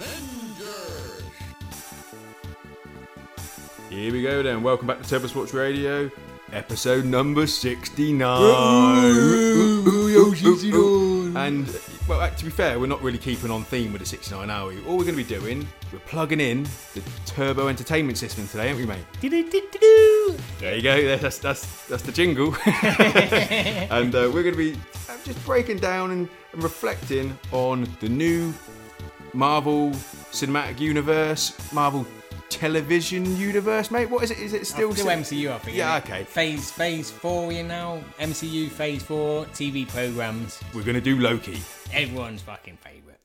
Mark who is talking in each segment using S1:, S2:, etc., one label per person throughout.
S1: Avengers!
S2: Here we go then. Welcome back to Turbo Sports Radio, episode number 69. And, well, uh, to be fair, we're not really keeping on theme with the 69, are we? All we're going to be doing, we're plugging in the Turbo Entertainment System today, aren't we, mate? There you go. That's that's that's the jingle. and uh, we're going to be uh, just breaking down and, and reflecting on the new Marvel Cinematic Universe, Marvel Television Universe, mate. What is it? Is it still
S3: Still
S2: cin-
S3: MCU, I think.
S2: Yeah,
S3: isn't it?
S2: okay.
S3: Phase Phase Four, you know, MCU Phase Four TV programs.
S2: We're going to do Loki.
S3: Everyone's fucking favourite.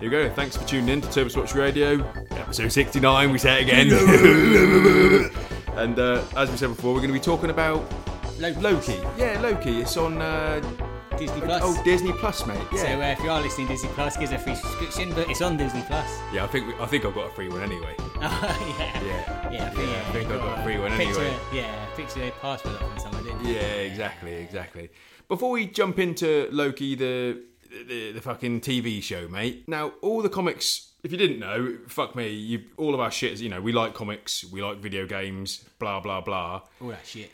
S2: Here we go. Thanks for tuning in to Turbo Sports Radio, episode 69. We say it again. and uh, as we said before, we're going to be talking about
S3: Loki,
S2: Loki. Yeah, Loki. It's on uh,
S3: Disney Plus.
S2: oh Disney Plus, mate. Yeah.
S3: So uh, if you are listening, to Disney Plus gives a free subscription, but it's on Disney Plus.
S2: yeah, I think we, I think I've got a free one anyway.
S3: Oh yeah.
S2: Yeah.
S3: Yeah, I think, yeah,
S2: I think I
S3: you've
S2: got a
S3: a
S2: free one
S3: picture,
S2: anyway.
S3: Yeah, picture their password up on someone, didn't you?
S2: Yeah, exactly, exactly. Before we jump into Loki, the, the the fucking TV show, mate. Now, all the comics. If you didn't know, fuck me. You, all of our shit is, you know, we like comics, we like video games, blah blah blah.
S3: All that shit.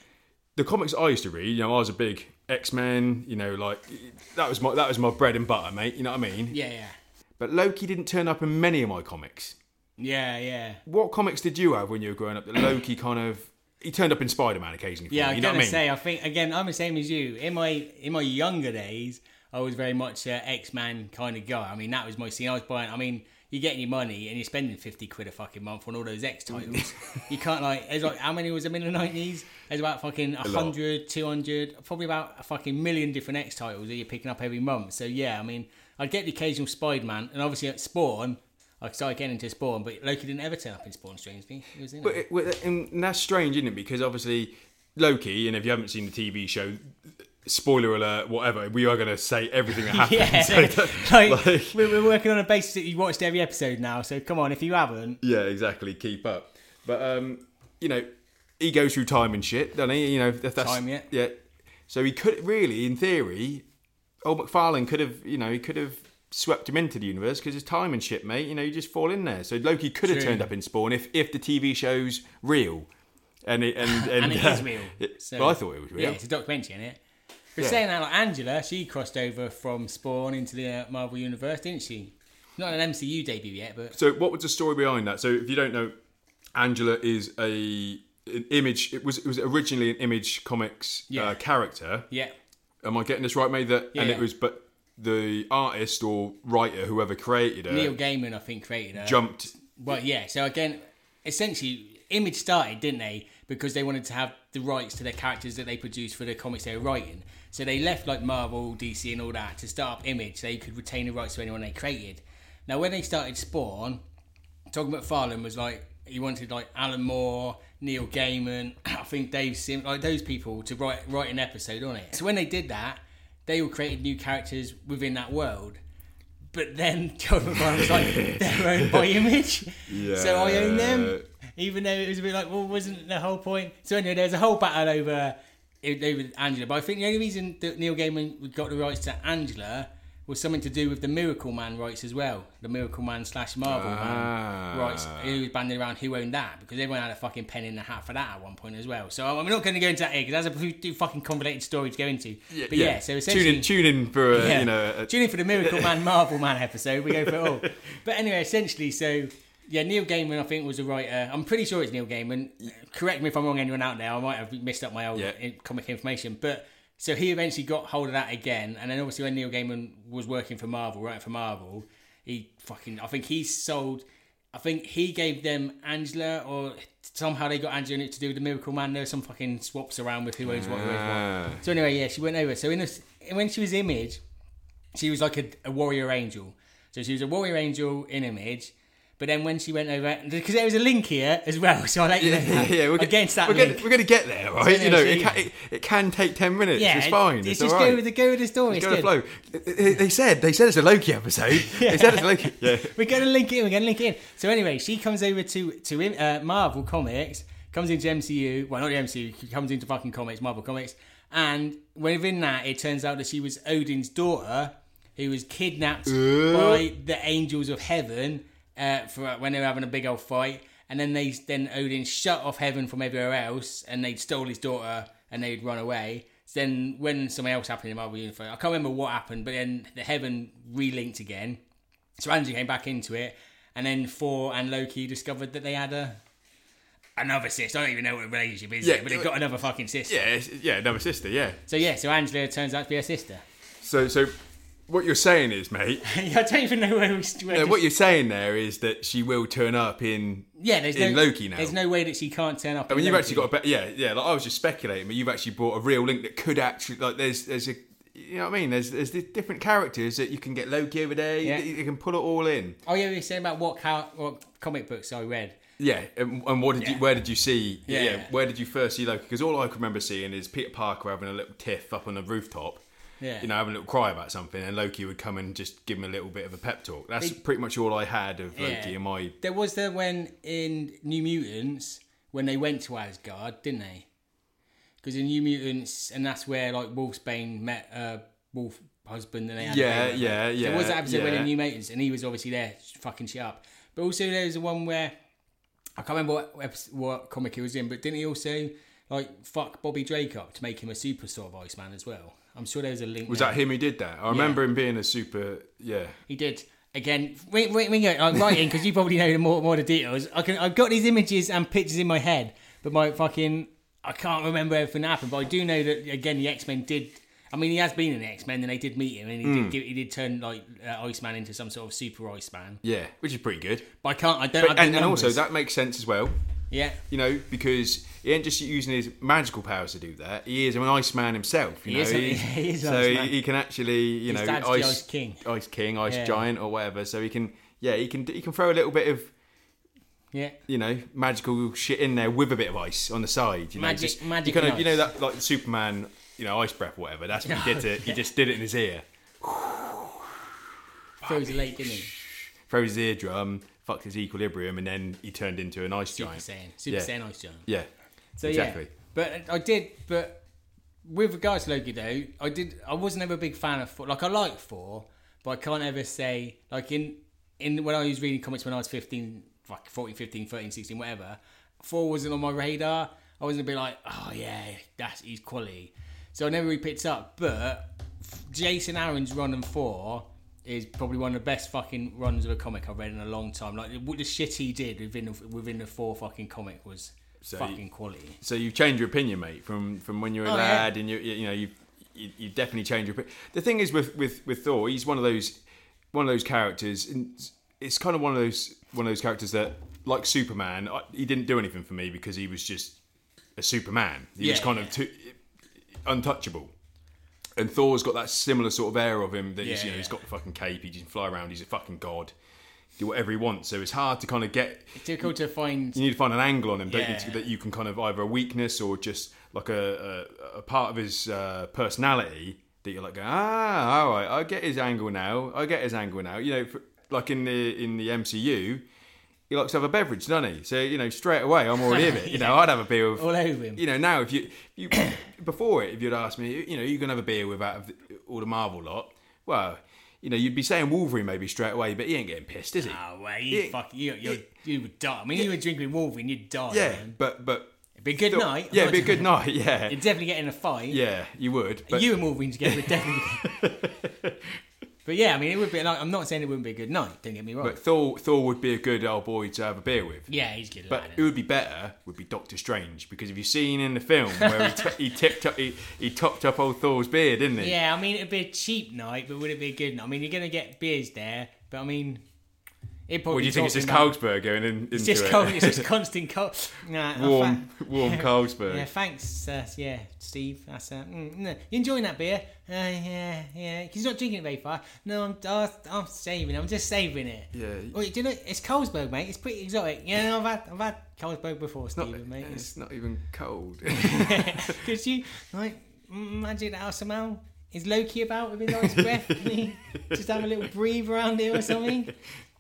S2: The comics I used to read, you know, I was a big X Men, you know, like that was my that was my bread and butter, mate. You know what I mean?
S3: Yeah, yeah.
S2: But Loki didn't turn up in many of my comics.
S3: Yeah, yeah.
S2: What comics did you have when you were growing up that Loki kind of he turned up in Spider Man occasionally? For
S3: Yeah,
S2: you,
S3: I'm
S2: you know
S3: gonna
S2: what I mean?
S3: say. I think again, I'm the same as you. In my in my younger days, I was very much a X Man kind of guy. I mean, that was my scene. I was buying. I mean, you're getting your money and you're spending fifty quid a fucking month on all those X titles. you can't like. There's like how many was them in the nineties? There's about fucking 100, 200, probably about a fucking million different X titles that you're picking up every month. So yeah, I mean, I get the occasional Spider Man, and obviously at Spawn. I started getting into Spawn, but Loki didn't ever turn up in Spawn. Strangely, he was in.
S2: But
S3: it.
S2: it, well, and that's strange, isn't it? Because obviously Loki, and if you haven't seen the TV show, spoiler alert, whatever, we are going to say everything that
S3: Yeah,
S2: happens. So,
S3: like,
S2: like-
S3: we're, we're working on a basis that you watched every episode now. So come on, if you haven't,
S2: yeah, exactly. Keep up. But um, you know, he goes through time and shit, doesn't he? You know, if that's
S3: Time, yeah.
S2: yeah. So he could really, in theory, old McFarlane could have, you know, he could have swept him into the universe because it's time and shit, mate. You know, you just fall in there. So Loki could have
S3: True.
S2: turned up in Spawn if if the TV show's real. And it, and and, uh,
S3: and it is real.
S2: it-
S3: So-
S2: well, I thought it was real.
S3: Yeah, it's a documentary in it. But
S2: Yeah.
S3: saying that, like Angela, she crossed over from Spawn into the uh, Marvel Universe, didn't she? Not an MCU debut yet, but
S2: So, what was the story behind that? So, if you don't know, Angela is a an image. It was it was originally an Image Comics uh,
S3: Yeah.
S2: character.
S3: yeah,
S2: Am I getting this right, mate? That and
S3: Yeah.
S2: it was, but the artist or writer, whoever created her,
S3: Neil Gaiman, I think, created her.
S2: jumped.
S3: Well, yeah. So again, essentially, Image started, didn't they? Because they wanted to have the rights to their characters that they produced for the comics they were writing. So they left like Marvel, DC, and all that to start up Image. They could retain the rights to anyone they created. Now, when they started Spawn, Todd McFarlane was like he wanted like Alan Moore, Neil Gaiman, I think Dave Sim, like those people to write write an episode on it. So when they did that, they all created new characters within that world. But then Todd McFarlane was like they're owned by Image, so I own them. Even though it was a bit like, well, wasn't the whole point? So anyway, there's a whole battle over over Angela. But I think the only reason that Neil Gaiman got the rights to Angela was something to do with the Miracle Man rights as well, the Miracle Man slash Marvel Man
S2: Ah.
S3: rights who was banding around who owned that because everyone had a fucking pen in the hat for that at one point as well. So I'm not going to go into that here because that's a too fucking convoluted story to go into. but yeah, so essentially,
S2: tune in, tune in for a,
S3: yeah.
S2: you know. uh, A,
S3: tune in for the Miracle Man Marvel Man episode. We go for it all. but anyway, essentially, so yeah, Neil Gaiman I think was a writer. I'm pretty sure it's Neil Gaiman. Correct me if I'm wrong. Anyone out there, I might have missed up my old
S2: Yeah.
S3: in- comic information, but. So he eventually got hold of that again, and then obviously when Neil Gaiman was working for Marvel, right for Marvel, he fucking I think he sold, I think he gave them Angela, or somehow they got Angela to do the Miracle Man. There was some fucking swaps around with who owns what, who owns what.
S2: ah.
S3: So anyway, yeah, she went over. So in this, when she was Image, she was like a, a warrior angel. So she was a warrior angel in Image. But then when she went over, because there was a link here as well, so I let you know
S2: Yeah,
S3: that.
S2: yeah, we're
S3: against that
S2: we're
S3: link.
S2: Gonna, we're going to get there, right?
S3: So,
S2: you know,
S3: yeah,
S2: it,
S3: so-
S2: can, it, it can take ten minutes. it's fine. It's,
S3: just
S2: all right.
S3: go with the go with the story.
S2: Go
S3: it's
S2: with the
S3: good.
S2: flow. They- They said they said it's a Loki episode. They said it's a Loki. Yeah.
S3: We're gonna link it. in, We're gonna link it. In. So anyway, she comes over to to uh, Marvel Comics, comes into MCU. Well, not the MCU. She comes into fucking comics, Marvel Comics, and within that, it turns out that she was Odin's daughter, who was kidnapped
S2: Uh.
S3: by the angels of heaven uh, for when they were having a big old fight, and then they then Odin shut off heaven from everywhere else, and they stole his daughter, and they'd run away. So then when something else happened in Marvel Universe, I can't remember what happened, but then the heaven relinked again. So Andrew came back into it, and then Thor and Loki discovered that they had a another sister. I don't even know what a relationship is,
S2: Yeah, uh,
S3: yet, but they've got another fucking sister.
S2: Yeah, it's- yeah, another sister, yeah.
S3: So yeah, so Angela turns out to be her sister.
S2: So, so what you're saying is, mate,
S3: I don't even know where we. Where
S2: no,
S3: to-
S2: what you're saying there is that she will turn up in.
S3: yeah, there's
S2: in
S3: no,
S2: Loki now.
S3: There's no way that she can't turn up.
S2: I mean, you've actually got a better. Yeah, yeah. Like I was just speculating, but you've actually brought a real link that could actually like. There's, there's a. You know what I mean? There's, there's di- different characters that you can get Loki over there. You-
S3: Yeah.
S2: You, can pull it all in.
S3: Oh yeah, you were saying about what, car- what comic books I read.
S2: Yeah, and, and what did you?
S3: Yeah.
S2: Where did you see? Yeah,
S3: Yeah.
S2: where did you first see Loki? Because all I can remember seeing is Peter Parker having a little tiff up on the rooftop.
S3: Yeah.
S2: You know, having a little cry about something, and Loki would come and just give him a little bit of a pep talk. That's pretty much all I had of Loki
S3: Yeah.
S2: in my.
S3: There was the when in New Mutants when they went to Asgard, didn't they? Because in New Mutants, and that's where like Wolfsbane met uh, Wolf husband, and they had a
S2: Yeah,
S3: baby.
S2: yeah, yeah.
S3: There was that episode
S2: yeah.
S3: when in New Mutants, and he was obviously there fucking shit up. But also there was the one where I can't remember what episode, what comic he was in, but didn't he also like fuck Bobby Drake up to make him a super sort of Iceman as well? I'm sure there was a link.
S2: Was
S3: there.
S2: that him who did that? I remember him being a super. Yeah.
S3: He did. Again, wait, wait, wait, wait, I'm writing because you probably know more, more of the details. I can, I've got these images and pictures in my head, but my fucking, I can't remember everything that happened. But I do know that again, the X Men did. I mean, he has been in the X Men, and they did meet him, and he
S2: Hmm.
S3: did, give, he did turn like uh, Iceman into some sort of super Iceman.
S2: Yeah, which is pretty good.
S3: But I can't. I don't. I
S2: But,
S3: don't
S2: and, and also,
S3: numbers.
S2: that makes sense as well,
S3: yeah,
S2: you know, because he ain't just using his magical powers to do that. He is an Iceman himself, you
S3: He
S2: know.
S3: is a- he is an
S2: so
S3: Iceman.
S2: he can actually, you know,
S3: dad's the
S2: ice,
S3: Ice King.
S2: Ice King, Ice
S3: Yeah.
S2: Giant, or whatever. So he can, yeah, he can he can throw a little bit of,
S3: yeah.
S2: you know, magical shit in there with a bit of ice on the side. You know,
S3: Magic-
S2: just,
S3: magic
S2: You, kind
S3: and
S2: of, you know
S3: ice.
S2: that like Superman, you know, ice breath, whatever. That's what he did. To, He just did it in his ear,
S3: Throws a late, didn't he?
S2: throws his eardrum, fucked his equilibrium, and then he turned into an ice
S3: Super
S2: giant.
S3: Saiyan, Super
S2: Yeah.
S3: Saiyan Ice Giant.
S2: Yeah.
S3: So
S2: exactly.
S3: yeah, but I did. But with regards to Loki, though, I did. I was never a big fan of four. Like I like four, but I can't ever say like in in when I was reading comics when I was 15, like 14, 15, 13, 16, whatever. Four wasn't on my radar. I wasn't a bit like, oh yeah, that's he's quality. So I never really picked up. But Jason Aaron's run in four is probably one of the best fucking runs of a comic I've read in a long time. Like what the shit he did within the, within the four fucking comic was fucking quality.
S2: So you've changed your opinion, mate, from from when you were a
S3: Oh, yeah.
S2: lad, and you you you know you you, you definitely changed your. opi- The thing is with with with Thor, he's one of those one of those characters. And it's kind of one of those one of those characters that, like Superman, I, he didn't do anything for me because he was just a Superman. He was
S3: Yeah,
S2: kind
S3: yeah.
S2: of too, untouchable. And Thor's got that similar sort of air of him that he's,
S3: Yeah,
S2: you know, he's
S3: yeah.
S2: got the fucking cape, he can fly around, he's a fucking god, do whatever he wants. So it's hard to kind of get
S3: difficult to find.
S2: you need to find an angle on him, don't you,
S3: Yeah.
S2: to- that you can kind of either a weakness or just like a a, a part of his uh, personality that you're like, ah, all right, I get his angle now. I get his angle now. You know, for, like in the in the MCU, he likes to have a beverage, doesn't he? So you know, straight away, I'm already in it. You know, I'd have a beer with
S3: All over him.
S2: You know, now if you you before it, if you'd asked me, you know, you can have a beer with out of the, all the Marvel lot. Well, you know, you'd be saying Wolverine maybe straight away, but he ain't getting pissed, is he?
S3: Oh, well, you
S2: Yeah.
S3: fuck, you, you, you would die. I mean, you were drinking Wolverine, you'd die.
S2: yeah,
S3: man.
S2: but but.
S3: It'd be a good
S2: Still-
S3: night.
S2: Yeah, it'd be a good night. Yeah,
S3: You'd definitely get in a fight.
S2: yeah, you would. But
S3: you and Wolverine together would definitely. but yeah, I mean, it would be like, I'm not saying it wouldn't be a good night, don't get me wrong.
S2: but Thor, Thor would be a good old boy to have a beer with.
S3: yeah, he's good at
S2: But
S3: that,
S2: who would be better would be Doctor Strange because if you've seen in the film where he, t- he tipped up, he, he topped up old Thor's beard, didn't he?
S3: Yeah, I mean, it'd be a cheap night, but would it be a good night? I mean, you're going to get beers there, but I mean, it probably.
S2: Or do you think it's just
S3: talking
S2: Carlsberg going in, into
S3: about- It's just
S2: it?
S3: cold. It's just constant cold. Nah, I
S2: warm, warm Carlsberg.
S3: Yeah, thanks. Uh, yeah, Steve. That's uh, mm, no. You enjoying that beer? Uh, yeah, yeah. He's not drinking it very far. No, I'm, I'm, I'm saving. it. I'm just saving it.
S2: Yeah.
S3: Wait, do you know it's Colesberg, mate? It's pretty exotic. Yeah, no, I've had I've had Colesberg before,
S2: Not-
S3: Stephen, mate. It's-
S2: it's not even cold.
S3: Could you like imagine how somehow is Loki about with his ice breath? just have a little breathe around here or something.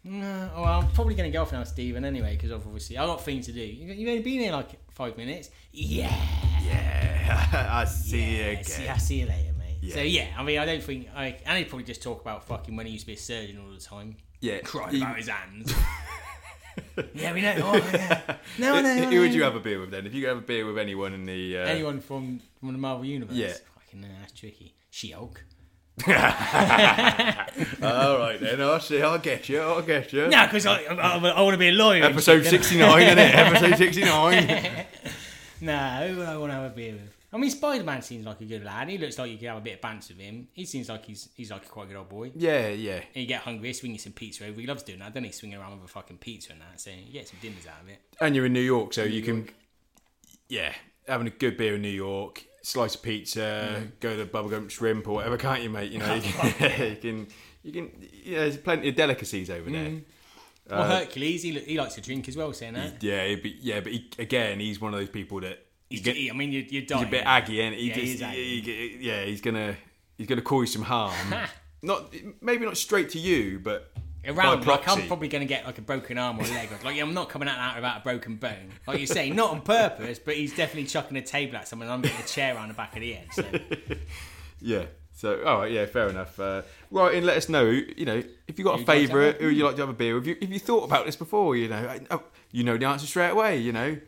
S3: No, oh, I'm probably going to go off now, Stephen. Anyway, because I've obviously I got things to do. You- You've only been here like five minutes. Yeah.
S2: yeah, I see you
S3: Yeah,
S2: again.
S3: see, I'll see you later, mate. So yeah, I mean, I don't think I. And he'd probably just talk about fucking when he used to be a surgeon all the time.
S2: Yeah,
S3: crying
S2: he-
S3: about his hands. yeah, we know. Oh, yeah. No,
S2: Who-
S3: I know. I
S2: Who would
S3: know.
S2: you have a beer with then? If you could have a beer with anyone in the uh,
S3: Anyone from from the Marvel universe?
S2: Yeah.
S3: Fucking no, that's tricky. She Hulk.
S2: All right then, I'll see. I'll get you. I'll get you.
S3: No, because I, I, want to be a lawyer. and
S2: Episode
S3: shit,
S2: sixty nine, isn't it? Episode sixty nine.
S3: don't I? No, who would I want to have a beer with? I mean, Spider Man seems like a good lad. He looks like you could have a bit of banter with him. He seems like he's he's like a quite good old boy.
S2: Yeah, yeah.
S3: And you get hungry, swing you some pizza over. He loves doing that, doesn't he? Swinging around with a fucking pizza and that. So you get some dinners out of it.
S2: And you're in New York, so you can, yeah, having a good beer in New York, slice of pizza, go to Bubblegum Shrimp or whatever, can't you, mate? You know, you can, you can, you can. Yeah, there's plenty of delicacies over there.
S3: well,
S2: Uh,
S3: Hercules, he, lo- he likes to drink as well, saying that.
S2: Yeah, but yeah, but he, again, he's one of those people that
S3: He's
S2: you get-
S3: I mean, you're, you're dying.
S2: a bit aggy, and he
S3: Yeah, he
S2: just
S3: is aggy.
S2: he- he- yeah, he's gonna he's gonna cause some harm. not maybe not straight to you, but
S3: Around,
S2: by
S3: like,
S2: proxy.
S3: I'm probably going to get like a broken arm or a leg. Like, I'm not coming out that without a broken bone. Like you say, not on purpose, but he's definitely chucking a table at someone and I'm getting a chair around the back of the head. So.
S2: yeah. So, all right, yeah, fair enough. Uh, right, and let us know. You know, if you got a
S3: Who'd you like to
S2: favourite,
S3: have?
S2: who would you like to have a beer with? If you, if you thought about this before, you know, I- oh, you know the answer straight away. You know,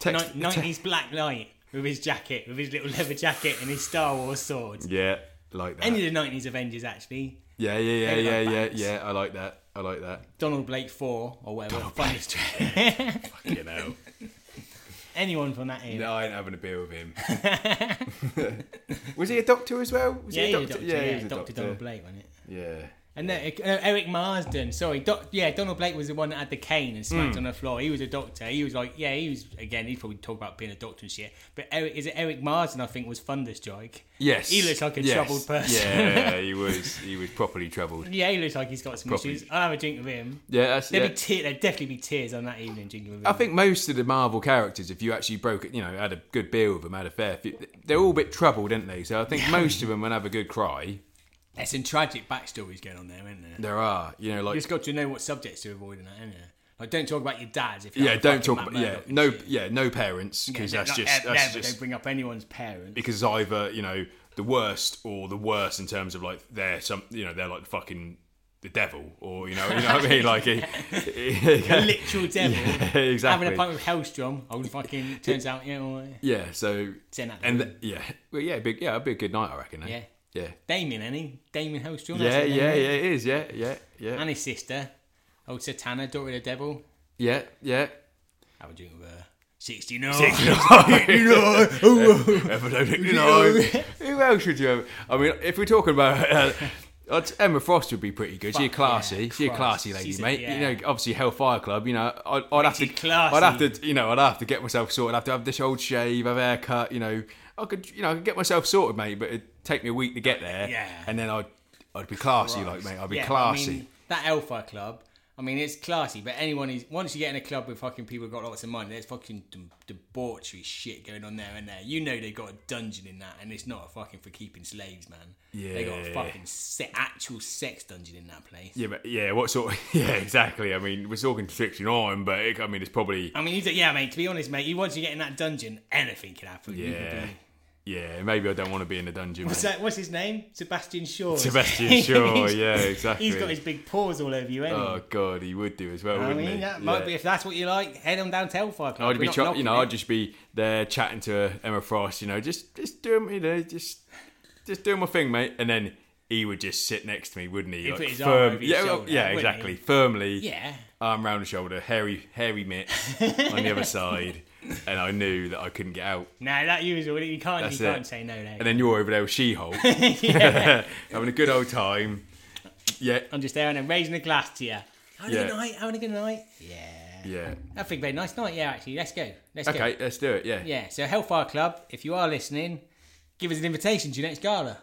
S2: text.
S3: Nin- 90s Black Knight with his jacket, with his little leather jacket and his Star Wars swords.
S2: yeah, like that.
S3: Any of the 90s Avengers, actually.
S2: yeah, yeah, yeah,
S3: Any of
S2: yeah,
S3: the
S2: yeah,
S3: bands.
S2: yeah. I like that. I like that.
S3: Donald Blake 4 or whatever. Funniest-
S2: You know,
S3: Anyone from that era.
S2: no, I ain't having a beer with him. was he a doctor as well? Was
S3: Yeah,
S2: he
S3: he was a doctor, yeah,
S2: he was a
S3: Dr. Donald Blake, wasn't it?
S2: Yeah.
S3: And no, uh, no, Eric Marsden, sorry, doc, yeah, Donald Blake was the one that had the cane and smacked
S2: Hmm.
S3: on the floor. He was a doctor. He was like, yeah, he was again. He'd probably talk about being a doctor and shit. But Eric, is it Eric Marsden? I think was Thunderstrike.
S2: Yes.
S3: He looks like a
S2: Yes.
S3: troubled person.
S2: Yeah, he was. He was properly troubled.
S3: Yeah, he looks like he's got some
S2: Probably.
S3: issues. I'll have a drink with him.
S2: Yeah, that's.
S3: There'd
S2: Yeah. Oh.
S3: be te- there'd definitely be tears on that evening drinking with him.
S2: I think most of the Marvel characters, if you actually broke it, you know, had a good beer with them, had a fair few, they're all a bit troubled, aren't they? So I think most of them, when have a good cry,
S3: There's some tragic backstories going on there, isn't there?
S2: there are, you know,
S3: You
S2: like,
S3: just got to know what subjects to avoid in that, isn't there? Like, don't talk about your dads if you're
S2: yeah,
S3: like
S2: don't
S3: fucking
S2: talk about,
S3: Matt
S2: yeah,
S3: Murdock and
S2: no,
S3: shit.
S2: yeah, no parents,
S3: Yeah,
S2: because
S3: don't-
S2: that's
S3: not
S2: just,
S3: ever-
S2: that's
S3: never, don't
S2: just,
S3: bring up anyone's parents.
S2: because either, you know, the worst or the worst in terms of like, they're some, you know, they're like fucking the devil or, you know, you know what I mean? Like, it,
S3: a literal devil.
S2: exactly.
S3: Having a pint with Hellstrom, I would fucking turns out, yeah, all right.
S2: Yeah, so
S3: Send that to
S2: and th- yeah, well, yeah, big, yeah, it'd be a good night, I reckon. Eh?
S3: Yeah.
S2: yeah,
S3: Damien, any Damien Hellstrom, that's
S2: yeah,
S3: his name,
S2: yeah, yeah.
S3: isn't it?
S2: It is, yeah, yeah, yeah,
S3: and his sister, old Satana, daughter of the devil.
S2: yeah, yeah.
S3: Have a drink with her. Sixty nine.
S2: you know, you know. Who else would you? Have? I mean, if we're talking about. Uh, I'd- Emma Frost would be pretty good. She's
S3: Fuck,
S2: classy.
S3: yeah,
S2: She's a
S3: Christ.
S2: classy lady,
S3: She's a-
S2: mate.
S3: yeah.
S2: You know, obviously Hellfire Club. You know, I'd, I'd have to.
S3: it classy.
S2: I'd have to. You know, I'd have to get myself sorted. I'd have to have this old shave, have a haircut. You know, I could. You know, I could get myself sorted, mate. But it'd take me a week to get there.
S3: Yeah.
S2: And then I'd. I'd be classy, like mate. I'd be
S3: Yeah, but I mean,
S2: classy.
S3: that Alpha Club. I mean, it's classy, but anyone who's once you get in a club with fucking people who've got lots of money, there's fucking de- debauchery shit going on there and there. You know they got a dungeon in that, and it's not a fucking for keeping slaves, man. they got
S2: Yeah.
S3: a fucking se- actual sex dungeon in that place.
S2: Yeah, but yeah. What sort? Of, yeah, exactly. I mean, we're talking sixty nine, but it, I mean, it's probably
S3: I mean, you d- yeah, mate. To be honest, mate, you once you get in that dungeon, anything can happen. You could
S2: Yeah.
S3: be-
S2: Yeah, maybe I don't want to be in the dungeon.
S3: What's,
S2: mate.
S3: that, what's his name? Sebastian Shaw.
S2: Sebastian Shaw,
S3: He's-
S2: yeah, exactly.
S3: He's got his big paws all over you, ain't he?
S2: Oh god, he would do as well,
S3: Mm. I
S2: wouldn't
S3: mean,
S2: he?
S3: that might
S2: Yeah.
S3: be if that's what you like. Head on down to Hellfire Club.
S2: I'd
S3: We're
S2: be,
S3: not
S2: try- you
S3: knocking
S2: know,
S3: it.
S2: I'd just be there chatting to Emma Frost, you know, just, just doing, you know, just, just doing my thing, mate. And then he would just sit next to me, wouldn't he? He'd
S3: put his arm over your
S2: yeah, well,
S3: shoulder,
S2: yeah,
S3: wouldn't
S2: exactly,
S3: he?
S2: firmly,
S3: Yeah.
S2: arm round the shoulder, hairy, hairy mitts on the other side, and I knew that I couldn't get out.
S3: No, that usual. You can't.
S2: That's
S3: you can't
S2: it.
S3: say no there.
S2: And then you're over there with She-Hulk, having a good old time. Yeah,
S3: I'm just there and then raising a glass to you. Having a
S2: Yeah.
S3: good night. Having a good night. Yeah.
S2: yeah.
S3: I think very nice night. Yeah, actually, let's go. Let's go.
S2: Okay, let's do it. Yeah.
S3: Yeah. So Hellfire Club, if you are listening, give us an invitation to your next gala.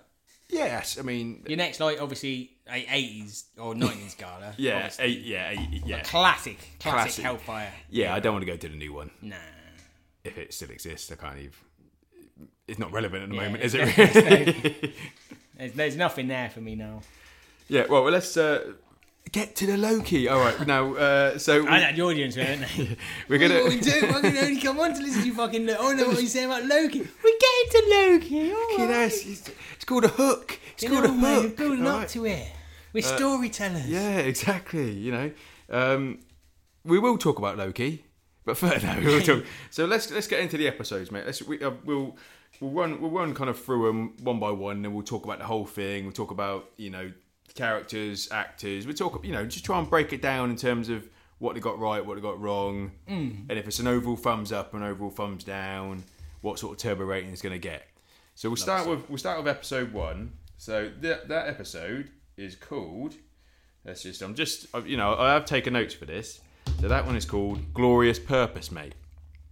S2: Yes, I mean,
S3: Your next, like, obviously, a 80s or 90s gala.
S2: yeah,
S3: Obviously.
S2: eight, yeah, eight, yeah,
S3: Classic, classic,
S2: Classic.
S3: Hellfire.
S2: yeah. I don't want to go to the new one
S3: Nah.
S2: if it still exists. I can't even. It's not relevant at the
S3: Yeah,
S2: moment, is
S3: it's
S2: it?
S3: definitely- There's, there's nothing there for me now.
S2: yeah. Well, let's uh, Get to the Loki. All right, now, uh, so
S3: I had the audience, weren't they?
S2: we're
S3: That's what we
S2: gonna.
S3: do. I can only come on to listen to you fucking. Lo- I know what you say about Loki. We're getting to Loki. All right.
S2: Fucking ass, It's, it's called a hook. It's
S3: You
S2: called
S3: know,
S2: a
S3: mate,
S2: hook.
S3: we're building
S2: all
S3: up
S2: right?
S3: to it. We're storytellers.
S2: Yeah, exactly. You know, um, we will talk about Loki, but first, no, we will talk. So let's let's get into the episodes, mate. Let's we uh, we'll. We'll run, we'll run kind of through them one by one, and we'll talk about the whole thing. We'll talk about you know characters, actors. We talk, you know, just try and break it down in terms of what they got right, what they got wrong, and if it's an overall thumbs up and overall thumbs down, what sort of turbo rating it's going to get. So we'll start with we'll start with episode one. So th- that episode is called that's just, I'm just, I've- you know, I have taken notes for this. So that one is called Glorious Purpose, mate.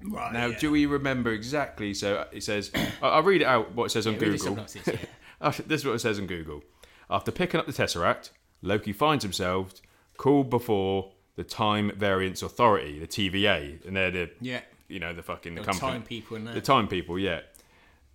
S3: Right.
S2: Now, do we remember exactly? So uh, it says, I- I'll read it out what it says on
S3: read the
S2: Google.
S3: synopsis, yeah.
S2: After- this is what it says on Google. After picking up the Tesseract, Loki finds himself called before the Time Variance Authority, the TVA. And they're the,
S3: Yeah.
S2: you know, the fucking the
S3: The
S2: company.
S3: time people and that.
S2: The time people, yeah.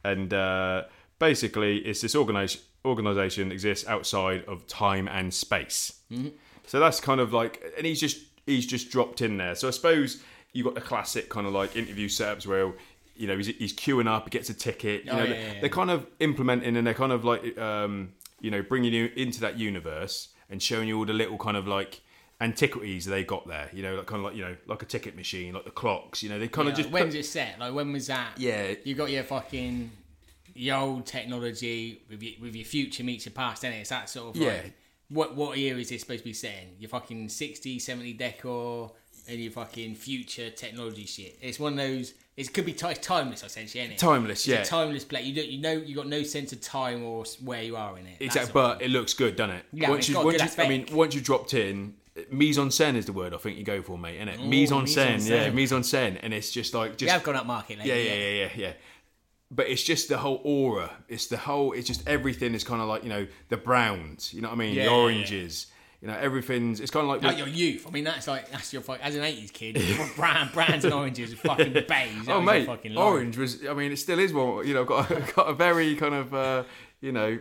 S2: And uh, basically, it's this organization organization that exists outside of time and space.
S3: Mm-hmm.
S2: So that's kind of like, and he's just he's just dropped in there. So I suppose you have got the classic kind of like interview setups where. You know, he's, he's queuing up, he gets a ticket. You
S3: Oh,
S2: know,
S3: yeah,
S2: they-
S3: yeah, yeah.
S2: they're kind of implementing and they're kind of like, um, you know, bringing you into that universe and showing you all the little kind of like antiquities they got there. You know, like kind of like you know, like a ticket machine, like the clocks. You know, they kind
S3: Like,
S2: of just put-
S3: when's it set? Like when was that?
S2: Yeah.
S3: You got your fucking your old technology with your, with your future meets your past, and it's that sort of
S2: Yeah.
S3: like what what year is this supposed to be set in? Your fucking 60, 70 decor and your fucking future technology shit. It's one of those. It could be ti- timeless essentially, is
S2: Timeless,
S3: it's
S2: yeah.
S3: A timeless play. You don't you know you got no sense of time or s- where you are in it. That
S2: Exactly,
S3: sort of-
S2: but it looks good, doesn't it?
S3: Yeah,
S2: once
S3: it's
S2: you,
S3: got a
S2: once
S3: good
S2: you, I mean,
S3: aspect.
S2: once you dropped in, mise en scène is the word I think you go for, mate, innit? it? mise en scène,
S3: mise en
S2: yeah,
S3: scène.
S2: mise en scène, and it's just like
S3: we
S2: just
S3: have gone up market lately.
S2: yeah, yeah, yeah, yeah, yeah. But it's just the whole aura. It's the whole. It's just everything is kind of like you know the browns. You know what I mean?
S3: Yeah,
S2: the
S3: yeah, yeah.
S2: oranges. You know everything's. It's kind of like
S3: Like your youth. I mean, that's like that's your fuck. As an eighties kid, brand, brands and oranges, fucking beige. That
S2: oh
S3: was your
S2: mate,
S3: fucking life.
S2: orange was. I mean, it still is one. You know, got a, got a very kind of uh, you know.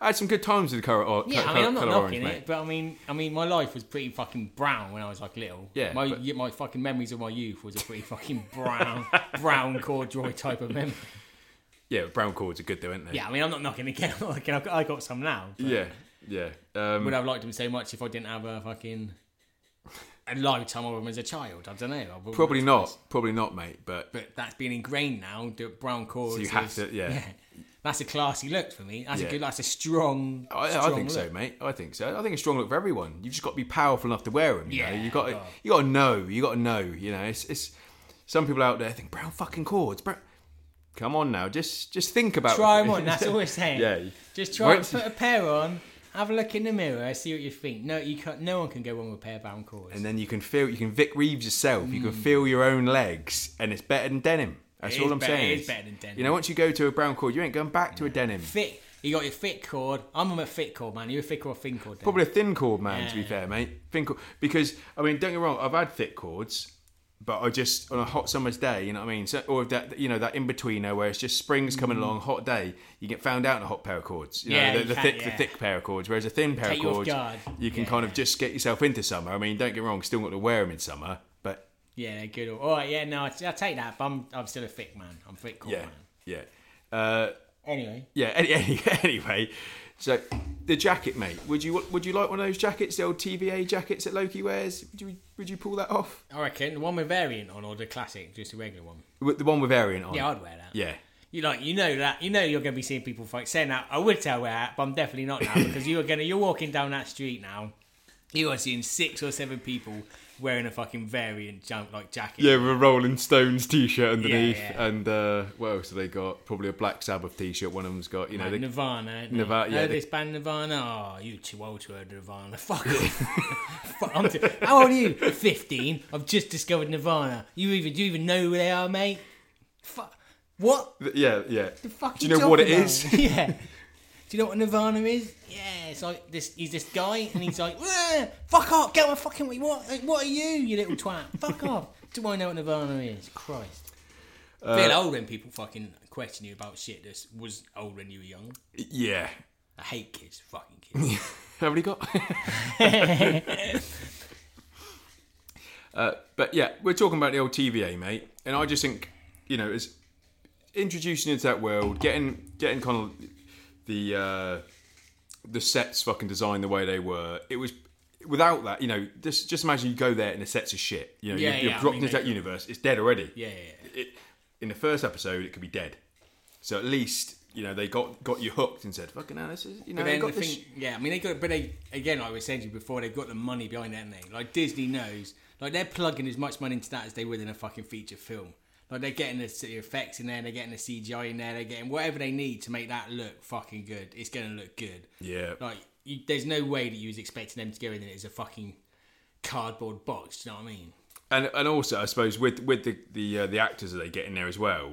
S2: I had some good times with the colour. or-
S3: Yeah, I
S2: colour-
S3: mean, I'm not
S2: colour
S3: knocking
S2: orange,
S3: it,
S2: mate.
S3: but I mean, I mean, my life was pretty fucking brown when I was like little.
S2: Yeah,
S3: my
S2: but-
S3: y my fucking memories of my youth was a pretty fucking brown, brown corduroy type of memory.
S2: Yeah, brown cords are good though, aren't they?
S3: Yeah, I mean, I'm not knocking it again. Like, I got- I got some now. but
S2: Yeah, yeah. Um,
S3: Would I've liked them so much if I didn't have a fucking a lifetime of them as a child? I don't know. I would-
S2: probably not. Probably not, mate. But
S3: But that's been ingrained now. The brown cords.
S2: you have
S3: is-
S2: to- yeah.
S3: That's a classy look for me. That's
S2: Yeah.
S3: a good. That's a strong.
S2: I, I
S3: strong
S2: think so,
S3: look.
S2: mate. I think so. I think it's a strong look for everyone. You've just got to be powerful enough to wear them. You know?
S3: Yeah,
S2: you got to,
S3: well.
S2: you got to know. You got to know. You know, it's it's some people out there think brown fucking cords. Brown. Come on now, just just think about.
S3: Try 'em on. That's all we're saying.
S2: Yeah.
S3: Just try and
S2: Once-
S3: put a pair on. Have a look in the mirror. See what you think. No, you can't. No one can go wrong with pair bound cords.
S2: And then you can feel you can Vic Reeves yourself. You can feel your own legs, and it's better than denim. That's
S3: Hmm. It
S2: all
S3: is
S2: I'm
S3: better-
S2: saying.
S3: it is better than denim.
S2: You know, once you go to a brown cord, you ain't going back to a denim.
S3: thick. You got your thick cord. I'm on a thick cord, man. You a thick or a thin cord? then?
S2: Probably a thin cord man, to be
S3: Yeah.
S2: fair, mate. Thin cord because I mean, don't get me wrong, I've had thick cords, but I just on a hot summer's day, you know what I mean? So, or that you know that in betweener where it's just spring's coming along, hot day, you get found out in a hot pair of cords. You
S3: Mm. Yeah,
S2: know, the,
S3: you
S2: the
S3: can,
S2: thick the
S3: yeah.
S2: thick pair of cords, whereas a thin pair
S3: Take
S2: of
S3: you off
S2: cords,
S3: guard.
S2: you can
S3: Yeah.
S2: kind of just get yourself into summer. I mean, don't get me wrong, still got to wear them in summer, but
S3: Yeah, they're good. All right. Yeah. No, I, I take that. But I'm, I'm still a thick man. I'm thick cord
S2: yeah,
S3: man.
S2: yeah. Uh,
S3: Anyway.
S2: yeah, any, any, anyway, so the jacket, mate. Would you would you like one of those jackets, the old TVA jackets that Loki wears? Would you would you pull that off?
S3: I reckon the one with variant on or the classic, just a regular one.
S2: With the one with variant on.
S3: Yeah, I'd wear that.
S2: Yeah.
S3: You like you know that you know you're going to be seeing people fight. Saying that I would tell where, at, but I'm definitely not now because you are going to you're walking down that street now. You are seeing six or seven people wearing a fucking variant junk like jacket.
S2: Yeah, with a Rolling Stones t-shirt underneath,
S3: Yeah, yeah.
S2: and uh, what else have they got? Probably a Black Sabbath t-shirt. One of them's got, you know,
S3: Like
S2: they,
S3: Nirvana. ain't they?
S2: Nirvana, yeah,
S3: Oh,
S2: they-
S3: this band Nirvana. Oh, you too old to hear Nirvana. Fuck off. Fuck, I'm too- how old are you? Fifteen. I've just discovered Nirvana. You even do you even know who they are, mate? Fuck. What?
S2: th- yeah, yeah.
S3: The fuck
S2: Do
S3: you
S2: you know what it
S3: talking
S2: is?
S3: about? yeah. Do you know what Nirvana is? Yeah, it's like this. He's this guy, and he's like, "Wah, "Fuck off, get on fucking way. What? like, What are you, you little twat? Fuck off." Do I know what Nirvana is? Christ.
S2: Uh,
S3: Feel old when people fucking question you about shit that was old when you were young.
S2: Yeah,
S3: I hate kids, fucking kids.
S2: How many got? uh, but yeah, we're talking about the old TVA, mate, and I just think you know, it's introducing into that world, getting getting kind of the uh, the sets fucking designed the way they were. It was without that, you know, just just imagine you go there and the sets are shit. You know,
S3: Yeah,
S2: you're, you're
S3: yeah, I
S2: dropped
S3: mean,
S2: into
S3: they-
S2: that universe, it's dead already.
S3: Yeah, yeah,
S2: It, in the first episode, it could be dead. So at least you know they got got you hooked and said, "Fucking hell, this is you know."
S3: But
S2: they
S3: then
S2: got
S3: the
S2: this
S3: thing, yeah, I mean, they got, but they again, like we said to you before, they've got the money behind that, haven't they? Like Disney knows, like they're plugging as much money into that as they would in a fucking feature film. Like they're getting the s- the effects in there, they're getting the CGI in there, they're getting whatever they need to make that look fucking good. It's going to look good.
S2: Yeah.
S3: Like, you, there's no way that you was expecting them to go in there as a fucking cardboard box. Do you know what I mean?
S2: and and also I suppose with with the the uh, the actors that they get in there as well,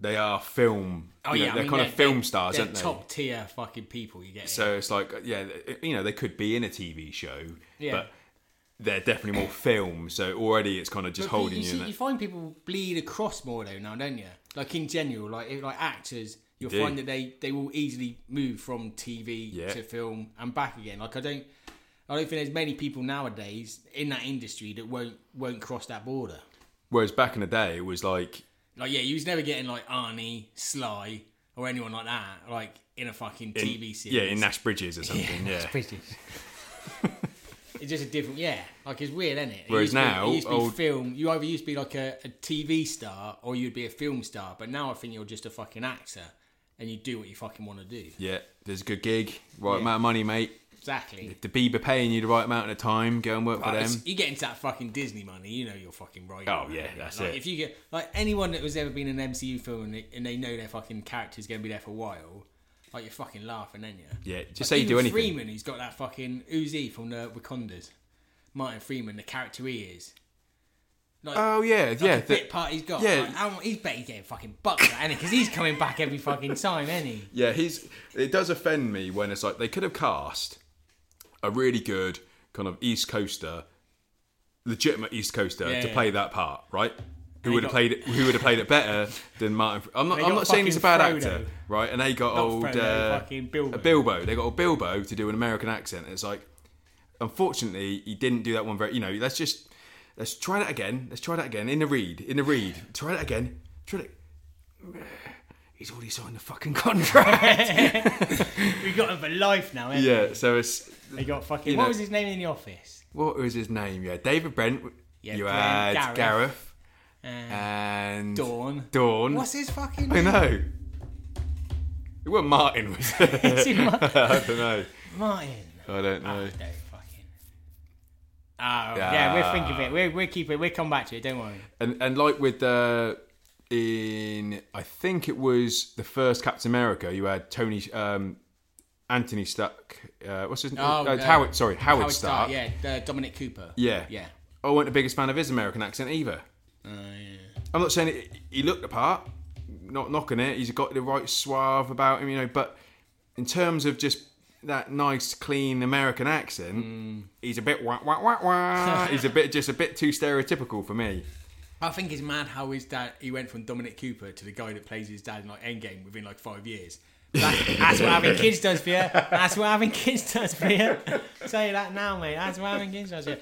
S2: they are film. you know,
S3: Oh, I
S2: they're
S3: mean,
S2: kind of film stars,
S3: they're
S2: aren't they?
S3: Top tier fucking people. You get so,
S2: So it's like, uh, yeah, you know, they could be in a TV show,
S3: Yeah.
S2: but they're definitely more film. So already it's kind of just holding
S3: you,
S2: you.
S3: see-
S2: in that.
S3: you find people bleed across more though now, don't you? Like in general, like if- like actors, you'll
S2: do.
S3: find that they they will easily move from TV
S2: Yeah.
S3: to film and back again. Like I don't, I don't think there's many people nowadays in that industry that won't won't cross that border.
S2: Whereas back in the day, it was like,
S3: Like yeah, you was never getting like Arnie, Sly, or anyone like that. Like in a fucking TV series.
S2: yeah, in Nash Bridges or something, yeah.
S3: it's just a different, yeah. Like it's weird, isn't it? It
S2: Whereas
S3: used to be-
S2: now,
S3: it used to be
S2: old-
S3: film. You either used to be like a, a TV star or you'd be a film star. But now I think you're just a fucking actor, and you do what you fucking want to do.
S2: Yeah, there's a good gig, right amount of money, mate.
S3: Exactly.
S2: The Bieber paying you the right amount of time. Go and work for
S3: Like,
S2: them.
S3: it's- you get into that fucking Disney money, you know you're fucking right.
S2: Oh, yeah, that's
S3: like,
S2: it.
S3: If you get like anyone that has ever been in an MCU film and they, and they know their fucking character's going to be there for a while, like you're fucking laughing, then you.
S2: Yeah, just
S3: Like,
S2: say you
S3: even
S2: do anything.
S3: Freeman, who's got that fucking Uzi from uh, the Wakandas, Martin Freeman, the character he is. Like,
S2: Oh yeah, yeah.
S3: the
S2: the-
S3: bit part he's got.
S2: yeah.
S3: Like, how- he's bet he's getting fucking bucked, ain't he? Because he's coming back every fucking time, ain't he?
S2: Yeah, he's. It does offend me when it's like they could have cast a really good kind of East Coaster, legitimate East Coaster
S3: Yeah,
S2: to
S3: yeah.
S2: play that part, right? Who would have
S3: got-
S2: played it? Who would have played it better than Martin? I'm not.
S3: They
S2: I'm
S3: got
S2: not saying he's a bad
S3: fucking
S2: actor,
S3: Frodo.
S2: right? And they got
S3: Not
S2: old
S3: Frodo,
S2: uh,
S3: fucking Bilbo.
S2: a Bilbo. They got old Bilbo to do an American accent. It's like, unfortunately, he didn't do that one very. You know, let's just let's try that again. Let's try that again in the read. In the read, try that again. Try it. He's already signed the fucking contract.
S3: We got him for life now, ain't
S2: Yeah, so it's
S3: we? They got fucking.
S2: You
S3: what
S2: know-
S3: was his name in the office?
S2: what was his name? Yeah, David Brent.
S3: Yeah,
S2: you
S3: Brent,
S2: had
S3: Gareth.
S2: Gareth,
S3: Uh,
S2: and
S3: Dawn.
S2: Dawn.
S3: What's his fucking
S2: I
S3: name?
S2: know. It wasn't Martin, was it?
S3: Is it Mar-
S2: I don't know.
S3: Martin.
S2: I don't know.
S3: Don't fucking. Oh, yeah, we're thinking of it. We're, we're keeping it. We'll come back to it, don't worry.
S2: And and like with the in I think it was the first Captain America. You had Tony um, Anthony Stark. Uh, what's his name?
S3: Oh, no.
S2: Howard. Sorry, Howard,
S3: Howard
S2: Stark.
S3: Stark, yeah, uh, Dominic Cooper.
S2: Yeah.
S3: Yeah.
S2: I wasn't the biggest fan of his American accent either.
S3: Uh, yeah.
S2: I'm not saying it, he looked the part, not knocking it. He's got the right suave about him, you know. But in terms of just that nice, clean American accent,
S3: Mm.
S2: he's a bit wah wah wah wah. he's a bit just a bit too stereotypical for me.
S3: I think it's mad how his dad he went from Dominic Cooper to the guy that plays his dad in like Endgame within like five years. That's, that's what having kids does for you. That's what having kids does for you. Say that now, mate. That's what having kids does for you.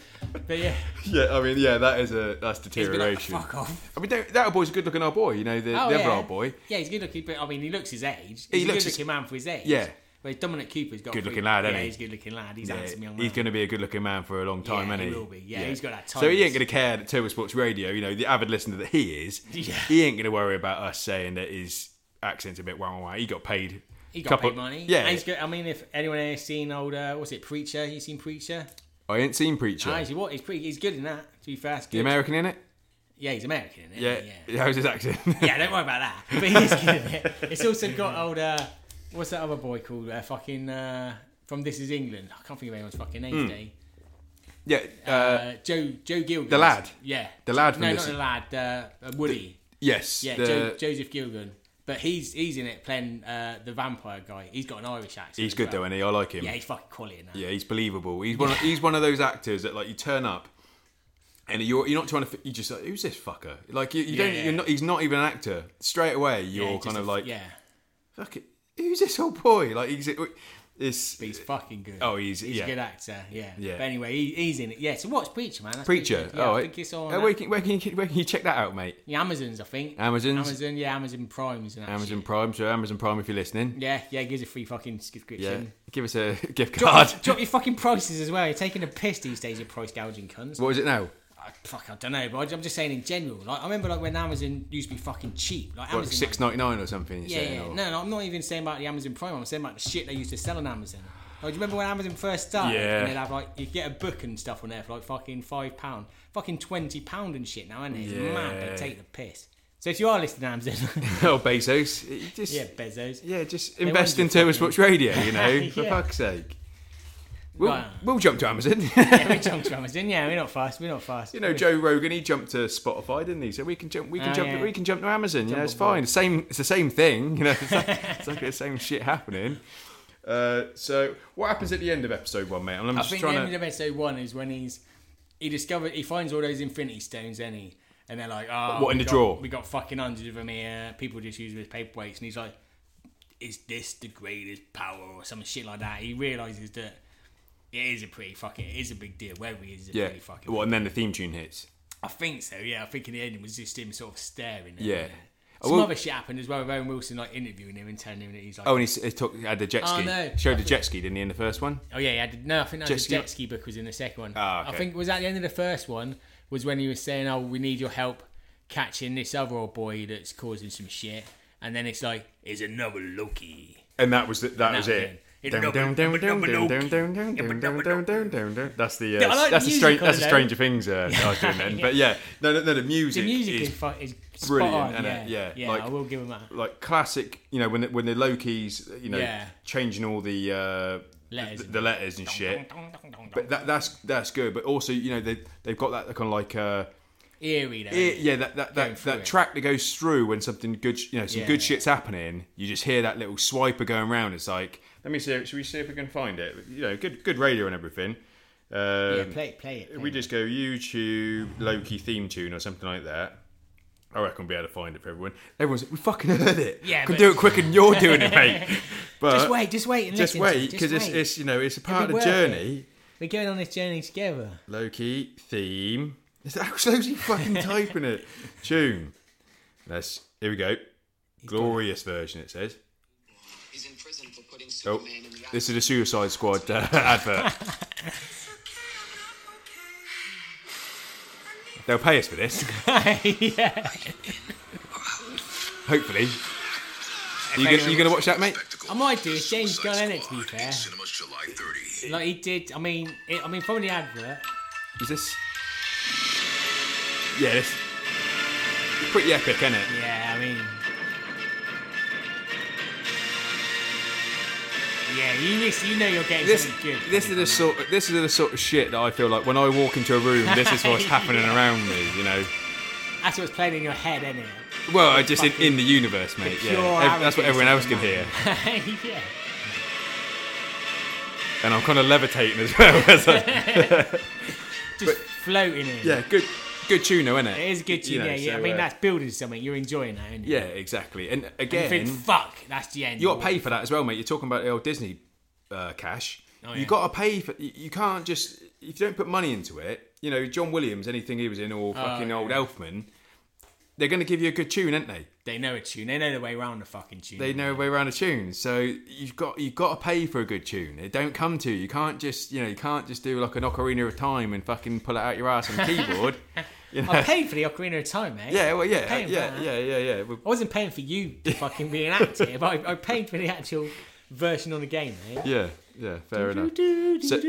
S3: But yeah,
S2: Yeah, I mean, yeah, that is a that's
S3: he's been like,
S2: deterioration.
S3: fuck off.
S2: I mean, don't, that old boy's a good-looking old boy, you know, the,
S3: Oh,
S2: the
S3: yeah.
S2: other old boy.
S3: Yeah, he's good looking, but I mean, he looks his age. He's
S2: He
S3: a
S2: looks
S3: good looking
S2: his-
S3: man for his age.
S2: Yeah.
S3: Whereas Dominic Cooper's got
S2: Good looking lad,
S3: yeah,
S2: ain't he?
S3: he's good looking lad. He's
S2: Yeah,
S3: handsome young man.
S2: he's going to be a good-looking man for a long time,
S3: Yeah,
S2: isn't
S3: he
S2: he?
S3: will be. Yeah, he's got that
S2: So he
S3: tongue.
S2: ain't going to care that Turbo Sports Radio, you know, the avid listener that he is,
S3: Yeah.
S2: he ain't going to worry about us saying that his accent's a bit wow wow. He got paid.
S3: He got
S2: couple-
S3: big money.
S2: Yeah,
S3: And he's good. I mean, if anyone has seen old, uh, what's it, Preacher? You seen Preacher?
S2: I ain't seen Preacher.
S3: Actually, what? He's pretty. He's good in that. To be fair, that's
S2: the
S3: good.
S2: American in it?
S3: yeah, he's American. Isn't he?
S2: Yeah.
S3: yeah.
S2: How's his accent?
S3: Yeah, don't worry about that. But he is good at it. It's also got old. Uh, what's that other boy called? Uh, fucking uh, from This Is England. I can't think of anyone's fucking name today.
S2: yeah. Hmm. Uh,
S3: Uh, Joe Joe Gilgan.
S2: the lad.
S3: Yeah.
S2: The lad from
S3: No,
S2: This
S3: not the lad. Uh, uh, Woody.
S2: yes.
S3: yeah,
S2: the-
S3: jo- Joseph Gilgan. But he's he's in it playing uh, the vampire guy. He's got an Irish accent.
S2: he's
S3: as
S2: good
S3: well.
S2: though, and he I like him.
S3: Yeah, he's fucking quality in that.
S2: Yeah, he's believable. He's one. Of, he's one of those actors that like you turn up, and you're you're not trying to. fi- You just like who's this fucker? Like you, you don't.
S3: Yeah.
S2: You're not. He's not even an actor. Straight away, you're
S3: Yeah, just
S2: kind
S3: a-
S2: of like,
S3: yeah.
S2: fuck it, who's this old boy? Like he's. It's
S3: But he's fucking good.
S2: oh, he's-
S3: he's
S2: yeah.
S3: a good actor. Yeah.
S2: Yeah.
S3: But anyway, he, he's in it. Yeah. So watch Preacher, man. That's pretty
S2: Preacher.
S3: good. Yeah,
S2: oh,
S3: I
S2: it-
S3: think it's on
S2: uh, where, can, where, can you, where can you check that out, mate?
S3: yeah, Amazon's. I think
S2: Amazon's?
S3: Amazon. Yeah, Amazon Prime's and that
S2: Amazon
S3: shit.
S2: Prime. So Amazon Prime, if you're listening,
S3: Yeah, yeah, gives a free fucking
S2: yeah,
S3: subscription.
S2: give us a gift
S3: Drop,
S2: card.
S3: drop your fucking prices as well. You're taking a piss these days. You're price gouging cunts.
S2: What is it now?
S3: I, fuck, I don't know, but I- I'm just saying in general. Like, I remember like when Amazon used to be fucking cheap. Like
S2: What,
S3: Amazon,
S2: six ninety nine or something? You're
S3: Yeah,
S2: saying,
S3: yeah.
S2: or-
S3: No, no, I'm not even saying about the Amazon Prime. I'm saying about the shit they used to sell on Amazon. Like, do you remember when Amazon first started?
S2: Yeah.
S3: And they'd have like you get a book and stuff on there for like fucking five pound, fucking twenty pound and shit. Now, isn't it? It's mad.
S2: Yeah.
S3: They take the piss. So if you are listening, to Amazon,
S2: oh, Bezos. it- Just,
S3: yeah,
S2: yeah.
S3: Bezos.
S2: just
S3: want
S2: invest
S3: you
S2: in
S3: to
S2: Turbo Sports Radio, you know, for
S3: Yeah.
S2: fuck's sake. We'll,
S3: Right.
S2: we'll jump to Amazon.
S3: yeah, we jumped to Amazon. Yeah, we're not fast. We're not fast.
S2: you know, Joe Rogan, he jumped to Spotify, didn't he? So we can jump, we can
S3: Oh,
S2: jump,
S3: yeah.
S2: we can jump to Amazon. you know, it's
S3: on board.
S2: fine. Same, it's the same thing. You know, it's like, it's like the same shit happening. Uh, so what happens at the end of episode one, mate? I'm,
S3: I
S2: just
S3: think the
S2: trying to.
S3: end of episode one is when he's he discovered he finds all those Infinity Stones, and he and they're like, oh,
S2: What, in
S3: we
S2: the
S3: got-
S2: drawer?
S3: We got fucking hundreds of them here. People just use them as paperweights, and he's like, is this the greatest power or some shit like that? He realizes that it is a pretty fucking it is a big deal. Whether he is a
S2: yeah.
S3: pretty fucking,
S2: Well, and then the theme tune hits.
S3: I think so. Yeah, I think in the end it was just him sort of staring. At
S2: Yeah. Oh,
S3: Him.
S2: I
S3: Some
S2: will-
S3: other shit happened as well. with Owen Wilson like interviewing him and telling him that he's like,
S2: Oh, and he, s- he took, had the jet
S3: Oh,
S2: ski.
S3: no.
S2: Showed the jet ski, didn't he, in the first one?
S3: Oh yeah, yeah. I did- No, I think that
S2: Jet
S3: was the
S2: ski-
S3: jet ski book was in the second one.
S2: Ah, okay.
S3: I think was at the end of the first one was when he was saying, "Oh, we need your help catching this other old boy that's causing some shit," and then it's like, "It's another Loki."
S2: And that was the, that was
S3: was
S2: it.
S3: it.
S2: Dun, dun, dun, dun, dun, dun, dun, dun, dun, dun, dun, dun, dun, dun. That's the
S3: Yeah, I
S2: uh,
S3: like
S2: that's the
S3: the music
S2: strange
S3: on
S2: that's the
S3: it, though.
S2: Stranger Things uh, I was doing then. But yeah, no, no, no, the music,
S3: The music
S2: is
S3: is, fu- is spot
S2: brilliant,
S3: on.
S2: isn't
S3: Yeah,
S2: it?
S3: yeah,
S2: Yeah, like-
S3: I will give him that.
S2: like classic. You know when the, when the low keys, you know,
S3: Yeah.
S2: changing all the uh,
S3: Letters
S2: the,
S3: and-
S2: the letters and shit. But that, that's that's good. But also, you know, they they've got that kind of like uh,
S3: Eerie though.
S2: it- yeah, that that
S3: Going
S2: that,
S3: through
S2: that
S3: it.
S2: track that goes through when something good, sh- you know, some
S3: Yeah.
S2: good shit's happening. You just hear that little swiper going round. It's like, let me see. Should we see if we can find it? You know, good good radio and everything. Um,
S3: yeah, play, it, play it. Play
S2: we
S3: it.
S2: just go YouTube Loki theme tune or something like that. I reckon we'll be able to find it for everyone. Everyone's like, we fucking heard it.
S3: Yeah,
S2: can
S3: but-
S2: do it quicker than you're doing it, mate. But
S3: just wait, just wait, and
S2: uh, just
S3: listen to it,
S2: wait, because it's,
S3: wait.
S2: it's you know it's a part of
S3: be
S2: the
S3: worth
S2: journey.
S3: we're going on this journey together.
S2: Loki theme. Is that how slow's he fucking typing it? Tune. Let's. Here we go. Glorious version. It says.
S1: is in prison for putting
S2: Oh,
S1: Superman in the
S2: this is a Suicide Squad uh, advert. They'll pay us for this,
S3: yeah.
S2: hopefully. You gonna, you gonna watch that, mate?
S3: I might do. It's James Gunn, isn't it? To be fair,
S4: Cinemas July 30.
S3: like he did. I mean, it, I mean, from the advert.
S2: Is this? Yeah, this. Pretty epic, isn't it?
S3: Yeah, I mean. Yeah, you miss, you know you're getting
S2: This,
S3: something good.
S2: this is the sort. This is the sort of shit that I feel like when I walk into a room. This is what's happening around me. You know.
S3: That's what's playing in your head, isn't it?
S2: Well, I just in, in the universe, mate.
S3: pure
S2: Yeah, Ev- that's what
S3: arrogance
S2: everyone
S3: of
S2: else
S3: the
S2: can
S3: man.
S2: hear,
S3: yeah.
S2: and I'm kind of levitating as well. It's like-
S3: Just floating in.
S2: yeah, good, good tune, though, isn't it?
S3: It is a good tune,
S2: You know,
S3: yeah, yeah. I
S2: so,
S3: mean,
S2: uh,
S3: that's building something. You're enjoying that, isn't it?
S2: yeah, exactly. And
S3: You think,
S2: again,
S3: fuck, that's the end.
S2: you got to pay for that as well, mate. You're talking about the old Disney uh, cash.
S3: Oh,
S2: You
S3: yeah.
S2: got to pay for. You you can't just if you don't put money into it. You know, John Williams, anything he was in,
S3: Oh,
S2: or fucking old Elfman, they're going to give you a good tune, aren't they?
S3: They know a tune. They know the way around the fucking tune.
S2: they know a way around a tune. So you've got you've got to pay for a good tune. It don't come to you. You can't just you know you can't just do like an ocarina of time and fucking pull it out your ass on the keyboard. You know?
S3: I paid for the Ocarina of Time, mate.
S2: Yeah, well, yeah,
S3: Paying for
S2: yeah,
S3: that.
S2: yeah, yeah, yeah. Well,
S3: I wasn't paying for you to fucking be an actor, but I, I paid for the actual version on the game, mate.
S2: yeah, yeah. Fair enough. So-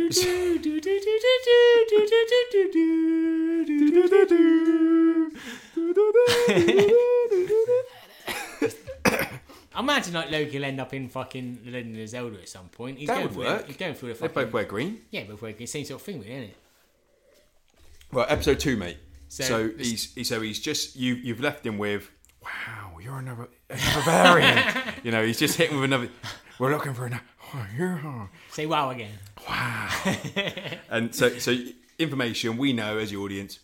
S3: I imagine like Loki will end up in fucking The Legend of Zelda at some point. He's
S2: That
S3: going
S2: would
S3: through the-
S2: work.
S3: He's going through the
S2: They
S3: fucking
S2: both wear green.
S3: yeah, but we're the same sort of thing, really, isn't it?
S2: Well, episode two, mate. So,
S3: So-
S2: he's he, so he's just you you've left him with wow you're another, another variant. you know he's just hit him with another. We're looking for another. Oh, yeah.
S3: Say wow again.
S2: And so, so information we know as the audience,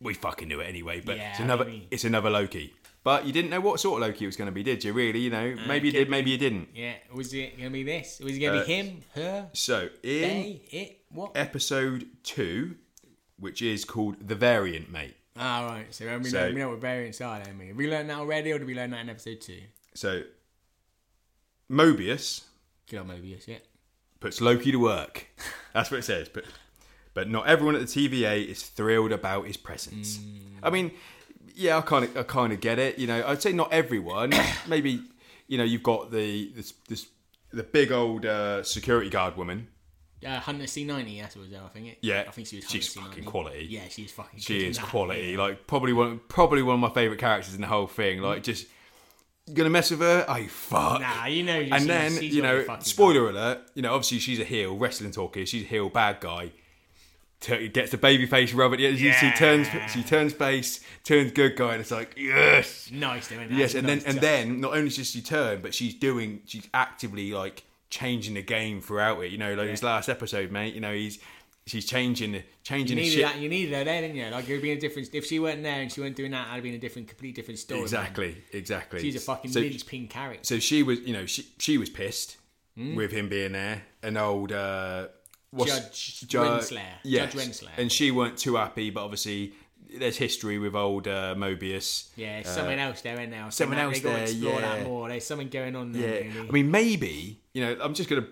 S2: we fucking knew it anyway. But
S3: Yeah,
S2: it's another,
S3: I mean-
S2: it's another Loki. But you didn't know what sort of Loki it was going to be, did you? Really, you know, maybe you
S3: could
S2: did, maybe you didn't.
S3: Yeah, was it going to be this? Was it going to
S2: Uh,
S3: be him, her,
S2: So in
S3: they, it, what?
S2: episode two, which is called the variant, mate.
S3: All Ah, right, so then we,
S2: So-
S3: know, we know what variants are, don't we? Have we learned that already, or did we learn that in episode two?
S2: So Mobius
S3: Good old Mobius, yeah.
S2: puts Loki to work. That's what it says. But but not everyone at the TVA is thrilled about his presence. I mean, yeah, I kind of I kind of get it. You know, I'd say not everyone. Maybe you know you've got the this, this the big old uh, security guard woman.
S3: Uh, Hunter C90, that's what it was there, I think. It,
S2: Yeah,
S3: I think she was Hunter
S2: she's
S3: C90.
S2: fucking quality.
S3: Yeah, she is fucking
S2: She
S3: good
S2: is
S3: in that.
S2: quality. Like probably one probably one of my favorite characters in the whole thing. Like just you gonna mess with her? Oh you fuck.
S3: Nah, you know,
S2: and
S3: she's-
S2: then
S3: she's
S2: you
S3: got the
S2: know,
S3: fucking
S2: spoiler alert. You know, obviously she's a heel wrestling talker. She's a heel bad guy. T- gets the baby face rub at the end. She- She turns. She turns face. Turns good guy, and it's like yes,
S3: Nice, though, isn't it?
S2: yes.
S3: That's a
S2: And then
S3: nice
S2: and
S3: touch.
S2: then not only does she turn, but she's doing. She's actively like changing the game throughout it. You know, like his last episode, mate. You know, he's she's changing the changing
S3: You
S2: the
S3: needed,
S2: shit.
S3: that, you needed her there, didn't you? Like, it would be a different. If she weren't there and she weren't doing that, I'd have been a different, completely different story. man.
S2: Exactly, exactly.
S3: She's a fucking
S2: so,
S3: linchpin character.
S2: so she was, you know, she she was pissed
S3: Hmm?
S2: with him being there. An old uh, what's-
S3: Judge
S2: Ju-
S3: Renslayer.
S2: yes.
S3: Judge Renslayer.
S2: and she weren't too happy. But obviously, there's history with old uh, Mobius.
S3: Yeah, there's something else there, isn't there?
S2: someone
S3: They
S2: uh, else
S3: gotta
S2: there,
S3: Explore
S2: yeah.
S3: that more. There's something going on
S2: Yeah,
S3: there. really.
S2: I mean, maybe you know, I'm just gonna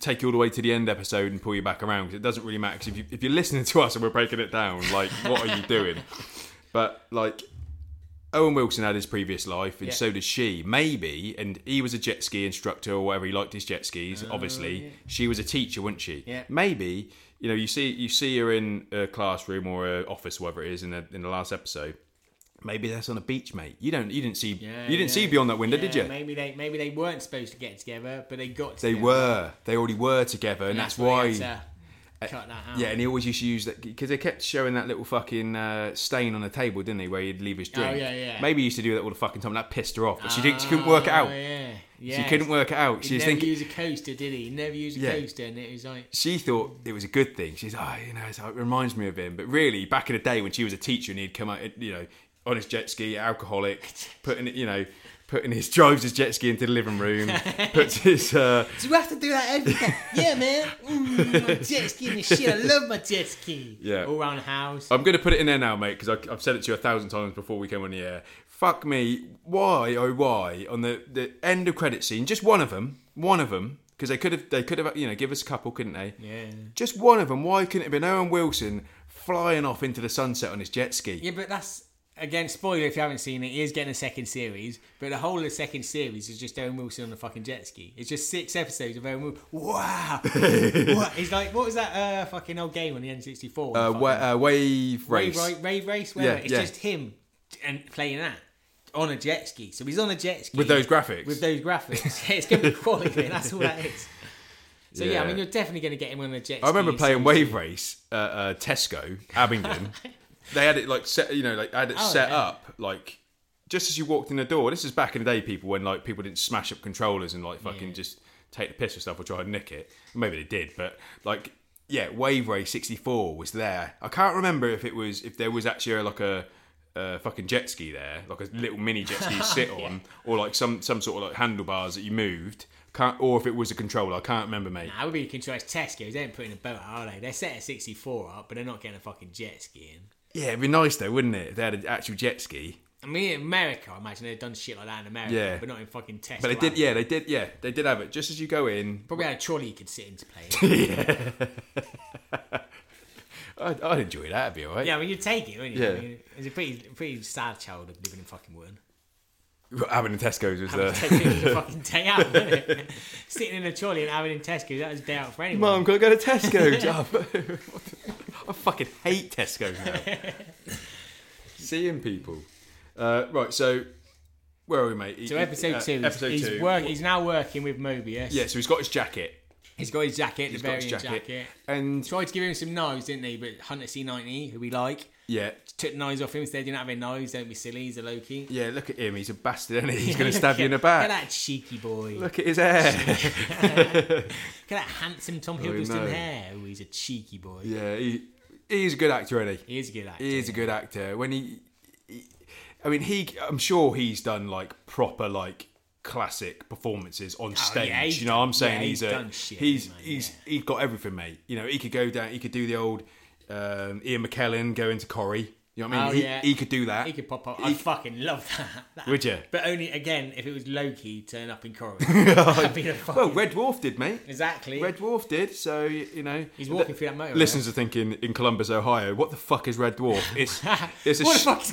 S2: take you all the way to the end episode and pull you back around because it doesn't really matter. 'cause if you if you're listening to us and we're breaking it down, like, what are you doing? But like. Owen Wilson had his previous life, and
S3: Yeah.
S2: so did she. Maybe, and he was a jet ski instructor or whatever. He liked his jet skis. obviously, she was a teacher, wasn't she?
S3: Oh, Yeah.
S2: Maybe you know you see you see her in a classroom or a office, whatever it is, in the in the last episode. Maybe that's on a beach, mate. You don't you didn't see
S3: Yeah,
S2: you didn't
S3: yeah.
S2: see beyond that window,
S3: Yeah,
S2: did you?
S3: Maybe they maybe they weren't supposed to get together, but they got.
S2: They
S3: together.
S2: were. They already were together, and, that's,
S3: why
S2: why.
S3: they had to cut that out.
S2: yeah, and he always used to use that because they kept showing that little fucking uh, stain on the table, didn't he? Where he'd leave his drink.
S3: Oh, yeah, yeah.
S2: Maybe he used to do that all the fucking time. and That pissed her off, but she didn't. She couldn't work it
S3: Oh,
S2: out.
S3: Yeah, yeah.
S2: She couldn't work it out.
S3: He
S2: She was
S3: never
S2: thinking.
S3: used a coaster, did he? He never used a
S2: Yeah.
S3: coaster, and it was like.
S2: She thought it was a good thing. She's, oh, you know, it's, it reminds me of him. But really, back in the day when she was a teacher and he'd come out, you know, on his jet ski, alcoholic, putting it, you know, putting his drives his jet ski into the living room, puts his uh,
S3: Do you have to do that every time? yeah, man. Mm, my jet ski and the shit. I love my jet ski.
S2: Yeah.
S3: All round the house.
S2: I'm going to put it in there now, mate, because I've said it to you a thousand times before we came on the air. Fuck me. Why, oh, why, on the, the end of credit scene, just one of them, one of them, because they could have, they could have, you know, give us a couple, couldn't they?
S3: yeah.
S2: Just one of them. Why couldn't it have been Owen Wilson flying off into the sunset on his jet ski?
S3: Yeah, but that's again spoiler if you haven't seen it. He is getting a second series, but the whole of the second series is just Owen Wilson on the fucking jet ski. It's just six episodes of Owen Wilson. Wow. what? He's like, what was that uh, fucking old game on the N sixty four?
S2: Uh, wa- uh, wave race.
S3: Rave, Ra- Rave race. Whatever.
S2: Yeah,
S3: it's
S2: yeah.
S3: just him and playing that on a jet ski. So he's on a jet ski
S2: With those graphics.
S3: With those graphics, it's gonna be quality. That's all that is. So yeah, I
S2: Yeah.
S3: mean, you're definitely gonna get him on a jet.
S2: I remember playing Wave Race at uh, Tesco, Abingdon. they had it like set, you know, like had it
S3: Oh,
S2: set
S3: yeah.
S2: up like just as you walked in the door. This is back in the day, people when like people didn't smash up controllers and like fucking just take the piss or stuff or try and nick it. Maybe they did, but like yeah, Wave Race '64 was there. I can't remember if it was if there was actually like a. Uh, fucking jet ski there, like a little mini jet ski you sit on, or like some some sort of like handlebars that you moved, can't, or if it was a controller. I can't remember, mate.
S3: I would be contrived Tesco's. They ain't putting a boat, out, are they? They're set at 64 up, but they're not getting a fucking jet ski in.
S2: Yeah, it'd be nice though, wouldn't it? If they had an actual jet ski.
S3: I mean, in America, I imagine they've done shit like that in America,
S2: Yeah.
S3: but not in fucking Tesco.
S2: But they
S3: have
S2: did, yeah, they did, yeah, they did have it. Just as you go in,
S3: Probably had a trolley you could sit in to play. in.
S2: I'd, I'd enjoy that. It'd be alright.
S3: yeah, I mean, you'd take it, wouldn't you?
S2: Yeah.
S3: I mean, it's a pretty, pretty sad childhood living in fucking Wootton.
S2: having a Tesco's was uh,
S3: Having to
S2: the.
S3: take it as a fucking day out, wouldn't it? Sitting in a trolley and having in Tesco, that was a day out for anyone.
S2: Mum, can I go to Tesco's? Oh, what the- I fucking hate Tesco's now. Seeing people, uh, right? So where are we, mate?
S3: So episode
S2: Uh,
S3: two, is-
S2: episode
S3: he's,
S2: two.
S3: Work, he's now working with Mobius.
S2: yeah, so he's got his jacket.
S3: He's got his jacket,
S2: He's
S3: the
S2: got
S3: variant
S2: his
S3: jacket.
S2: jacket, and
S3: Tried to give him some knives, didn't he? But Hunter C90, who we like,
S2: yeah,
S3: took knives off him. Said, "You're not having knives. Don't be silly. He's a Loki.
S2: yeah. Look at him. He's a bastard, and he's going to stab you in the back.
S3: Look at that cheeky boy.
S2: Look at his hair.
S3: Look at that handsome Tom
S2: we
S3: Hiddleston
S2: know.
S3: hair. Oh, he's a cheeky boy.
S2: yeah, he, he's a good actor, isn't he?
S3: He is a good actor.
S2: He is a good actor. When he, he- I mean, he. I'm sure he's done like proper like classic performances on stage.
S3: Oh, yeah, he's
S2: you know, what I'm
S3: done-
S2: saying
S3: yeah,
S2: he's
S3: he's
S2: a
S3: done shit,
S2: he's
S3: mate,
S2: he's he's got everything, mate. You know, he could go down. He could do the old um, Ian McKellen going to Corrie. You know what I mean?
S3: Oh,
S2: he,
S3: yeah.
S2: he could do that.
S3: He could pop up.
S2: He
S3: I
S2: c-
S3: fucking love that. That-
S2: Would ya? Oh,
S3: But only again if it was Loki turn up in Corrie. That'd be the fucking
S2: well, Red Dwarf did, mate.
S3: exactly.
S2: Red Dwarf did, so y- you know.
S3: He's walking through that motorway.
S2: Listeners are thinking in Columbus, Ohio, what the fuck is Red Dwarf? It's it's a
S3: what
S2: sh-
S3: the fuck is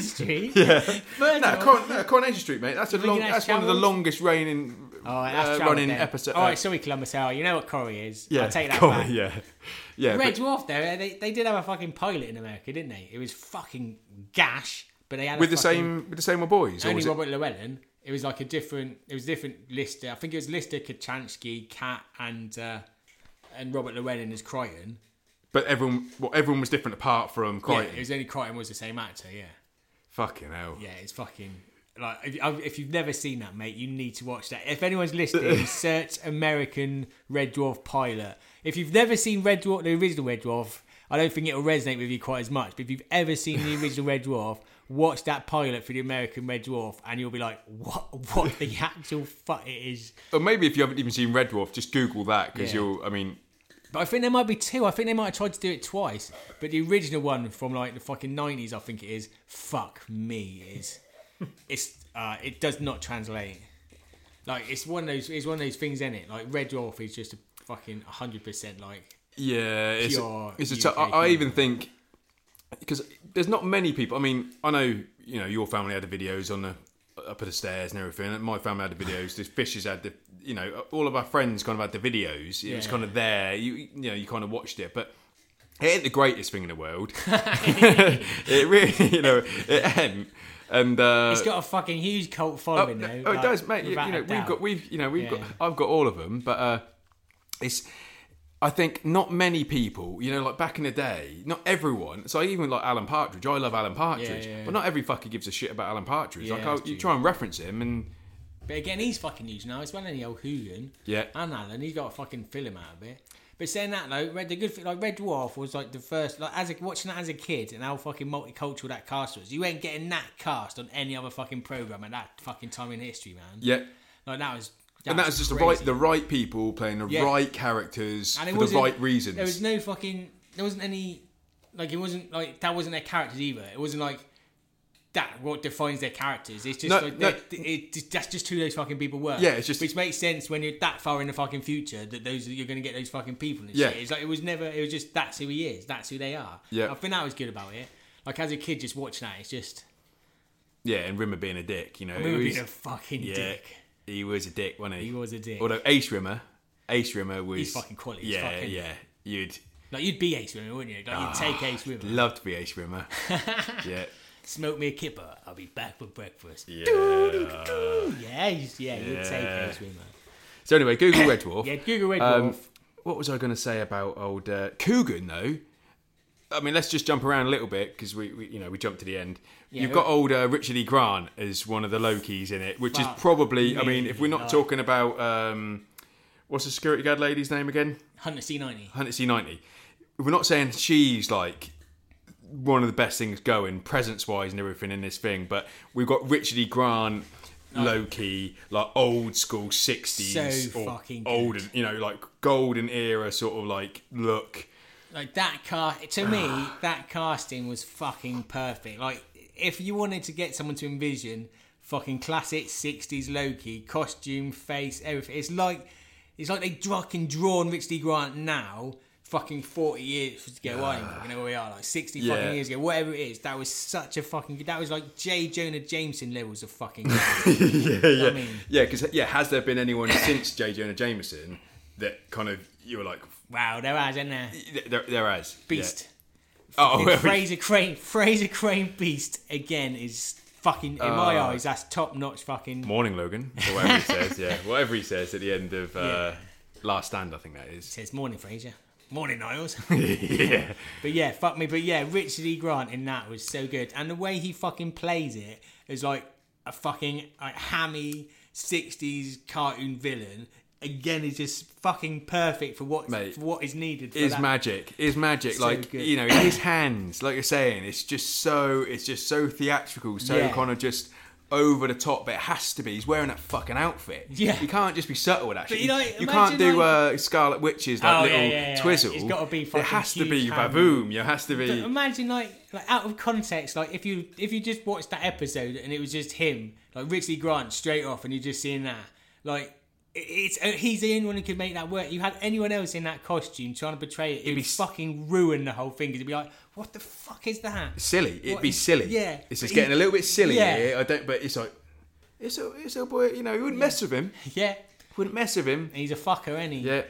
S3: Street? yeah. First
S2: no,
S3: of all-
S2: Coron- no, Coronation Street, mate. That's a long.
S3: Nice Oh,
S2: That's one of the
S3: Travels.
S2: longest reigning
S3: All right, that's
S2: uh,
S3: trouble
S2: running
S3: then.
S2: episode.
S3: All
S2: uh,
S3: right, sorry, Columbus Hour. You know what Corrie is.
S2: yeah,
S3: I'll take that
S2: Corrie,
S3: back.
S2: yeah, yeah.
S3: Red
S2: Uh, but-
S3: Dwarf, though, uh, they, they did have a fucking pilot in America, didn't they? It was fucking gash, but they had a
S2: with the
S3: fucking-
S2: same with the same old boys. Or
S3: only
S2: was it-
S3: Robert Llewellyn. It was like a different. It was different Lister. I think it was Lister, Kachansky, Cat, and uh, and Robert Llewellyn as Crichton.
S2: but everyone, well, everyone was different apart from
S3: Yeah,
S2: Crichton.
S3: it was only Crichton was the same actor. Yeah,
S2: Fucking hell.
S3: yeah. It's fucking like if, I've- if you've never seen that, mate, you need to watch that. If anyone's listening, search American Red Dwarf pilot. If you've never seen Red Dwarf, the original Red Dwarf, I don't think it'll resonate with you quite as much. But if you've ever seen the original Red Dwarf. Watch that pilot for the American Red Dwarf, and you'll be like, "What? What the actual fuck it is?"
S2: Or maybe if you haven't even seen Red Dwarf, just Google that because
S3: Yeah.
S2: you'll. I mean,
S3: But I think there might be two. I think they might have tried to do it twice. But the original one from like the fucking nineties, I think it is. Fuck me, it is. it's uh, it does not translate. Like it's one of those. It's one of those things, in it? Like Red Dwarf is just a fucking hundred percent. Like
S2: Yeah, it's a,
S3: Pure
S2: it's a
S3: UK
S2: t- I, I
S3: comedy.
S2: even think because there's not many people. I mean, I know you know your family had the videos on the up at the stairs and everything. And my family had the videos. The fishes had the you know all of our friends kind of had the videos. It was
S3: Yeah.
S2: kind of there. You you know you kind of watched it, but. It ain't the greatest thing in the world. it really, you know, it ain't. And uh,
S3: it's got a fucking huge cult following.
S2: no,
S3: though,
S2: oh, it
S3: like,
S2: does, mate. You, you
S3: without
S2: know,
S3: a
S2: we've
S3: doubt.
S2: got, we've, you know, we've got,
S3: Yeah.
S2: I've got all of them, but uh, it's, I think not many people, you know, like back in the day, not everyone. So even like Alan Partridge, I love Alan Partridge,
S3: yeah, yeah.
S2: but not every fucker gives a shit about Alan Partridge.
S3: Yeah,
S2: like
S3: that's
S2: I, you
S3: true.
S2: try and reference him, and
S3: But again, he's fucking huge now. It's well any old Hoogan.
S2: Yeah.
S3: And Alan, he's got a fucking film out of it. But saying that though, Red, the good thing, like Red Dwarf was like the first, like as a, watching that as a kid and how fucking multicultural that cast was. You ain't getting that cast on any other fucking program at that fucking time in history, man.
S2: yeah,
S3: Like that was. That
S2: and that's just the
S3: crazy.
S2: right, the right people playing the
S3: Yeah.
S2: right characters
S3: And it
S2: for the
S3: wasn't-
S2: right reasons.
S3: There was no fucking. There wasn't any. Like it wasn't like that wasn't their characters either. It wasn't like that. What defines their characters? It's just
S2: No,
S3: like
S2: no.
S3: they're- It, it, that's just who those fucking people were.
S2: Yeah, it's just-
S3: which makes sense when you're that far in the fucking future that those you're going to get those fucking people. And
S2: Yeah.
S3: shit. it's like it was never. It was just that's who he is. That's who they are.
S2: Yeah.
S3: I think that was good about it. Like as a kid, just watching that, it's just
S2: yeah, and Rimmer being a dick, you know,
S3: we were
S2: he was,
S3: being a fucking
S2: yeah,
S3: dick.
S2: he was a dick, wasn't he?
S3: He was a dick.
S2: Although Ace Rimmer, Ace Rimmer was
S3: He's fucking quality as
S2: Yeah,
S3: fuck, isn't he?
S2: yeah, Ah, you'd.
S3: Like you'd be Ace Women, wouldn't you? Like you'd take Ace Women.
S2: Love to be Ace Rimmer. yeah.
S3: Smoke me a kipper. I'll be back for breakfast.
S2: yeah.
S3: Yeah, he's- yeah, you'd take
S2: Yeah.
S3: Ace Women.
S2: So anyway, Google Red Dwarf.
S3: Yeah, Google Red
S2: Um,
S3: Dwarf.
S2: What was I going to say about old uh, Coogan though? I mean, let's just jump around a little bit because we, we, you know, we jumped to the end. You've got old uh, Richard E. Grant as one of the Lokis in it, which is
S3: Fuck
S2: probably. I mean,
S3: me,
S2: if we're not
S3: like-
S2: talking about um, what's the security guard lady's name again?
S3: Hunter C90.
S2: Hunter C ninety. We're not saying she's like one of the best things going presence wise and everything in this thing, but we've got Richard E. Grant, low key, like old school sixties,
S3: So fucking good.
S2: olden, you know, like golden era sort of like look.
S3: Like that cast, to me, that casting was fucking perfect. Like, if you wanted to get someone to envision fucking classic 60s Loki, costume, face, everything, it's like, it's like they fucking drawn Rich D. Grant now, fucking 40 years ago, I don't fucking know where we are, like 60
S2: Yeah.
S3: fucking years ago, whatever it is, that was such a fucking, that was like J. Jonah Jameson levels of fucking.
S2: yeah, yeah,
S3: mean-
S2: yeah. Because yeah, has there been anyone since J. Jonah Jameson that kind of you were like
S3: wow, there has, isn't there?
S2: there, there has Yeah.
S3: Beast.
S2: Oh,
S3: Fucking Fraser Crane, Fraser Crane Beast again is fucking in my
S2: Uh.
S3: eyes. That's top notch fucking.
S2: morning, Logan, or whatever he says. Yeah, whatever he says at the end of uh, Last Stand, I think that is.
S3: Says morning, Fraser. Morning, Niles.
S2: yeah.
S3: but yeah, fuck me. But yeah, Richard E. Grant in that was so good, and the way he fucking plays it is like a fucking like, hammy '60s cartoon villain again is just fucking perfect for what
S2: Mate,
S3: for what is needed. For
S2: is
S3: that.
S2: magic is magic
S3: So
S2: like
S3: good.
S2: you know his hands like you're saying it's just so it's just so theatrical so
S3: Yeah.
S2: kind of just over the top but it has to be he's wearing that fucking outfit
S3: Yeah.
S2: you can't just be subtle with that
S3: But,
S2: shit.
S3: you know,
S2: you can't
S3: imagine,
S2: do
S3: like-
S2: uh, Scarlet Witches like
S3: Oh, yeah,
S2: little
S3: yeah, yeah.
S2: twizzle
S3: It's gotta be
S2: it
S3: fucking
S2: has to be
S3: huge hand.
S2: baboom it has to be
S3: But um, imagine like like out of context, like if you if you just watched that episode and it was just him, like Richie Grant straight off, and you're just seeing that, like it- it's uh, he's the only one who could make that work. You had anyone else in that costume trying to portray it, it'd,
S2: be
S3: be
S2: s-
S3: fucking ruin the whole thing. It'd be like, what the fuck is that?
S2: silly it'd
S3: What
S2: be
S3: is-
S2: silly
S3: yeah,
S2: it's
S3: but
S2: just
S3: he-
S2: getting a little bit silly
S3: Yeah.
S2: here I don't but it's like it's a it's a boy you know you wouldn't mess with him
S3: Yeah,
S2: wouldn't mess with him
S3: and he's a fucker, ain't he?
S2: yeah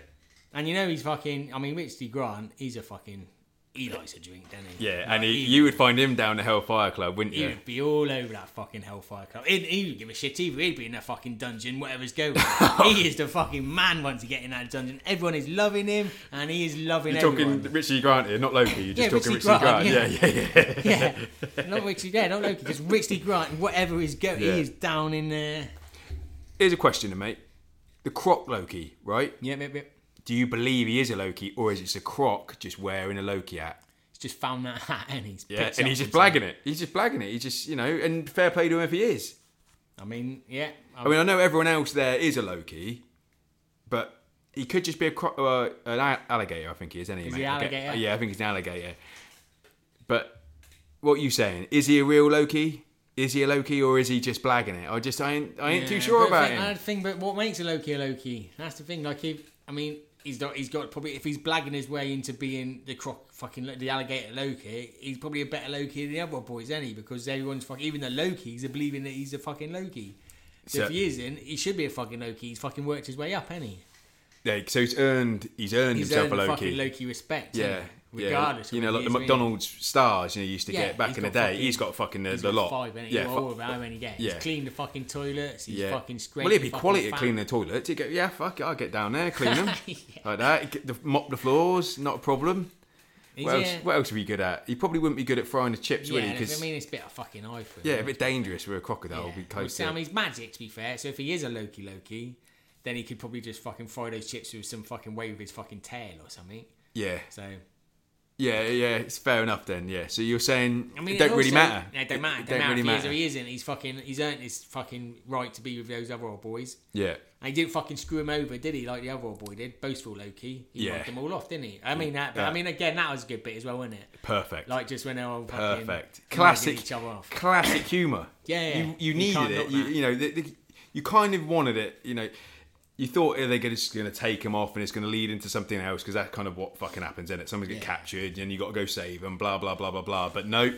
S3: And you know he's fucking. I mean, Richie Grant, he's a fucking. He likes a drink, doesn't he?
S2: yeah
S3: Like,
S2: and he, you would find him down the Hellfire Club wouldn't
S3: He
S2: you
S3: would be all over that fucking Hellfire Club. He, he would give a shit either. He'd be in that fucking dungeon, whatever's going on. he is the fucking man once you get in that dungeon. Everyone is loving him, and he is loving
S2: You're
S3: everyone.
S2: talking Richie Grant here, not Loki. You're just
S3: Yeah,
S2: talking Richie
S3: Richie
S2: Grant.
S3: Grant,
S2: Yeah, yeah, yeah.
S3: yeah, not Richie, yeah, not Loki, just Richie Grant. and Whatever is going,
S2: Yeah.
S3: he is down in there.
S2: Here's a question, then, mate. The croc Loki, right?
S3: Yep, yep, yep.
S2: Do you believe he is a Loki, or is it a croc just wearing a Loki hat?
S3: He's just found that hat, and he's
S2: Yeah,
S3: picked it
S2: and
S3: up
S2: he's just
S3: himself.
S2: blagging it. He's just blagging it. He's just, you know, and fair play to him if he is.
S3: I mean, yeah, I
S2: I mean, I know everyone else there is a Loki, but he could just be a croc, uh, an al- alligator. I think he is. Any
S3: he alligator?
S2: Yeah, I think he's an alligator. But what you saying? Is he a real Loki? Is he a Loki, or is he just blagging it? I just, I ain't, I ain't too
S3: Yeah,
S2: sure
S3: but
S2: about
S3: the thing,
S2: him.
S3: I think, but what makes a Loki a Loki? That's the thing. Like, he, I mean, he's not. He's got probably if he's blagging his way into being the croc, fucking lo- the alligator Loki, he's probably a better Loki than the other boys, isn't he? Because everyone's fucking, even the Lokis are believing that he's a fucking Loki. So,
S2: So-
S3: if he isn't, he should be a fucking Loki. He's fucking worked his way up, hasn't he?
S2: Yeah, so he's earned he's earned
S3: He's
S2: himself
S3: earned
S2: a
S3: the
S2: Loki.
S3: fucking Loki respect.
S2: Yeah,
S3: hasn't he?
S2: yeah.
S3: regardless.
S2: You know,
S3: of
S2: like
S3: what
S2: the
S3: he is, really.
S2: McDonald's stars you know, you used to
S3: Yeah,
S2: get back
S3: he's
S2: in the
S3: got
S2: day.
S3: fucking-
S2: he's got fucking the,
S3: He's
S2: the
S3: got
S2: lot.
S3: Five, innit?
S2: yeah,
S3: He's
S2: fu-
S3: all about how many he gets.
S2: yeah.
S3: He's cleaned the fucking toilets. He's
S2: yeah.
S3: fucking scraped.
S2: well, it'd be
S3: the fucking
S2: quality to
S3: fan.
S2: clean the toilets. You go, yeah, fuck it, I'll get down there, clean them
S3: Yeah.
S2: like that. Get the, mop the floors, not a problem.
S3: He's-
S2: What else?
S3: yeah.
S2: What else would he be good at? He probably wouldn't be good at frying the chips, would he?
S3: Yeah, I
S2: Because
S3: mean, it's a bit of fucking eye for him.
S2: yeah, a bit dangerous with a crocodile.
S3: Yeah.
S2: Be
S3: Well,
S2: close
S3: see, I
S2: to.
S3: mean, he's magic, to be fair. So if he is a Loki Loki, then he could probably just fucking fry those chips with some fucking wave of his fucking tail or something.
S2: Yeah,
S3: So,
S2: yeah, yeah. It's fair enough then. Yeah. So you're saying
S3: I mean,
S2: it don't
S3: and
S2: really
S3: also-
S2: matter.
S3: No, it don't matter. It, don't matter if he is or he isn't. He's fucking, he's earned his fucking right to be with those other old boys.
S2: Yeah.
S3: And he didn't fucking screw him over, did he? Like the other old boy did. Boastful Loki. He
S2: Yeah.
S3: knocked them all off, didn't he? I mean, that, but
S2: Yeah.
S3: I mean, again, that was a good bit as well, wasn't it?
S2: Perfect.
S3: Like just when they were all fucking
S2: Perfect.
S3: nagging
S2: Classic.
S3: each other off.
S2: Classic humour.
S3: Yeah, yeah.
S2: You, you
S3: You
S2: needed
S3: can't
S2: it.
S3: knock
S2: You,
S3: that.
S2: you know, the, the, you kind of wanted it. You know, you thought "Oh, they're gonna- just going to take him off and it's going to lead into something else because that's kind of what fucking happens, isn't it? Someone's get captured and you got to go save them, blah, blah, blah, blah, blah. But no,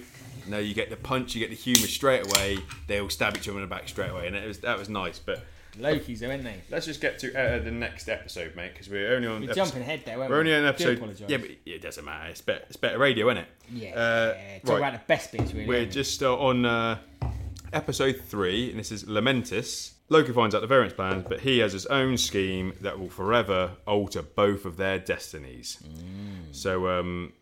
S2: no, you get the punch, you get the humour straight away. They all stab each other in the back straight away. And it was, that was nice. But
S3: Loki's though, aren't they?
S2: let's just get to uh, the next episode, mate, because we're only on
S3: We're
S2: episode-
S3: jumping ahead there, weren't
S2: We're only
S3: we?
S2: on
S3: Do
S2: episode.
S3: apologise.
S2: Yeah, but it doesn't matter. It's better, it's better radio, isn't it?
S3: Yeah,
S2: Uh,
S3: talk
S2: right.
S3: about the best bits, really.
S2: We're just uh, on uh, episode three, and this is Lamentus. Loki finds out the variance plans, but he has his own scheme that will forever alter both of their destinies.
S3: Mm.
S2: So, um,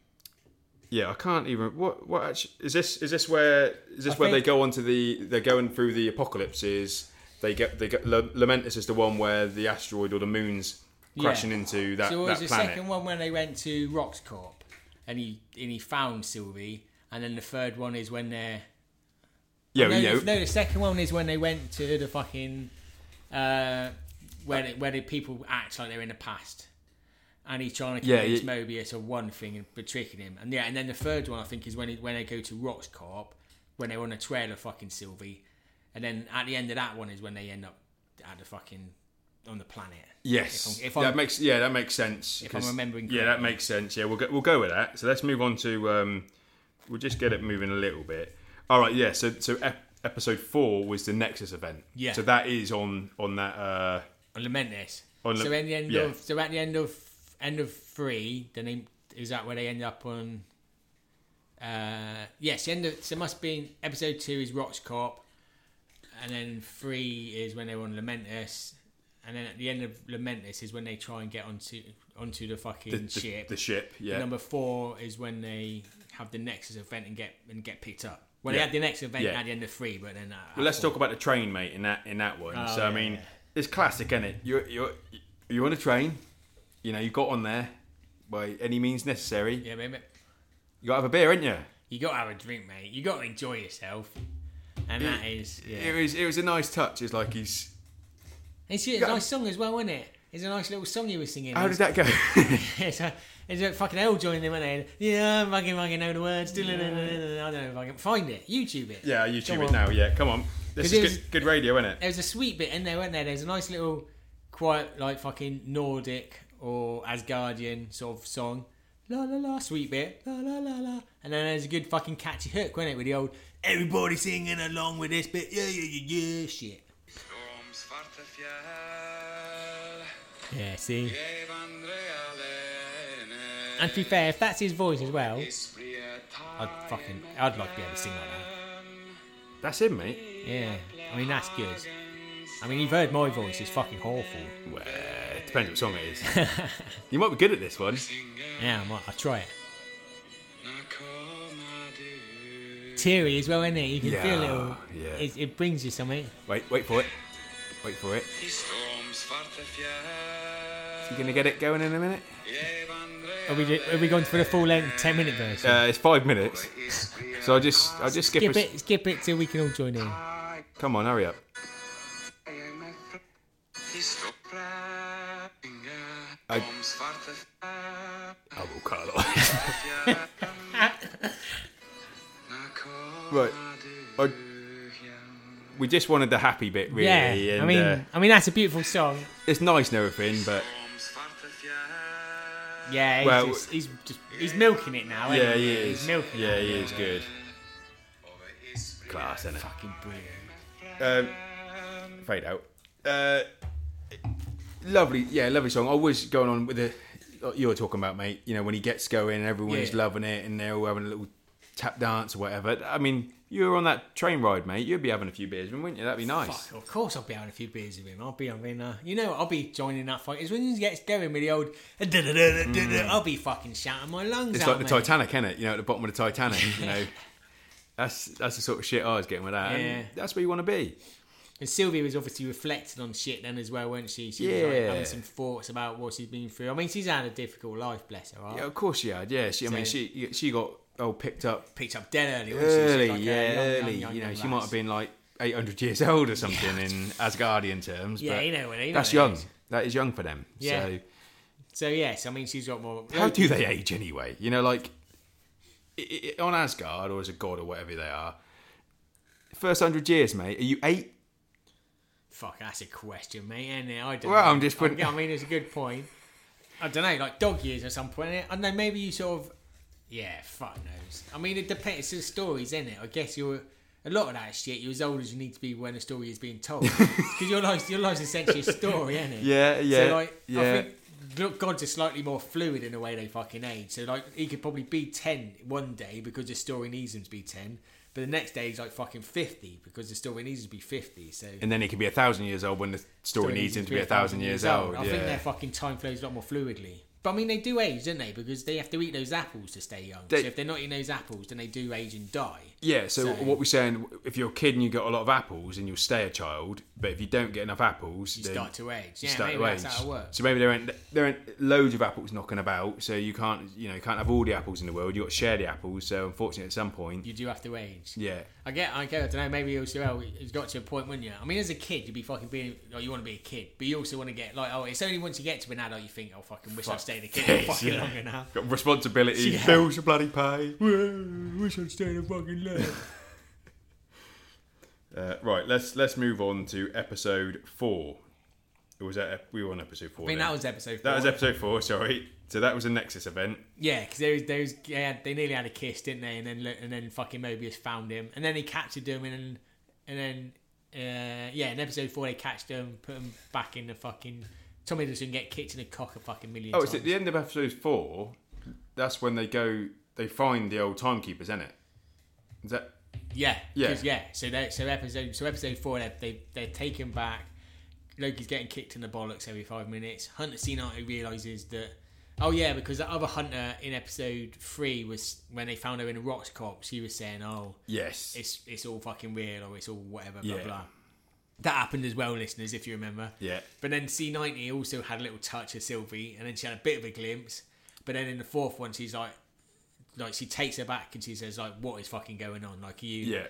S2: yeah, I can't even. What? What? Actually, is this? Is this where? Is this
S3: I
S2: where
S3: think-
S2: they go on to the? They're going through the apocalypses. They get. They get. L- Lamentus is the one where the asteroid or the moon's crashing
S3: Yeah.
S2: into that,
S3: so what
S2: that
S3: was the
S2: planet.
S3: second one when they went to Roxcorp and he and he found Sylvie, and then the third one is when they're
S2: yeah,
S3: no,
S2: yeah.
S3: the, no, the second one is when they went to the fucking uh, where the, where the people act like they're in the past, and he's trying to
S2: Yeah,
S3: convince
S2: yeah.
S3: Mobius of one thing and but tricking him, and yeah, and then the third one I think is when he, when they go to Roxcorp when they're on a trail of fucking Sylvie, and then at the end of that one is when they end up at the fucking on the planet.
S2: Yes,
S3: If I'm- if
S2: that
S3: I'm-
S2: makes yeah that makes sense. If
S3: I'm remembering
S2: yeah, that makes sense. Yeah, we'll go, we'll go with that. So let's move on to um, we'll just get it moving a little bit. All right, yeah. So so ep- episode four was the Nexus event.
S3: Yeah.
S2: So that is on on that. Uh,
S3: I lament this.
S2: On
S3: so
S2: the-
S3: at the end
S2: yeah.
S3: of so at the end of end of three, then they, is that where they end up on? Uh, yes, the end of so it must be episode two is Rocks Corp, and then three is when they're on Lamentus, and then at the end of Lamentus is when they try and get onto onto the fucking
S2: the, the-
S3: ship.
S2: the ship. Yeah.
S3: Number four is when they have the Nexus event and get and get picked up. Well,
S2: Yeah.
S3: they had the Nexus event
S2: Yeah.
S3: at the end of three, but then uh,
S2: Well, let's talk about the train, mate. In that in that one. so I
S3: Oh, yeah,
S2: mean,
S3: yeah.
S2: it's classic, isn't it? You're you're You're on a train. You know, you got on there by any means necessary.
S3: Yeah, mate. mate.
S2: You got to have a beer, ain't you?
S3: You got to have a drink, mate. You got to enjoy yourself. And that is. Yeah.
S2: It was it was a nice touch. It's like he's.
S3: It's a nice song as well, isn't it? It's a nice little song you were singing.
S2: How did that go?
S3: it's, a, it's a fucking hell joining them, isn't it? Yeah, fucking fucking know the words. I don't know if I can find it. YouTube it.
S2: yeah, YouTube
S3: Come
S2: it
S3: on.
S2: now. Yeah, come on. This is
S3: 'Cause it was-
S2: good, good radio, isn't it?
S3: There was a sweet bit in there, weren't there? There's a nice little, quiet, like fucking Nordic or Asgardian sort of song. La la la, sweet bit. La la la la. And then there's a good fucking catchy hook, wasn't it? With the old, everybody singing along with this bit. Yeah, yeah, yeah, yeah, shit.
S1: Om Svarte Fjell
S3: Yeah, see?
S1: Jeg vandrer alene
S3: And to be fair, if that's his voice as well,
S1: Isfrie
S3: I'd fucking, I'd like to be able to sing like that.
S2: That's him, mate.
S3: Yeah, I mean that's good. I mean you've heard my voice; it's fucking awful.
S2: Well, it depends what song it is. you might be good at this one.
S3: Yeah, I might, I'll try it.
S1: Nå kommer du
S3: Teary as well, isn't it? You can feel a little.
S2: Yeah, yeah.
S3: It, it brings you something.
S2: Wait, wait for it. Wait for it.
S1: I stormsvarte
S2: You
S1: fjell
S2: gonna get it going in a minute?
S1: Jeg vandrer
S3: Are we do- are we going for the full length ten minute version?
S2: Uh, it's five minutes,
S1: alene. Isfrie
S2: so I just I just skip,
S3: skip
S2: a s-
S3: it, skip it till we can all join in.
S1: tag
S2: Come on, hurry up.
S1: Jeg møtte Hist og prænger
S2: I-
S1: Om svarte fjell
S2: I will cut it off.
S1: Nå kommer
S2: right. I,
S1: du hjem
S2: we just wanted the happy bit, really.
S3: yeah,
S2: and,
S3: I mean,
S2: uh,
S3: I mean that's a beautiful song.
S2: it's nice and everything, but
S1: Om svarte fjell
S3: Yeah, he's,
S2: Well-
S3: just, he's just he's milking it now.
S2: yeah,
S3: isn't
S2: he
S3: he
S2: is.
S3: He's milking.
S2: Yeah,
S3: it.
S2: he is good.
S1: Over Isfrie
S2: Class, isn't it?
S3: Fucking
S2: Um,
S3: brilliant.
S2: fade out. Uh, lovely, yeah, lovely song. I was going on with the like you were talking about, mate. You know, when he gets going, everyone's
S3: Yeah.
S2: loving it, and they're all having a little tap dance or whatever. I mean, you were on that train ride, mate. You'd be having a few beers, wouldn't you? That'd be nice.
S3: Fuck, of course I'll be having a few beers with him. I'll be having, uh, you know, what I'll be joining that fight. As soon as he gets going with the old, I'll be fucking shouting my lungs
S2: Mm. It's
S3: out.
S2: like the
S3: mate.
S2: Titanic, isn't it? You know, at the bottom of the Titanic. you know, that's that's the sort of shit I was getting with that. And
S3: Yeah.
S2: that's where you want to be.
S3: And Sylvia was obviously reflecting on shit then as well, weren't she? She was like,
S2: Yeah.
S3: having some thoughts about what she's been through. I mean, she's had a difficult life, bless her. Right?
S2: Yeah, of course she had. Yeah, she. I mean,
S3: So-
S2: she she got oh picked up
S3: Picked up dead early, wasn't she? She's
S2: early,
S3: like a
S2: yeah,
S3: young, young,
S2: early.
S3: young,
S2: you know,
S3: young
S2: she might
S3: lass.
S2: have been like 800 years old or something in Asgardian terms.
S3: Yeah,
S2: but
S3: you know what I mean.
S2: that's young. That is young for them.
S3: Yeah.
S2: So
S3: So yes, I mean, she's got more.
S2: how do they age anyway? You know, like i i on Asgard or as a god or whatever they are. First hundred years, mate. Are you eight?
S3: Fuck, that's a question, mate. Isn't it? I don't.
S2: Well,
S3: know.
S2: I'm just putting-
S3: I mean, it's a good point. I don't know, like dog years at some point. innit? I don't know. Maybe you sort of. Yeah, fuck knows. I mean, it depends. It's the stories, isn't it? I guess you're a lot of that shit. You're as old as you need to be when a story is being told, because your life, your life's essentially a story, isn't it?
S2: Yeah, yeah,
S3: So like,
S2: yeah.
S3: I think look, gods are slightly more fluid in the way they fucking age. So like, he could probably be ten one day because the story needs him to be ten, but the next day he's like fucking fifty because the story needs him to be fifty. So
S2: And then he could be a thousand years old when the story needs him to be a thousand years old.
S3: I
S2: yeah.
S3: think their fucking time flows a lot more fluidly. But I mean, they do age, don't they? Because they have to eat those apples to stay young.
S2: They-
S3: so if they're not eating those apples, then they do age and die.
S2: Yeah, so,
S3: So-
S2: what we're saying, if you're a kid and you got a lot of apples, and you'll stay a child, but if you don't get enough apples, you
S3: start to age. Yeah, maybe that's how it works.
S2: So maybe there aren't there aren't loads of apples knocking about, so you can't you know you can't have all the apples in the world. You got to share the apples. So unfortunately, at some point,
S3: You do have to age.
S2: yeah,
S3: I get, I get, I don't know, maybe also, well, it's got to a point, wouldn't you? I mean, as a kid, you'd be fucking being, like, you want to be a kid, but you also want to get, like, oh, it's only once you get to an adult you think, oh, fucking wish I'd stayed a kid
S2: Yes,
S3: for fucking
S2: yeah.
S3: longer now.
S2: got responsibilities,
S3: Yeah.
S2: bills to bloody pay.
S3: wish I'd stayed a fucking longer.
S2: Uh, right, let's let's move on to episode four. Or was that ep- we were on episode four?
S3: I mean,
S2: then?
S3: that was episode
S2: that was
S3: four.
S2: episode four. Sorry, so that was a Nexus event.
S3: Yeah, because there was, there was, yeah, they nearly had a kiss, didn't they? And then lo- and then fucking Mobius found him, and then he captured him, and and then uh, yeah, in episode four they catched him, put him back in the fucking. Tom Hiddleston get kicked in the cock a fucking million
S2: Oh,
S3: times.
S2: it's at the end of episode four. That's when they go. They find the old timekeepers, isn't it? Is that?
S3: Yeah,
S2: Yeah.
S3: 'cause, yeah. So they so episode so episode four they they they're taken back. Loki's getting kicked in the bollocks every five minutes. Hunter C ninety realizes that. Oh yeah, because the other Hunter in episode three was when they found her in a rocks corpse. She was saying, "Oh,
S2: Yes.
S3: it's it's all fucking real or it's all whatever blah
S2: Yeah.
S3: blah. That happened as well, listeners, if you remember.
S2: Yeah.
S3: But then C90 also had a little touch of Sylvie, and then she had a bit of a glimpse. But then in the fourth one, she's like, like she takes her back and she says, like, what is fucking going on? Like, you,
S2: Yeah.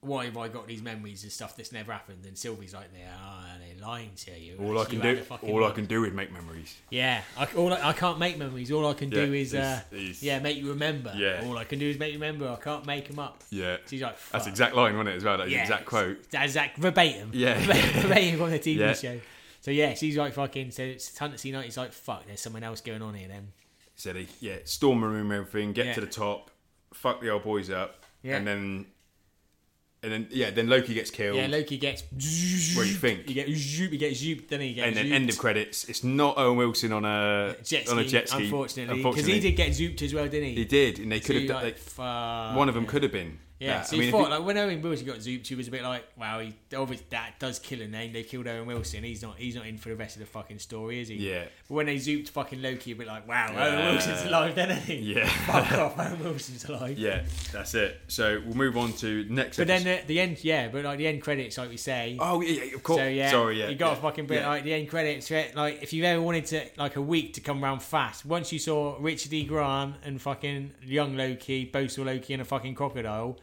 S3: why have I got these memories and stuff that's never happened? And Sylvie's like, they are, they're lying to you.
S2: All I
S3: You
S2: can
S3: had
S2: do,
S3: a fucking
S2: all I
S3: mind."
S2: can do is make memories.
S3: Yeah, I, all I, I can't make memories. All I can do
S2: Yeah,
S3: is, uh,
S2: is- is-
S3: yeah, make you remember.
S2: Yeah.
S3: All I can do is make you remember. I can't make them up.
S2: Yeah,
S3: She's like,
S2: that's
S3: "Fuck."
S2: exact line, wasn't it? As well, that is
S3: Yeah,
S2: exact quote.
S3: it's- That's exact verbatim.
S2: Yeah.
S3: verbatim on the TV
S2: Yeah.
S3: show. So yeah, she's like fucking. So it's Hunter C Night. He's like, fuck. There's someone else going on here. Then
S2: Said he, yeah, storm the room, and everything, get
S3: Yeah.
S2: to the top, fuck the old boys up,
S3: Yeah.
S2: and then, and then, yeah, then Loki gets killed.
S3: yeah, Loki gets. What
S2: do you think?
S3: You get zoop. He gets zooped. Then he gets.
S2: and then
S3: zooped.
S2: end of credits. It's not Owen Wilson on a
S3: jet ski,
S2: on a jet ski,
S3: unfortunately, because he did get zooped as well, didn't he?
S2: He did, and they could have
S3: So
S2: done.
S3: you're like,
S2: they-
S3: fuck.
S2: one of them could have been.
S3: Yeah,
S2: that.
S3: so
S2: I
S3: you
S2: mean, if
S3: thought
S2: it-
S3: like when Owen Wilson got zooped, he was a bit like, "Wow, he obviously that does kill a name. They killed Owen Wilson. He's not, he's not in for the rest of the fucking story, is he?"
S2: Yeah.
S3: But when they zooped fucking Loki, you'd be like, "Wow, Owen
S2: Yeah.
S3: Wilson's alive, then, isn't he?"
S2: Yeah.
S3: Fuck off, Owen Wilson's alive.
S2: yeah, that's it. So we'll move on to next.
S3: But
S2: episode.
S3: then the, the end, yeah. But like the end credits, like we say.
S2: oh yeah, yeah, of course.
S3: So yeah,
S2: sorry, yeah,
S3: you got
S2: yeah,
S3: a fucking bit
S2: yeah.
S3: like the end credits. yeah, Like if you ever wanted to, like a week to come round fast. Once you saw Richard E. Grant and fucking young Loki, both saw Loki and a fucking crocodile.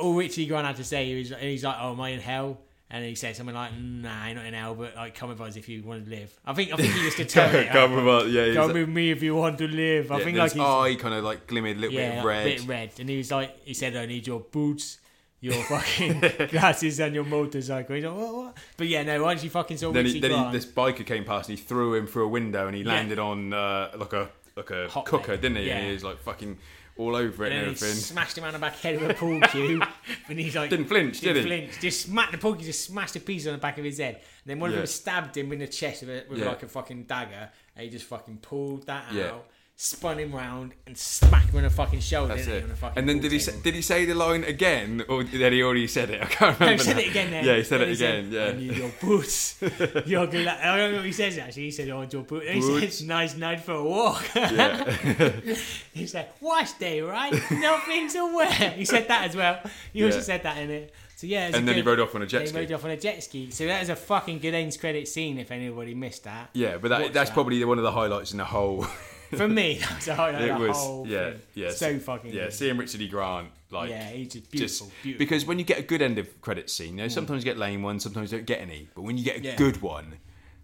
S3: All Richard E. Grant had to say was, he's like, "Oh, am I in hell?" And he said something like, "Nah, you're not in hell, but like come with us if you want to live." I think I think he was determined.
S2: Come with us, yeah,
S3: Come
S2: he's-
S3: with me if you want to live. I
S2: yeah,
S3: think
S2: then his
S3: like he's,
S2: eye kind of like glimmered a little bit
S3: yeah,
S2: of red.
S3: a bit red. And he was like, he said, I need your boots, your fucking glasses, and your motorcycle. He's like, what, what? But yeah, no, once you fucking saw
S2: then
S3: Richie
S2: he, then he,
S3: Grant,
S2: this biker came past and he threw him through a window and he landed on uh, like a like a
S3: Hot
S2: cooker,
S3: plate.
S2: didn't he? And
S3: Yeah.
S2: he was like fucking all over it and,
S3: and then he
S2: everything.
S3: smashed him on the back head with a pool cue. and he's like,
S2: Didn't flinch, did
S3: didn't
S2: he?
S3: flinch. Just smacked the pool cue, just smashed a piece on the back of his head. And then one of
S2: Yeah.
S3: them stabbed him in the chest with, a, with
S2: Yeah.
S3: like a fucking dagger. And he just fucking pulled that
S2: Yeah.
S3: out. Spun him round and smacked him on the fucking shoulder.
S2: That's
S3: didn't he,
S2: it.
S3: on the fucking
S2: And then
S3: pool
S2: did he say,
S3: table.
S2: did he say the line again or did he already said it? I can't
S3: No, he
S2: remember.
S3: said
S2: now.
S3: it again. Then.
S2: Yeah, he said
S3: Then
S2: it
S3: said,
S2: again.
S3: "I
S2: yeah.
S3: need your boots. your gla- I don't know what he says actually. He said, "I want your boots." He
S2: Boots.
S3: says, "Nice night for a walk."
S2: yeah.
S3: he said, "Wash day, right? Nothing to wear." He said that as well. He also
S2: Yeah.
S3: said that in it. So yeah. it was a
S2: and then he
S3: good-
S2: rode off on a jet
S3: They
S2: ski.
S3: rode off on a jet ski. So that is a fucking good ends credit scene. If anybody missed that,
S2: Yeah, but that,
S3: Watch
S2: that's
S3: that.
S2: probably one of the highlights in the whole.
S3: for me, that was a highlight.
S2: it
S3: of the
S2: was
S3: whole
S2: yeah,
S3: thing.
S2: yeah.
S3: so fucking.
S2: yeah.
S3: good.
S2: Seeing Richard E. Grant like
S3: yeah, he's just
S2: just
S3: beautiful, beautiful. Mm.
S2: because when you get a good end of credit scene, you know, sometimes you get lame ones, sometimes you don't get any, but when you get a
S3: Yeah.
S2: good one,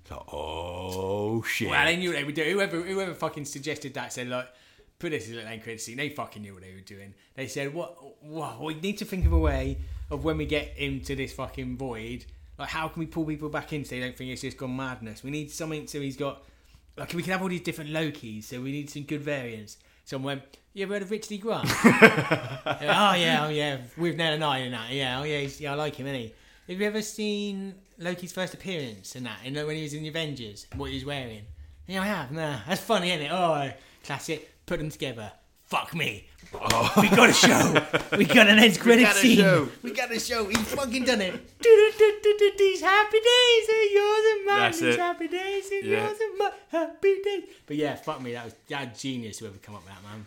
S2: it's like oh shit.
S3: Well, they knew what they were doing. Whoever, whoever fucking suggested that said, like, put this as an end credit scene. They fucking knew what they were doing. They said, what, what, we need to think of a way of when we get into this fucking void, like, how can we pull people back in so they don't think it's just gone madness? We need something so he's got, like, we can have all these different Lokis, so we need some good variants. Someone went, you ever heard of Richard E. Grant? They're like, oh, yeah, oh, yeah, with Nell and I and that. Yeah, oh, yeah, he's- yeah I like him, innit? Have you ever seen Loki's first appearance and that? You know, when he was in the Avengers, what he was wearing? Yeah, I have. Nah, that's funny, isn't it? Oh, classic. Put them together. Fuck me. We got a show. we got an end credit
S2: Oh. got a
S3: scene.
S2: show.
S3: We got a show. He's fucking done it. Do-do-do-do-do, These happy days are yours and mine.
S2: That's
S3: These
S2: it.
S3: happy days are
S2: Yeah.
S3: yours and mine. Happy days. But yeah, fuck me. That was that genius. Whoever come up with that man.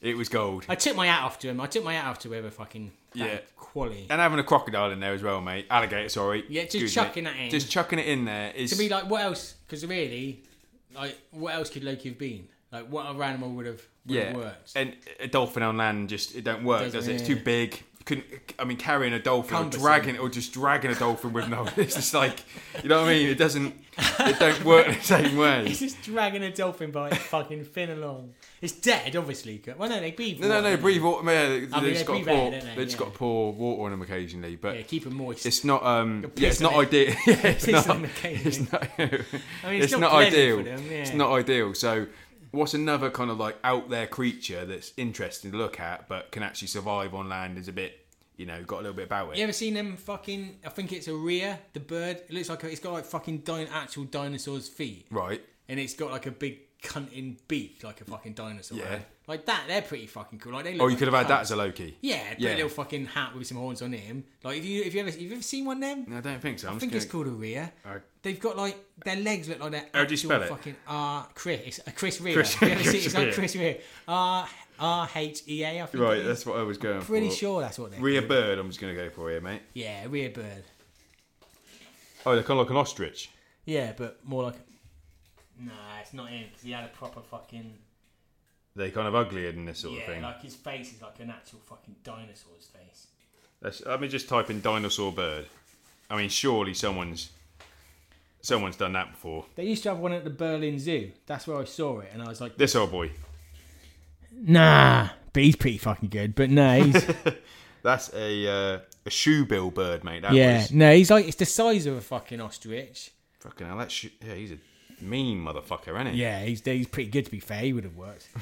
S2: It was gold.
S3: I took my hat off to him. I took my hat off to whoever fucking that
S2: Yeah.
S3: quality.
S2: And having a crocodile in there as well, mate. Alligator, sorry.
S3: Yeah, just
S2: me.
S3: chucking that in.
S2: Just chucking it in there is
S3: to be like, what else? Because really, like, what else could Loki have been? Like, what other animal would have would
S2: yeah. Uh,
S3: have worked?
S2: And a dolphin on land just it don't work,
S3: Doesn't-
S2: does it? It's
S3: yeah.
S2: too big. Couldn't I mean carrying a dolphin
S3: Cumbersome.
S2: or dragging or just dragging a dolphin with no it's just like you know what I mean? It doesn't it don't work the same way.
S3: It's just dragging a dolphin by its fucking fin along. It's dead, obviously. Well, no, they breathe.
S2: No, no,
S3: water,
S2: no.
S3: don't they?
S2: Breathe water. Yeah, they-
S3: I mean,
S2: they've
S3: they
S2: just got to
S3: breathe air,
S2: pour.
S3: don't they?
S2: They've just
S3: Yeah.
S2: got to pour water on them occasionally, but
S3: Yeah, keep them moist.
S2: it's not. Um,
S3: piss
S2: yeah, it's not
S3: on it.
S2: ideal. Yeah, it's
S3: Piss
S2: not.
S3: on them occasionally.
S2: It's not.
S3: I mean, it's
S2: it's
S3: not
S2: not
S3: pleasant
S2: ideal.
S3: for them, yeah.
S2: It's not ideal. So, what's another kind of like out there creature that's interesting to look at, but can actually survive on land? Is a bit, you know, got a little bit about it.
S3: You ever seen them fucking? I think it's a rhea, the bird. It looks like a, it's got like fucking din- actual dinosaur's feet,
S2: Right.
S3: and it's got like a big cunting beak, like a fucking dinosaur.
S2: Yeah.
S3: right? Like that, they're pretty fucking cool. Like they. Look
S2: Or you
S3: like
S2: could have had
S3: cunts.
S2: that as a Loki.
S3: Yeah, put
S2: Yeah.
S3: a little fucking hat with some horns on him. Like, if you if you ever if you ever seen one of them?
S2: No, I don't think so. I'm
S3: I think
S2: just
S3: it's called a rhea.
S2: I-
S3: They've got like their legs look like their
S2: How do you
S3: actual
S2: spell it?
S3: fucking R Chris it's a Chris Rhea.
S2: Chris-
S3: Have you ever seen-
S2: Chris
S3: it's like
S2: Rhea.
S3: Chris Rhea. R R H E A. I think. it
S2: Right.
S3: is.
S2: That's what I was going for.
S3: Pretty sure that's what they.
S2: Rhea bird. I'm just going to go for here, mate.
S3: Yeah, rhea bird.
S2: Oh, they're kind of like an ostrich.
S3: Yeah, but more like. Nah, it's not him because he had a proper fucking.
S2: They're kind of uglier than this sort
S3: yeah,
S2: of thing.
S3: like his face is like an actual fucking dinosaur's face.
S2: Let's, let me just type in dinosaur bird. I mean, surely someone's someone's done that before.
S3: They used to have one at the Berlin Zoo. That's where I saw it, and I was like,
S2: This old boy.
S3: Nah, but he's pretty fucking good. But no, he's,
S2: That's a uh, a shoebill bird, mate. That
S3: yeah,
S2: was
S3: no, he's like it's the size of a fucking ostrich.
S2: fucking hell. That shoe, yeah, he's a mean motherfucker, ain't he?
S3: Yeah, he's he's pretty good to be fair. He would have worked.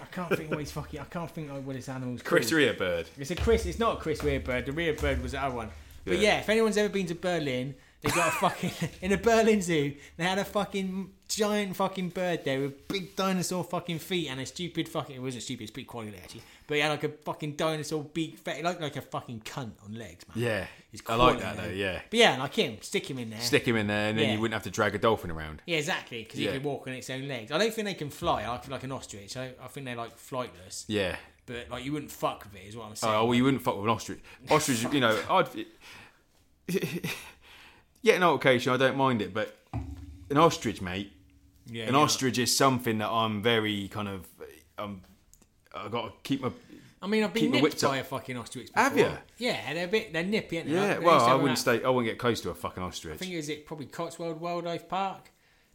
S3: I can't think what he's fucking. I can't think like what his animals.
S2: Chris Rhea bird.
S3: It's a Chris. It's not a Chris Weir bird. The Weir bird was our one. But
S2: Yeah.
S3: yeah. if anyone's ever been to Berlin, they got a fucking in a Berlin zoo. They had a fucking giant fucking bird there with big dinosaur fucking feet and a stupid fucking. It wasn't stupid. It's pretty quality actually. But he had like a fucking dinosaur beak, fe- like like a fucking cunt on legs, man.
S2: Yeah,
S3: He's
S2: I like
S3: quality,
S2: that though.
S3: though.
S2: Yeah,
S3: But yeah, like him, stick him in there.
S2: stick him in there, and then
S3: Yeah.
S2: you wouldn't have to drag a dolphin around.
S3: Yeah, exactly. Because
S2: Yeah.
S3: he can walk on its own legs. I don't think they can fly. I feel like an ostrich. I, I think they're like flightless.
S2: Yeah.
S3: But like you wouldn't fuck with it, is what I'm saying.
S2: Oh well, you wouldn't fuck with an ostrich. Ostrich, you know, I'd yeah, an altercation. I don't mind it, but an ostrich, mate.
S3: yeah,
S2: An
S3: yeah.
S2: ostrich is something that I'm very kind of. Um, I got to keep my.
S3: I mean, I've been
S2: Keep my
S3: nipped
S2: wits up.
S3: by a fucking ostrich. Before.
S2: Have ya?
S3: Yeah, they're a bit. They're nippy, aren't they?
S2: Yeah,
S3: They
S2: well,
S3: used to
S2: I
S3: have
S2: wouldn't
S3: that-
S2: stay. I wouldn't get close to a fucking
S3: I think
S2: ostrich.
S3: it was it probably Cotswold Wildlife Park.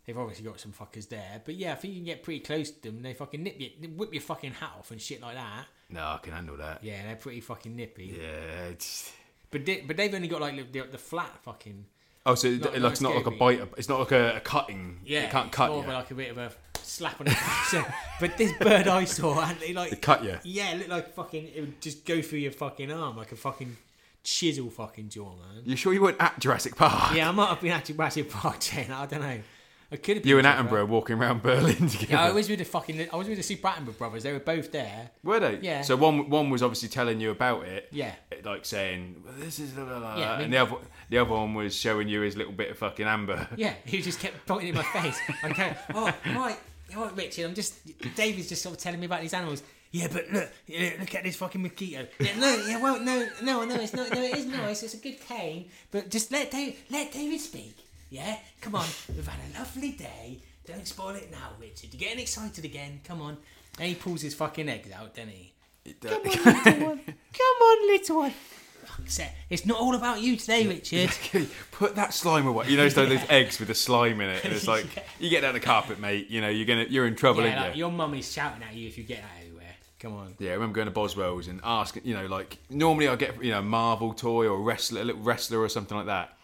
S3: They've obviously got some fuckers there, but yeah, I think you can get pretty close to them. They fucking nip you, they whip your fucking hat off and shit like that.
S2: No, I can handle that.
S3: Yeah, they're pretty fucking nippy.
S2: Yeah. it's...
S3: But they, but they've only got like the, the flat fucking.
S2: Oh, so
S3: Not-
S2: it,
S3: not
S2: like, it's not like a
S3: scary.
S2: bite. It's not like a, a cutting.
S3: Yeah,
S2: it can't
S3: it's
S2: cut
S3: more of
S2: you.
S3: like a bit of a slap on the face. but this bird I saw, and they like
S2: It cut you.
S3: Yeah, it looked like fucking. It would just go through your fucking arm like a fucking chisel, fucking jaw, man.
S2: You sure you weren't at Jurassic Park?
S3: Yeah, I might have been actually Jurassic Park, Jane. I don't know. I could have.
S2: You
S3: been
S2: and
S3: Jurassic Park.
S2: Attenborough walking around Berlin together.
S3: Yeah, I was with the fucking. I was with the Super Attenborough brothers. They were both there.
S2: Were they?
S3: Yeah.
S2: So one one was obviously telling you about it.
S3: Yeah.
S2: Like saying well, this is la la la,
S3: Yeah, I mean-
S2: and the other the other one was showing you his little bit of fucking amber.
S3: Yeah, he just kept pointing in my face. I go, oh, right, all right, Richard, I'm just, David's just sort of telling me about these animals. Yeah, but look, yeah, look at this fucking mosquito. Yeah, no, yeah, well, no, no, no, it's not, no, it is nice, it's a good cane, but just let David, let David speak. Yeah, come on, we've had a lovely day. Don't spoil it now, Richard. You're getting excited again. Come on. And he pulls his fucking eggs out, doesn't he? Come on, little one. Come on, little one. Fuck's sake. It's not all about you today, Richard.
S2: Put that slime away. You know, it's like those eggs with the slime in it, and it's like you get down the carpet, mate. You know, you're gonna you're in trouble,
S3: Yeah,
S2: ain't
S3: like,
S2: you?
S3: your mum is shouting at you if you get that everywhere. Come on.
S2: Yeah, I remember going to Boswell's and asking, you know, like normally I get you know a Marvel toy or a wrestler, a little wrestler or something like that.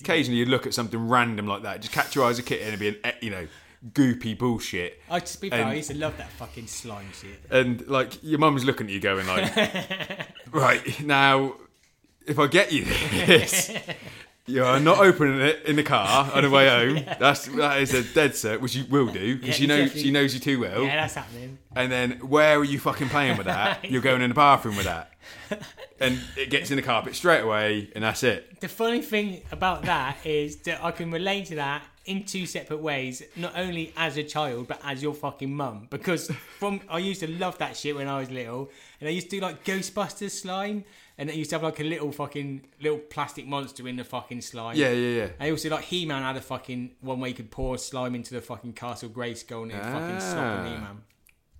S2: Occasionally, you'd look at something random like that, just catch your eyes a kitten, and it'd be an eh, you know goopy bullshit.
S3: I just be fair, I
S2: And-
S3: used to love that fucking slime shit.
S2: and like your mum's looking at you going like right now if i get you this you are not opening it in the car on the way home that's that is a dead set which you will do because
S3: Yeah,
S2: she knows
S3: exactly.
S2: she knows you too well
S3: Yeah, that's happening.
S2: and then where are you fucking playing with that you're going in the bathroom with that and it gets in the carpet straight away and that's it
S3: The funny thing about that is that I can relate to that in two separate ways, not only as a child but as your fucking mum. Because from I used to love that shit when I was little, and I used to do like Ghostbusters slime, and it used to have like a little fucking little plastic monster in the fucking slime.
S2: yeah yeah yeah
S3: I also like He Man had a fucking one where you could pour slime into the fucking Castle Grayskull and it would fucking slap on
S2: Ah.
S3: He Man.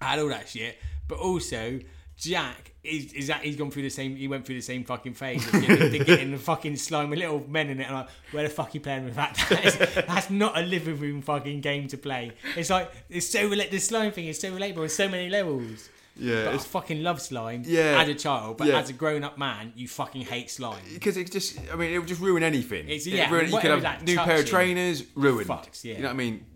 S3: I had all that shit, but also Jack is is that he's gone through the same. He went through the same fucking phase of getting, to getting the fucking slime with little men in it. And like, where the fuck you playing with that? That's, that's not a living room fucking game to play. It's like it's so rela- the slime thing is so relatable on so many levels.
S2: yeah
S3: But I
S2: it's
S3: fucking love slime
S2: Yeah.
S3: as a child, but
S2: Yeah.
S3: as a grown up man, you fucking hate slime.
S2: because it just, I mean, it would just ruin anything.
S3: It's-
S2: It'd
S3: yeah,
S2: ruin- you could
S3: whatever
S2: have
S3: that
S2: new pair of
S3: touching
S2: trainers, ruined.
S3: fucks, yeah.
S2: You know what I mean?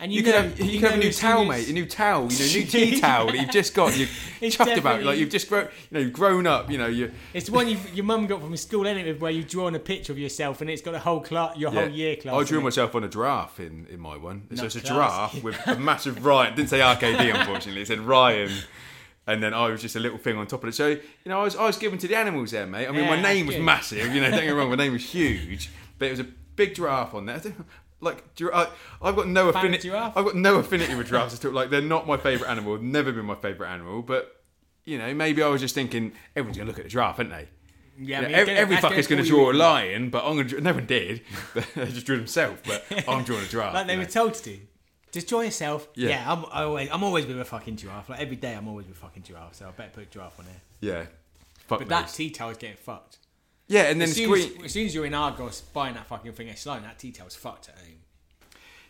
S3: And
S2: You,
S3: you,
S2: could
S3: know,
S2: have you,
S3: you
S2: could
S3: know
S2: have a new
S3: as soon
S2: towel,
S3: as-
S2: mate. A new towel, you know, new tea towel that you've just got. You
S3: It's
S2: chuffed about, like
S3: definitely-
S2: you've just grown, you know, you've grown up. You know, you
S3: It's the one you, your mum got from school, isn't it? Where you've drawn a picture of yourself and it's got a whole class, your whole year class.
S2: I drew
S3: on it.
S2: myself on a giraffe in, in my one. so
S3: Not
S2: it's a
S3: class.
S2: giraffe with a massive Ryan. It didn't say RKD, unfortunately. It said Ryan. And then I was just a little thing on top of it. So, you know, I was, I was given to the animals there, mate. I mean, my
S3: Yeah,
S2: name
S3: that's
S2: was
S3: good.
S2: massive. You know, don't get me wrong, my name was huge. But it was a big giraffe on there. I don't- Like, gir- I, I've got no
S3: Fan of
S2: affinity. I've
S3: giraffe?
S2: got no affinity with giraffes at all. Like, they're not my favourite animal. They've never been my favourite animal. But, you know, maybe I was just thinking, everyone's going to look at the giraffe, aren't they?
S3: Yeah, I
S2: Yeah,
S3: mean,
S2: ev-
S3: get it-
S2: every
S3: that's
S2: fucker's
S3: gonna
S2: going to draw a
S3: pull you in.
S2: lion, but I'm going to. No one did. But they just drew themselves. But I'm drawing a giraffe.
S3: Like they
S2: you
S3: were
S2: know.
S3: told to do. Just draw yourself.
S2: Yeah.
S3: Yeah, I'm I always I'm always with a fucking giraffe. Like every day, I'm always with a fucking giraffe. So I better put giraffe on there.
S2: yeah. Fuck
S3: But that
S2: knows.
S3: tea towel's getting fucked.
S2: Yeah, and then
S3: As soon as,
S2: Squeak.
S3: as soon as you're in Argos buying that fucking thing at Sloan, that tea towel's fucked at home.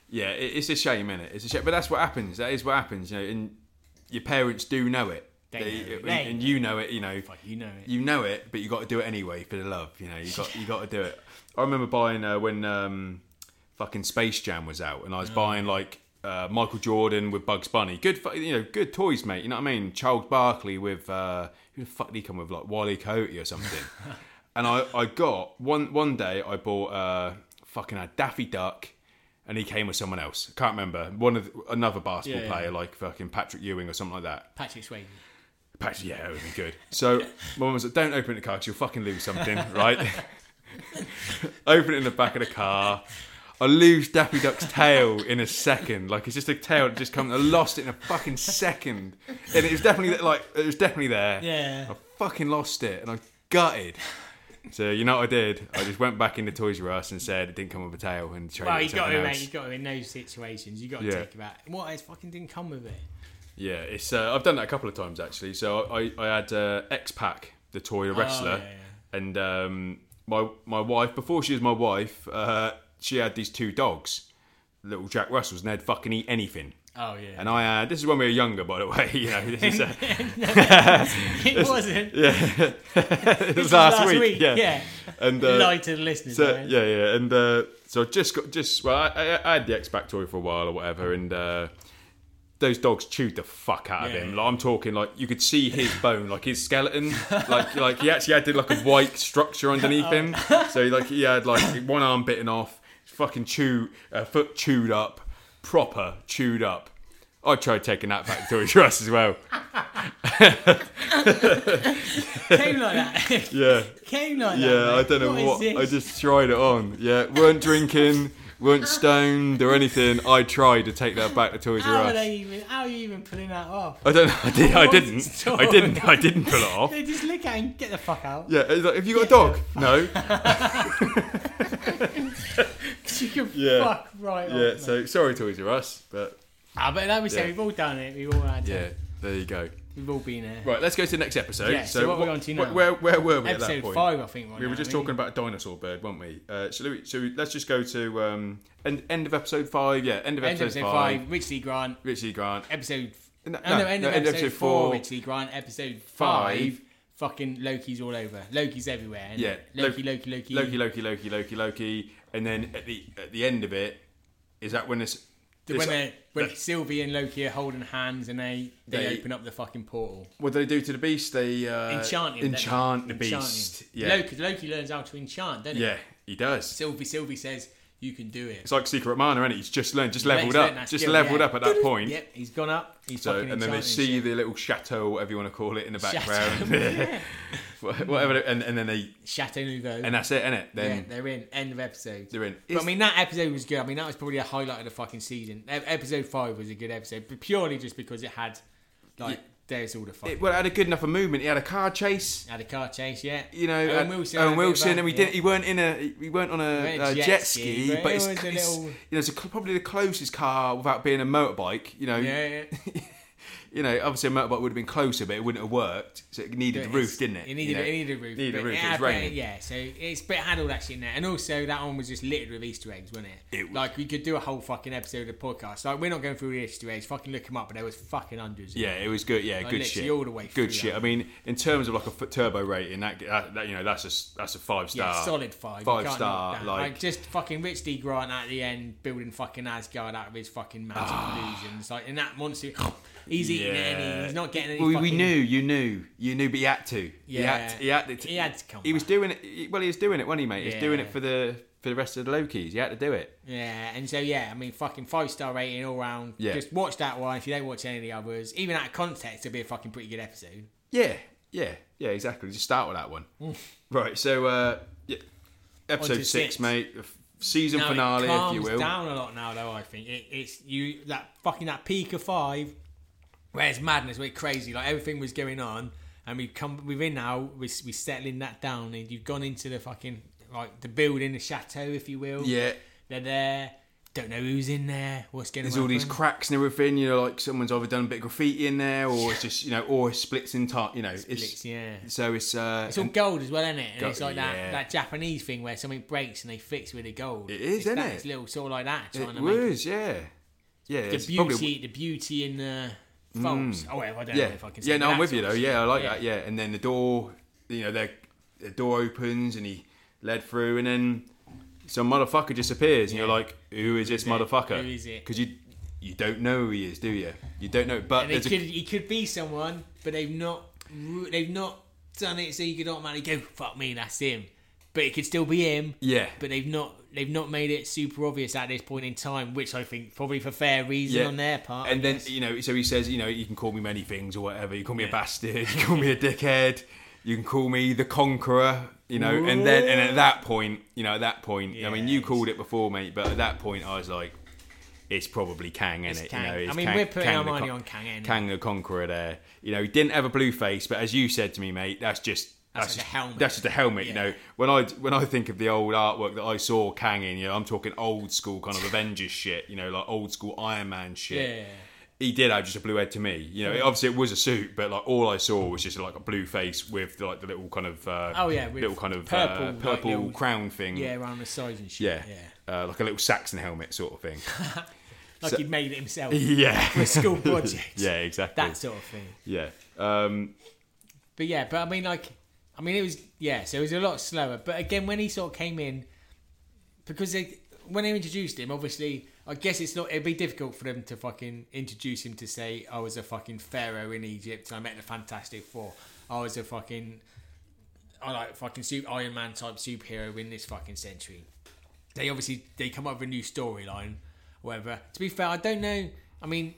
S2: Yeah, it, it's a shame, innit? It's a shame, but that's what happens. That is what happens, you know. And your parents do know it.
S3: They know it.
S2: and,
S3: They
S2: and you know it. You know.
S3: Fuck, you know it.
S2: You know it, but you got to do it anyway for the love. You know, you got you got to do it. I remember buying uh, when um, fucking Space Jam was out, and I was
S3: Oh,
S2: buying like uh, Michael Jordan with Bugs Bunny. Good, fu- you know, good toys, mate. You know what I mean? Charles Barkley with uh, who the fuck did he come with? Like Wiley Coyote or something. and I, I got one one day I bought uh, fucking a Daffy Duck. And he came with someone else. I can't remember. One of the, another basketball
S3: Yeah, yeah.
S2: player, like fucking Patrick Ewing or something like that.
S3: Patrick Swayze.
S2: Perhaps, yeah, it would be good. So my mum was like, don't open the car because you'll fucking lose something, right? open it in the back of the car. I lose Daffy Duck's tail in a second. Like it's just a tail that just comes. I lost it in a fucking second, and it was definitely like it was definitely there.
S3: Yeah.
S2: I fucking lost it, and I gutted. So you know what I did? I just went back into Toys R Us and said it didn't come with a tail and traded
S3: Well,
S2: it
S3: you
S2: to
S3: got to,
S2: someone
S3: mate.
S2: else.
S3: You got to in those situations. You got to
S2: Yeah.
S3: take about what it fucking didn't come with it.
S2: Yeah, it's uh, I've done that a couple of times actually. So I I had uh, X Pac, the toy the wrestler,
S3: yeah,
S2: and um, my my wife before she was my wife, uh, she had these two dogs, little Jack Russells, and they'd fucking eat anything.
S3: Oh yeah.
S2: And I had this is when we were younger, by the way. You know, this is, uh,
S3: it wasn't.
S2: it was
S3: last,
S2: last, week. Yeah,
S3: yeah.
S2: and uh,
S3: Lie to the listeners.
S2: So
S3: man.
S2: yeah, yeah, and uh, so I just got just well, I, I, I had the X back toy for a while or whatever, and uh, those dogs chewed the fuck out of
S3: Yeah,
S2: him.
S3: yeah.
S2: Like I'm talking like you could see his bone, like his skeleton, like like he actually had like a white structure underneath him. So like he had like one arm bitten off, fucking chew, uh, foot chewed up, proper chewed up. I tried taking that back to his as well.
S3: Came like that.
S2: Yeah.
S3: Came like that.
S2: Yeah, I
S3: mate.
S2: don't know
S3: is
S2: what.
S3: this?
S2: I just tried it on. Yeah, weren't drinking, weren't stoned or anything. I tried to take that back to Toys
S3: How
S2: R
S3: are
S2: Us.
S3: they even? How are you even pulling that off?
S2: I don't. know, I, did, I
S3: What
S2: didn't.
S3: story?
S2: I didn't. I didn't pull it off.
S3: They just look at it and get the fuck out.
S2: Yeah, it's like, have you got a dog? No.
S3: You can
S2: Yeah.
S3: fuck right off.
S2: Yeah.
S3: mate.
S2: So sorry, Toys R Us, but
S3: Ah, but like we said,
S2: Yeah.
S3: we've all done it. We've all had
S2: yeah,
S3: it.
S2: there you go.
S3: We've all been there.
S2: Right, let's go to the next episode.
S3: Yeah, so what are we on to now?
S2: wh- Where, where were we at that
S3: Episode
S2: point?
S3: five, I think. Right
S2: We were
S3: now,
S2: just
S3: really.
S2: talking about a dinosaur bird, weren't we? Uh, so, Louis, so let's just go to um, end, end of episode five. Yeah, end of
S3: End
S2: episode,
S3: of episode
S2: five.
S3: five, Rich Lee Grant.
S2: Richie Grant.
S3: Episode.
S2: No,
S3: No,
S2: no,
S3: no, end,
S2: no,
S3: of episode, four, Rich Lee Grant. Episode
S2: Five.
S3: five, fucking Loki's all over. Loki's everywhere. and
S2: Yeah,
S3: Loki,
S2: Loki-
S3: Loki, Loki.
S2: Loki, Loki, Loki, Loki, Loki, and then at the at the end of it, is that when this?
S3: The- when
S2: this-
S3: they when
S2: that-
S3: Sylvie and Loki are holding hands and they, they,
S2: They-
S3: open up the fucking portal.
S2: what do they do to the beast? They uh,
S3: Enchant him. don't they?
S2: enchant the
S3: Enchant him.
S2: beast. Yeah,
S3: Loki, Loki learns how to enchant, doesn't he?
S2: yeah, he does.
S3: Sylvie, Sylvie says, you can do it.
S2: It's like Secret Mana, isn't it? He's just learned, just
S3: He's
S2: leveled
S3: learned
S2: up,
S3: that
S2: just
S3: skill,
S2: leveled
S3: yeah.
S2: up at that point.
S3: Yep, he's gone up. He's
S2: So,
S3: fucking
S2: and then they
S3: enchanting
S2: see
S3: shit.
S2: the little chateau, whatever you want to call it, in the
S3: Chateau,
S2: background, whatever, and, and then they,
S3: Chateau Nouveau.
S2: and that's it, innit? Then
S3: yeah, they're in. End of episode.
S2: they're in.
S3: But I mean, that episode was good. I mean, that was probably a highlight of the fucking season. E- episode five was a good episode, but purely just because it had like there's all the fucking
S2: it, well, it had a good enough of movement. He had a car chase.
S3: had a car chase, yeah.
S2: you know,
S3: Owen
S2: uh,
S3: Wilson,
S2: Owen
S3: had a bit of
S2: Wilson,
S3: a-
S2: and we
S3: yeah.
S2: didn't. He weren't in a. He weren't on a,
S3: He
S2: uh, jet, ski, but,
S3: it
S2: it's,
S3: was a
S2: it's-
S3: little-
S2: you know, it's a, probably the closest car without being a motorbike. You know,
S3: Yeah, yeah.
S2: you know, obviously a motorbike would have been closer, but it wouldn't have worked. So it needed the roof, didn't it?
S3: It needed,
S2: you know?
S3: it needed a roof.
S2: Needed a
S3: but
S2: roof,
S3: It,
S2: it was
S3: had- but
S2: raining.
S3: Yeah, so it's but it had all that shit in there, and also that one was just littered with Easter eggs, wasn't it?
S2: It was-
S3: like we could do a whole fucking episode of the podcast. Like we're not going through the Easter eggs. Fucking look them up, but there was fucking hundreds. of
S2: Yeah, it was good. Yeah, good
S3: literally
S2: shit.
S3: all the way through
S2: good shit.
S3: that.
S2: I mean, in terms of like a f- turbo rating, that, that, that you know, that's a s- that's a five star.
S3: Yeah, solid five. You
S2: Five
S3: can't
S2: star,
S3: knock that.
S2: like-
S3: just fucking Rich D Grant at the end building fucking Asgard out of his fucking magic
S2: Ah.
S3: illusions, like in that monster. He's eating it and he- he's not getting any.
S2: Well, we
S3: fucking-
S2: knew, you knew, you knew, but he had to. He had
S3: Yeah.
S2: to, he had to,
S3: He had to come
S2: He was
S3: back.
S2: doing it. he- Well, he was doing it, wasn't he, mate? He was doing
S3: Yeah.
S2: it for the for the rest of the Lokis. He had to do it.
S3: Yeah, and so yeah, I mean, fucking five star rating all round.
S2: Yeah.
S3: Just watch that one if you don't watch any of the others. Even out of context, it'll be a fucking pretty good episode.
S2: Yeah, yeah, yeah, exactly. Just start with that one.
S3: Hmm.
S2: right, so uh, yeah. episode
S3: to
S2: six,
S3: six.
S2: mate, f- season
S3: Now, it
S2: finale, if you
S3: calms
S2: will.
S3: down a lot now, though. I think it, it's you that fucking that peak of five, where it's madness, where it's crazy, like everything was going on, and we've come we're in now we're, we're settling that down and you've gone into the fucking like the building the chateau if you will
S2: Yeah.
S3: they're there don't know who's in there what's going
S2: There's
S3: on
S2: all these cracks and everything, you know, like someone's either done a bit of graffiti in there or it's just, you know, or it splits in time, you know.
S3: Splits,
S2: it's,
S3: yeah.
S2: So it's, uh,
S3: it's all gold as well isn't it and
S2: Go-
S3: it's like
S2: yeah.
S3: that, that Japanese thing where something breaks and they fix with the gold
S2: It is,
S3: It's
S2: isn't
S3: that-
S2: it?
S3: it's little sort of like that trying
S2: it
S3: to make it-
S2: was, yeah. Yeah.
S3: the
S2: it's
S3: beauty
S2: probably- Mm.
S3: the beauty in the faults oh well, I don't
S2: yeah.
S3: know if I can say
S2: yeah, no,
S3: that
S2: I'm with you
S3: sort
S2: though.
S3: of
S2: Yeah, I
S3: shit.
S2: like that. Yeah. And then the door, you know, their, the door opens and he led through and then some motherfucker just appears and
S3: Yeah.
S2: you're like, who is this motherfucker?
S3: Who is it?
S2: Because you, you don't know who he is, do you? You don't know. But
S3: And it
S2: there's
S3: could
S2: a,
S3: it could be someone, but they've not ru- they've not done it, so you could automatically go fuck me, that's him. But it could still be him.
S2: Yeah.
S3: But they've not they've not made it super obvious at this point in time, which I think probably for fair reason on their part.
S2: And
S3: I
S2: then
S3: guess.
S2: you know, so he says, you know, you can call me many things or whatever. You call me a
S3: Yeah.
S2: bastard. You call me a dickhead. You can call me the conqueror. You know, and then and at that point, you know, at that point, I mean, you
S3: Yes.
S2: called it before, mate, but at that point, I was like, it's probably Kang,
S3: It's
S2: isn't it?
S3: Kang.
S2: You know, it's
S3: I mean,
S2: Kang-
S3: we're putting
S2: Kang
S3: our
S2: the
S3: money
S2: Con-
S3: on Kang, ain't we?
S2: Kang the Conqueror. There, you know, he didn't have a blue face, but as you said to me, mate, that's just. That's,
S3: That's like
S2: just
S3: a helmet.
S2: That's just a helmet, you
S3: Yeah.
S2: know. When I when I think of the old artwork that I saw Kang in, you know, I'm talking old school kind of Avengers shit, you know, like old school Iron Man shit
S3: yeah.
S2: he did have just a blue head to me. You know, obviously it was a suit, but like all I saw was just like a blue face with like the little kind of uh,
S3: Oh, yeah, with
S2: little kind of
S3: purple,
S2: purple uh,
S3: like,
S2: purple
S3: little-
S2: crown thing.
S3: Yeah, around the sides and shit.
S2: yeah, Uh, like a little Saxon helmet sort of thing.
S3: Like
S2: So-
S3: he'd made it himself.
S2: yeah,
S3: For a school project.
S2: yeah, exactly.
S3: That sort of thing.
S2: yeah. Um,
S3: But yeah, but I mean, like, I mean, it was yeah. So it was a lot slower. But again, when he sort of came in, because they when they introduced him, obviously, I guess it's not. It'd be difficult for them to fucking introduce him to say I was a fucking pharaoh in Egypt and I met the Fantastic Four. I was a fucking I like fucking super Iron Man type superhero in this fucking century. They obviously they come up with a new storyline, whatever. To be fair, I don't know. I mean,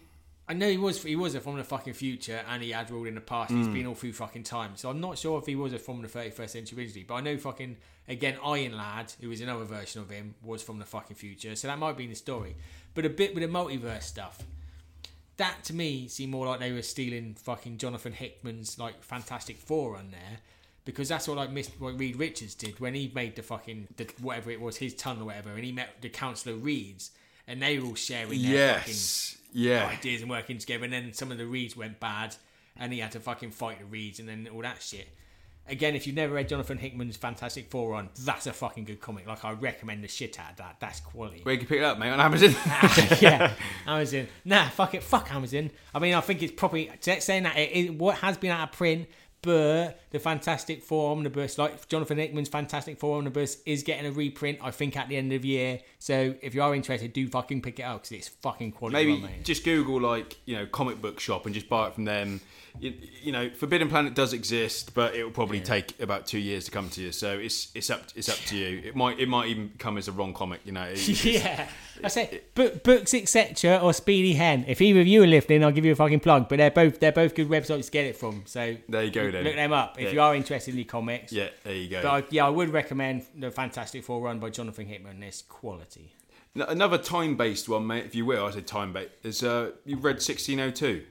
S3: I know he was he was a from the fucking future and he had ruled in the past. He's been all through fucking time, so I'm not sure if he was a from the 31st century originally. But I know fucking again Iron Lad, who was another version of him, was from the fucking future, so that might be in the story. But a bit with the multiverse stuff, that to me seemed more like they were stealing fucking Jonathan Hickman's like Fantastic Four on there because that's what like Mr. What Reed Richards did when he made the fucking the, whatever it was his ton or whatever, and he met the Councillor Reeds, and they were all sharing their
S2: yes, yeah,
S3: fucking ideas and working together, and then some of the Reeds went bad, and he had to fucking fight the Reeds, and then all that shit. Again, if you've never read Jonathan Hickman's Fantastic Four on, that's a fucking good comic. Like I recommend the shit out of that. That's quality
S2: Where you can pick it up, mate, on Amazon.
S3: yeah, Amazon. Nah, fuck it, fuck Amazon. I mean, I think it's probably saying that it, it what has been out of print, but the Fantastic Four omnibus, like Jonathan Hickman's Fantastic Four omnibus, is getting a reprint. I think at the end of the year. So if you are interested, do fucking pick it up because it's fucking quality.
S2: Maybe
S3: one, mate.
S2: just Google like you know comic book shop and just buy it from them. You, you know, Forbidden Planet does exist, but it will probably take about two years to come to you. So it's it's up it's up to you. It might it might even come as a wrong comic. You know, It- it's-
S3: yeah, I say book, books, etc., or Speedy Hen. If either of you are listening, I'll give you a fucking plug. But they're both they're both good websites to get it from. So
S2: There you go, then.
S3: Look them up if
S2: Yeah.
S3: you are interested in the comics.
S2: yeah, there you go.
S3: But I, yeah, I would recommend the Fantastic Four run by Jonathan Hickman. It's quality.
S2: N- Another time based one, mate, if you will. I said time based. Is uh, you read sixteen oh two?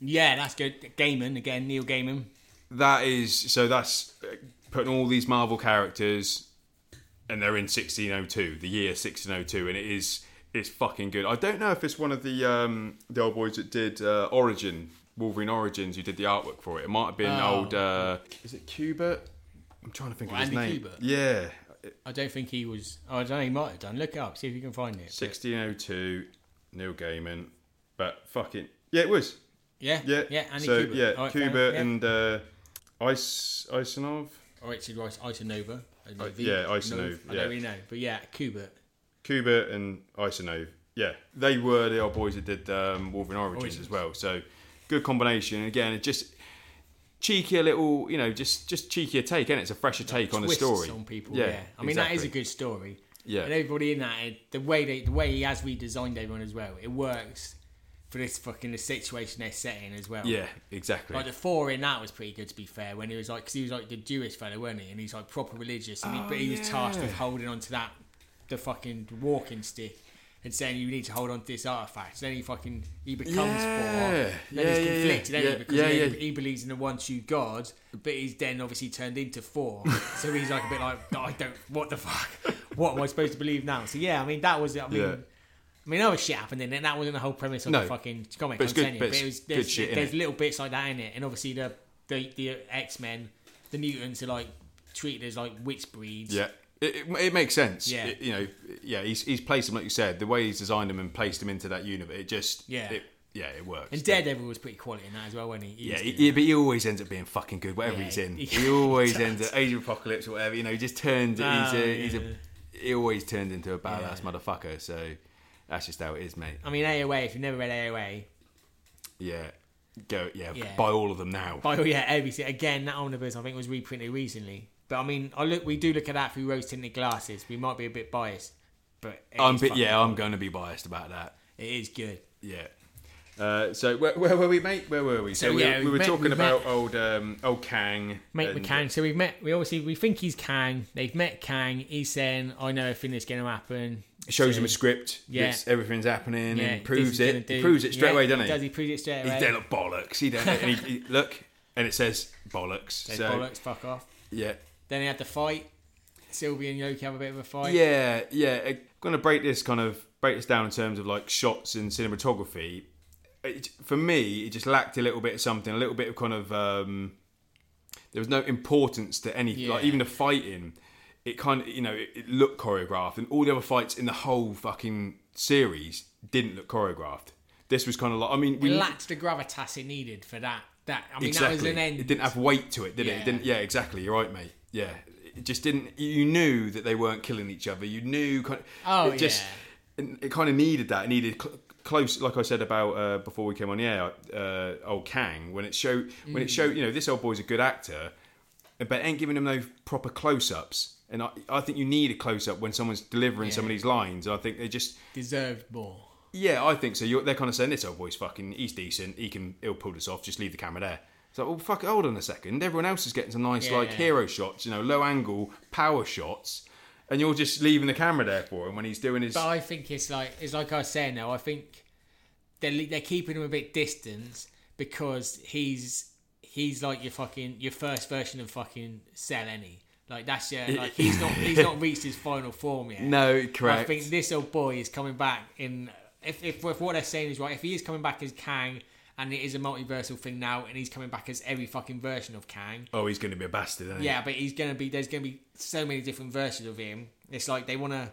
S3: Yeah, that's good. Gaiman again, Neil Gaiman.
S2: That is so. That's uh, putting all these Marvel characters, and they're in sixteen oh two, the year sixteen oh two, and it is it's fucking good. I don't know if it's one of the um, the old boys that did uh, Origin Wolverine Origins who did the artwork for it. It might have been
S3: Oh.
S2: old. Uh, is it Kubert? I'm trying to think
S3: Well,
S2: of his
S3: Andy
S2: name.
S3: Kubert?
S2: Yeah,
S3: I don't think he was. Oh, I don't know. He might have done. Look it up. See if you can find it.
S2: sixteen oh two, Neil Gaiman, but fucking yeah, it was.
S3: Yeah,
S2: Yeah.
S3: yeah. Andy
S2: so,
S3: Kubert.
S2: Yeah,
S3: All right, fair
S2: Kubert
S3: enough, yeah.
S2: and uh, Is Isanov.
S3: or Richard Rice Isonova. I don't know,
S2: Uh,
S3: V-
S2: yeah,
S3: Nov-
S2: Isonova,
S3: I
S2: yeah.
S3: don't really know, but yeah, Kubert.
S2: Kubert and Isanov. Yeah, they were the old boys that did um, Wolverine Origins,
S3: Origins.
S2: as well. So good combination. And again, it just cheekier little, you know, just just cheekier take, and it's a fresher take on the
S3: Twists
S2: story.
S3: on people. Yeah, I mean that is a
S2: exactly.
S3: good story.
S2: Yeah.
S3: and everybody in that it- the way they the way he has redesigned everyone as well, it works for this fucking the situation they're setting as well.
S2: Yeah, exactly.
S3: Like the four in that was pretty good to be fair. When he was like, because he was like the Jewish fellow, wasn't he? And he's like proper religious, and he, but he was tasked
S2: Oh,
S3: with
S2: yeah.
S3: holding on to that, the fucking walking stick. and saying you need to hold on to this artifact. So then he fucking he becomes
S2: Yeah.
S3: Thor. Then
S2: Yeah,
S3: he's
S2: yeah, yeah.
S3: conflicted, ain't
S2: Yeah,
S3: he? Because
S2: yeah,
S3: then
S2: yeah.
S3: he believes in the one true God, but he's then obviously turned into Thor. so he's like a bit like I don't what the fuck? What am I supposed to believe now? So yeah, I mean that was I mean.
S2: Yeah.
S3: I mean, that was shit happening, and that wasn't the whole premise of
S2: No.
S3: the fucking comic.
S2: But it's
S3: I'm
S2: good-
S3: telling you,
S2: but it's
S3: it was,
S2: good
S3: there's,
S2: shit, innit?
S3: there's little bits like that in it, and obviously the the, the X Men, the mutants are like treated as like witch breeds.
S2: Yeah. It, it, it makes sense.
S3: Yeah.
S2: It- you know, yeah, he's, he's placed him, like you said, the way he's designed him and placed him into that universe, it just,
S3: Yeah.
S2: it, yeah, it works.
S3: And Daredevil was pretty quality in that as well, wasn't he? He
S2: Yeah,
S3: was
S2: he,
S3: good.
S2: yeah, but he always ends up being fucking good, whatever
S3: Yeah,
S2: he's in.
S3: he-
S2: He, always ends up Age of Apocalypse or whatever. You know, he just turns. he's a,
S3: Oh,
S2: he's
S3: yeah.
S2: a, he always turns into a badass motherfucker. So that's just how it is, mate.
S3: I mean, AOA. If you've never read AOA,
S2: Yeah, go. Yeah,
S3: Yeah.
S2: buy all of them now.
S3: by oh yeah, ABC again. That omnibus I think was reprinted recently. But I mean, I look, we do look at that through rose tinted glasses. We might be a bit biased, but it
S2: I'm
S3: is
S2: bit,
S3: fucking-
S2: yeah, I'm going to be biased about that.
S3: it is good.
S2: Yeah. Uh, so where, where were we, mate? Where were we? So,
S3: So,
S2: we,
S3: yeah,
S2: we
S3: we
S2: were
S3: met-
S2: talking
S3: we met-
S2: about old um, old Kang.
S3: Mate, we
S2: and-
S3: Kang. So we've met. We obviously we think he's Kang. They've met Kang. He's saying, "I know a thing that's going to happen."
S2: Shows
S3: So-
S2: him a script.
S3: Yeah.
S2: Yeah, everything's happening.
S3: Yeah,
S2: and
S3: this
S2: proves
S3: is gonna
S2: it.
S3: do-
S2: He proves it straight
S3: Yeah,
S2: away, doesn't
S3: Does he prove it straight
S2: He's
S3: away?
S2: dead at bollocks. He don't. and he, he- look, and it says bollocks.
S3: Says
S2: so
S3: bollocks, fuck off.
S2: yeah,
S3: Then they had the fight. Sylvie and Loki have a bit of a fight.
S2: yeah, yeah. I'm gonna break this kind of break this down in terms of like shots and cinematography. It, for me, it just lacked a little bit of something, a little bit of kind of. Um, there was no importance to any, like
S3: Yeah.
S2: even the fighting. It kind of, you know, it, it looked choreographed, and all the other fights in the whole fucking series didn't look choreographed. This was kind of like, I mean,
S3: It
S2: we
S3: lacked the gravitas it needed for that. That I mean, that was an end.
S2: It didn't have weight to it, did it?
S3: Yeah.
S2: It didn't. Yeah, exactly. You're right, mate. Yeah, it just didn't. You knew that they weren't killing each other. You knew. Kind of,
S3: Oh,
S2: it just, It, it kind of needed that. It needed cl- close. Like I said about uh, before we came on the air, uh, old Kang. When it showed, when it
S3: Mm.
S2: showed, you know, this old boy's a good actor, but it ain't giving him no proper close-ups. And I, I think you need a close-up when someone's delivering some of
S3: Yeah.
S2: these lines. I think they just.
S3: deserved more.
S2: Yeah, I think so. You're, they're kind of saying this old boy's fucking. He's decent. He can. He'll pull this off. Just leave the camera there. It's like, well, fuck. Hold on a second. Everyone else is getting some nice
S3: Yeah,
S2: like
S3: yeah.
S2: hero shots. You know, low angle power shots, and you're just leaving the camera there for him when he's doing his.
S3: But I think it's like it's like I was saying though. I think they're le- they're keeping him a bit distant because he's he's like your fucking your first version of fucking Sell Any. Like that's yeah. Like he's not he's not reached his final form yet.
S2: no,
S3: I
S2: correct.
S3: think this old boy is coming back in. If, if, if what they're saying is right, if he is coming back as Kang and it is a multiversal thing now, and he's coming back as every fucking version of Kang,
S2: oh, he's going to be a bastard. Isn't he?
S3: yeah, but he's gonna be. There's gonna be so many different versions of him. It's like they wanna,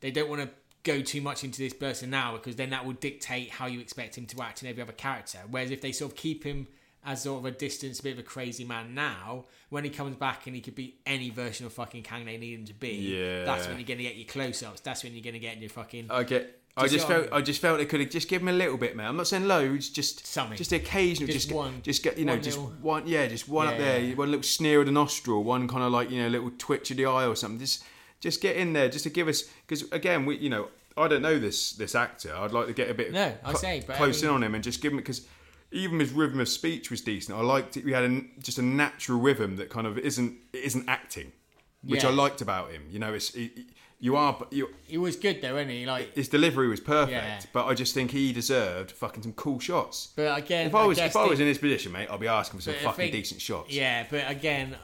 S3: they don't wanna go too much into this person now because then that will dictate how you expect him to act in every other character. Whereas if they sort of keep him as sort of a distance, a bit of a crazy man now, when he comes back and he could be any version of fucking Kang they need him to be,
S2: Yeah.
S3: that's when you're gonna get your close-ups. That's when you're gonna get your fucking.
S2: I get. I
S3: Just
S2: just
S3: got-
S2: felt. I just felt they could have just give him a little bit, man. I'm not saying loads. Just
S3: Something.
S2: Just occasional.
S3: Just
S2: Just,
S3: one-
S2: one. Just get. You know.
S3: one
S2: Just
S3: little-
S2: one. Yeah. Just one up
S3: Yeah.
S2: there. One little sneer of the nostril. One kind of like you know little twitch of the eye or something. Just just get in there. Just to give us because again we you know I don't know this this actor. I'd like to get a bit
S3: No, I
S2: cl-
S3: say, but I
S2: close
S3: mean-
S2: in on him and just give him because. Even his rhythm of speech was decent. I liked it. We had a, just a natural rhythm that kind of isn't isn't acting, which
S3: Yeah.
S2: I liked about him. You know, it's it, you are you
S3: He was good though, wasn't he? Like,
S2: his delivery was perfect,
S3: Yeah.
S2: but I just think he deserved fucking some cool shots.
S3: but again,
S2: If I was
S3: guess
S2: if I
S3: the-
S2: was in his position, mate, I'd be asking for some
S3: But I
S2: fucking
S3: think-
S2: decent shots.
S3: Yeah, but again,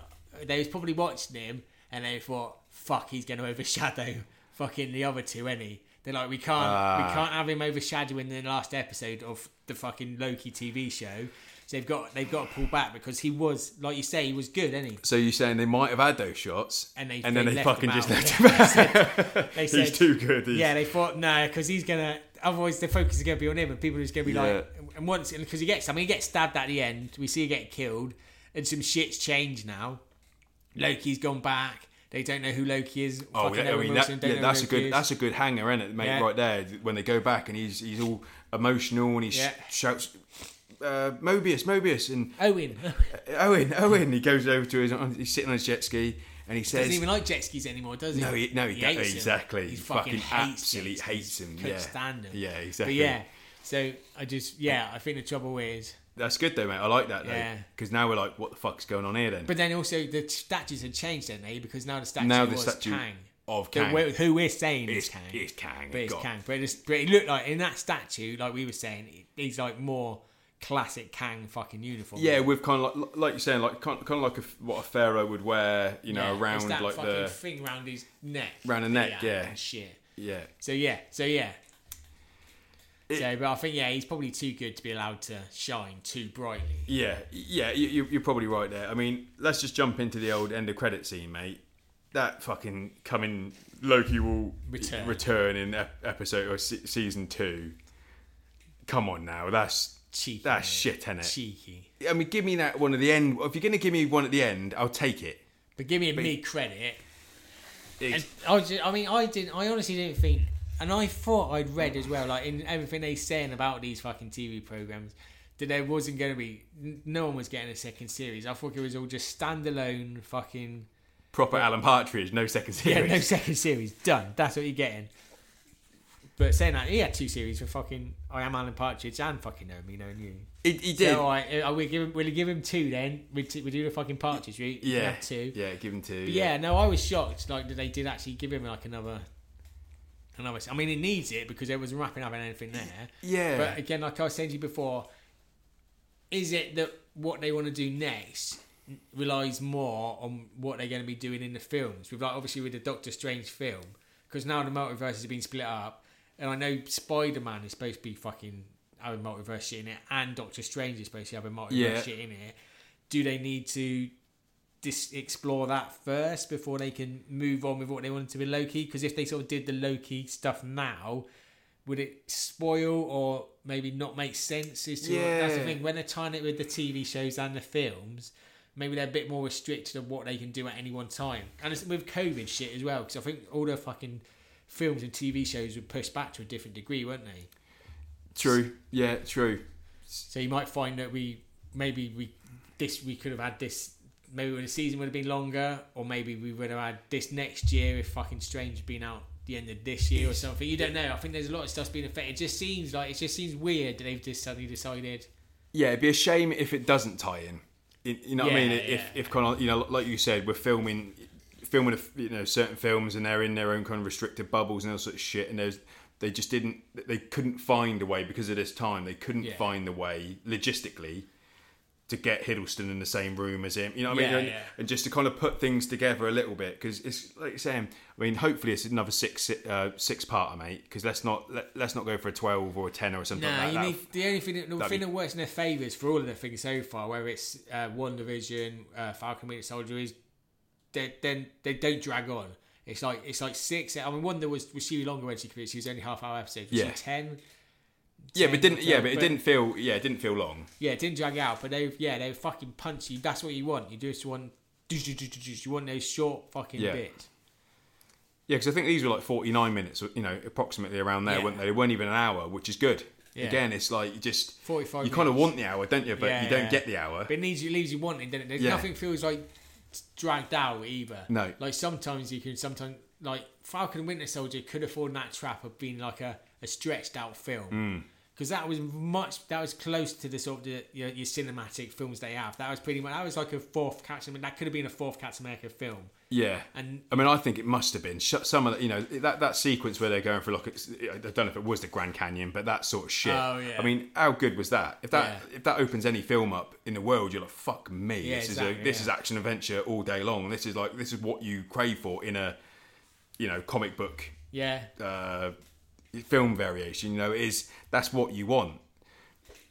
S3: they was probably watching him and they thought, "Fuck, he's going to overshadow fucking the other two, ain't he?" They're like, "We can't, we can't have him overshadowing the last episode of the fucking Loki TV show." So they've got they've got to pull back because he was, like you say, he was good, ain't he?
S2: So you're saying they might have had those shots,
S3: And they-
S2: then
S3: they
S2: they,
S3: left
S2: fucking
S3: him
S2: just
S3: out.
S2: left him out.
S3: They
S2: He's too good. He's,
S3: Yeah, they thought no, because he's gonna. Otherwise, the focus is gonna be on him, and people are just gonna be like, and once because he gets, I mean, he gets stabbed at the end. We see him get killed, and some shit's changed now. Loki's gone back. They don't know who Loki is.
S2: Oh,
S3: Fucking
S2: yeah, I
S3: Owen
S2: mean, that,
S3: Wilson don't
S2: yeah,
S3: know
S2: that's
S3: who
S2: a
S3: Loki
S2: good
S3: is.
S2: that's a good hanger, isn't it, mate?
S3: Yeah.
S2: Right there, when they go back and he's he's all emotional and he sh-
S3: Yeah.
S2: shouts, uh, "Mobius, Mobius!" and
S3: Owen
S2: Owen, Owen. He goes over to his, he's sitting on his jet ski and he says,
S3: doesn't even like jet skis anymore, does he?
S2: No, he, no, he,
S3: He
S2: don't-
S3: hates 'em.
S2: exactly.
S3: He
S2: He fucking,
S3: fucking hates
S2: absolutely
S3: jet skis.
S2: hates him.
S3: Couldn't
S2: yeah.
S3: stand 'em.
S2: Yeah,
S3: But
S2: exactly.
S3: yeah, so I just yeah, I think the trouble is,
S2: that's good though, mate. I like that though,
S3: Yeah.
S2: because now we're like, what the fuck's going on here then?
S3: but then also the statues had changed, didn't they? Because now the statue
S2: now the
S3: was
S2: statue
S3: Kang.
S2: of
S3: But
S2: Kang.
S3: we're- who we're saying
S2: it's,
S3: is Kang.
S2: it's Kang.
S3: But it's
S2: God.
S3: Kang. But, it's, but it looked like in that statue, like we were saying, it- he's like more classic Kang fucking uniform.
S2: Yeah, with kind of like, like you're saying, like kind kind of like a, what a pharaoh would wear, you know,
S3: Yeah, it's
S2: around
S3: that
S2: like
S3: fucking
S2: the
S3: thing round his neck,
S2: Round the neck, yeah.
S3: and shit.
S2: yeah.
S3: So yeah, so yeah. so, but I think yeah, he's probably too good to be allowed to shine too brightly.
S2: Yeah, yeah, you, you- you're probably right there. I mean, let's just jump into the old end of credit scene, mate. That fucking coming Loki will
S3: Return.
S2: return in ep- episode or se- season two. Come on now, that's
S3: Cheeky,
S2: That's
S3: mate.
S2: shit, innit?
S3: Cheeky.
S2: I mean, give me that one at the end. If you're gonna give me one at the end, I'll take it.
S3: But give me me credit. And
S2: It's-
S3: I, was just, I mean, I didn't. I honestly didn't think, and I thought I'd read as well, like in everything they saying about these fucking TV programs, that there wasn't going to be. n- No one was getting a second series. I thought it was all just standalone fucking.
S2: proper Alan Partridge, no second
S3: Yeah,
S2: series.
S3: no second series. Done. That's what you're getting. But saying that, he had two series for fucking I Am Alan Partridge and fucking Know Me, Knowing You.
S2: he, he did.
S3: Yeah. So I, I, we give him, we'll give him two then. We, t- we do the fucking Partridge route. We'll
S2: yeah,
S3: have two.
S2: yeah, give him two.
S3: But yeah, no, I was shocked. Like that they did actually give him like another, another. I mean, it needs it because there was wrapping up and anything there.
S2: Yeah.
S3: But again, like I was saying to you before, is it that what they want to do next relies more on what they're going to be doing in the films? With like obviously with the Doctor Strange film, because now the multiverse has been split up, and I know Spider Man is supposed to be fucking having multiverse shit in it, and Doctor Strange is supposed to have a multiverse
S2: Yeah.
S3: shit in it. Do they need to dis- explore that first before they can move on with what they wanted to be Loki. Because if they sort of did the Loki stuff now, would it spoil or maybe not make sense? Is to that's the
S2: Yeah.
S3: thing when they're tying it with the TV shows and the films. Maybe they're a bit more restricted on what they can do at any one time, and it's with COVID shit as well. Because I think all the fucking films and TV shows were pushed back to a different degree, weren't they?
S2: true. Yeah, true.
S3: So you might find that we maybe we this we could have had this maybe the season would have been longer, or maybe we would have had this next year if fucking Strange had been out the end of this year or something. You don't know. I think there's a lot of stuff's been affected. It just seems like it just seems weird that they've just suddenly decided.
S2: Yeah, it'd be a shame if it doesn't tie in. You you know what I
S3: Yeah,
S2: mean? If
S3: yeah.
S2: if kind of you know, like you said, we're filming filming a f you know certain films and they're in their own kind of restricted bubbles and all sorts of shit, and there's they just didn't they couldn't find a way because of this time they couldn't
S3: Yeah.
S2: find the way logistically to get Hiddleston in the same room as him. You know what I
S3: Yeah,
S2: mean? And,
S3: yeah.
S2: and just to kind of put things together a little bit because it's like you're saying. I mean, hopefully it's another six uh, six parter, mate. Because let's not let, let's not go for a twelve or a ten or something
S3: No,
S2: like
S3: you
S2: that.
S3: need the only thing that, the
S2: that'd
S3: thing
S2: be-
S3: that works in their favour is for all of the things so far, whether it's uh, One Division, uh, Falcon Winter Soldier, is they then they don't drag on. It's like it's like six. I mean, one that was was she longer when she committed. She was only half hour episodes. Was
S2: Yeah.
S3: she ten?
S2: yeah,
S3: 10
S2: but
S3: or
S2: didn't yeah,
S3: 12,
S2: but it
S3: but-
S2: didn't feel yeah, it didn't feel long.
S3: Yeah, it didn't drag out, but they yeah they fucking punch you. That's what you want. You just want you want those short fucking
S2: Yeah.
S3: bits.
S2: Yeah, because I think these were like 49 minutes, you know, approximately around there,
S3: Yeah.
S2: weren't they? They weren't even an hour, which is good.
S3: Yeah.
S2: Again, it's like you just
S3: 45
S2: You kind of
S3: minutes.
S2: want the hour, don't you? But
S3: Yeah,
S2: you don't
S3: yeah.
S2: get the hour.
S3: But it needs you leaves you wanting, doesn't it? There's
S2: Yeah.
S3: Nothing feels like dragged out either.
S2: No.
S3: Like sometimes you can sometimes like Falcon and Winter Soldier could afford that trap of being like a, a stretched out
S2: Hmm.
S3: film. Because that was much that was close to the sort of the, your, your cinematic films they have. That was pretty much that was like a fourth Captain America. That could have been a fourth Captain America film.
S2: yeah.
S3: And
S2: I mean, I think it must have been Sh- some of the, you know, that, that sequence where they're going for like, it's- I don't know if it was the Grand Canyon, but that sort of shit.
S3: Oh, yeah.
S2: I mean, how good was that? If that
S3: Yeah.
S2: if that opens any film up in the world, you're like, fuck me,
S3: Yeah,
S2: this is
S3: exactly,
S2: a, this
S3: yeah.
S2: is action adventure all day long. This is like this is what you crave for in a, you know, comic book
S3: yeah,
S2: uh, film variation. You know, it is that's what you want.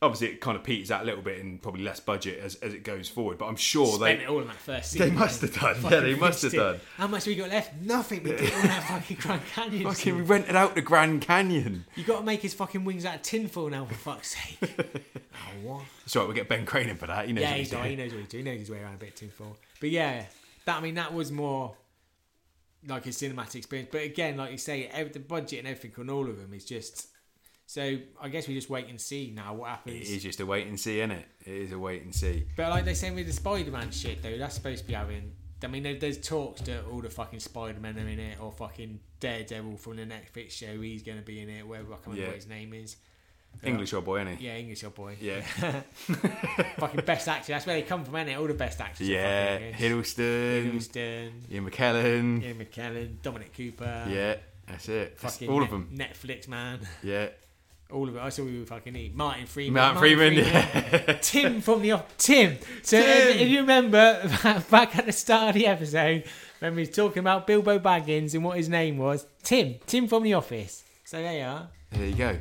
S2: Obviously, it kind of peters out a little bit and probably less budget as, as it goes forward. But I'm sure
S3: spent
S2: they
S3: it all in that first
S2: they
S3: season.
S2: must have done. Yeah, they must have
S3: Wasted.
S2: done.
S3: How much we got left? Nothing. We did all that fucking Grand Canyon.
S2: Fucking, we
S3: stuff.
S2: rented out the Grand Canyon.
S3: you got to make his fucking wings out of tinfoil now, for fuck's sake. oh, what?
S2: Sorry, we'll get Ben Crane in for that. He knows
S3: Yeah,
S2: what
S3: he's
S2: he's
S3: all right. He
S2: doing.
S3: knows what he's doing. He knows his way around a bit of tinfoil. But yeah, that I mean, that was more like a cinematic experience. But again, like you say, ev the budget and everything on all of them is just. So I guess we just wait and see now what
S2: It
S3: happens.
S2: is just a wait and see, isn't it? It is a wait and see.
S3: But like they're saying with the Spider-Man shit though, that's supposed to be having. I mean, there- there's talks that all the fucking Spider-Men are in it, or fucking Daredevil from the Netflix show. He's going to be in it, whatever I can't remember
S2: Yeah.
S3: what his name is.
S2: English old boy, ain't he?
S3: Yeah, English old boy.
S2: Yeah.
S3: Fucking best actor. That's where they come from, ain't it? All the best actors. are
S2: Yeah.
S3: fucking English.
S2: Hiddleston,
S3: Houston,
S2: Ian McKellen.
S3: Ian McKellen, Dominic Cooper.
S2: Yeah, that's it. That's
S3: Fucking
S2: all of
S3: Net-
S2: them.
S3: Netflix man.
S2: Yeah.
S3: All of it. I saw we were fucking eat. Martin Freeman.
S2: Matt Freeman. Yeah.
S3: Tim from the off. Tim. So
S2: Tim.
S3: If, if you remember back at the start of the episode when we were talking about Bilbo Baggins and what his name was, Tim. Tim from the office. So there you are.
S2: there you go.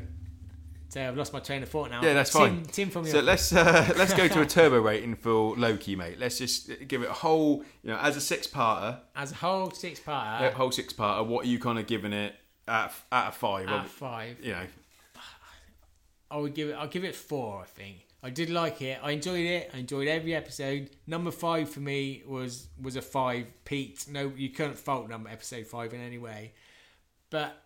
S3: So I've lost my train of thought now.
S2: Yeah, that's
S3: Tim,
S2: fine.
S3: Tim from the
S2: So
S3: office.
S2: let's uh, let's go to a turbo rating for Loki, mate. Let's just give it a whole, you know, as a six-parter,
S3: As a whole six part
S2: a whole six-parter. What are you kind of giving it out of, out of five?
S3: out
S2: Ob-
S3: of five.
S2: you know,
S3: I would give it. I'll give it four. I think I did like it. I enjoyed it. I enjoyed every episode. Number five for me was was a five. Pete, no, you couldn't fault number episode five in any way. But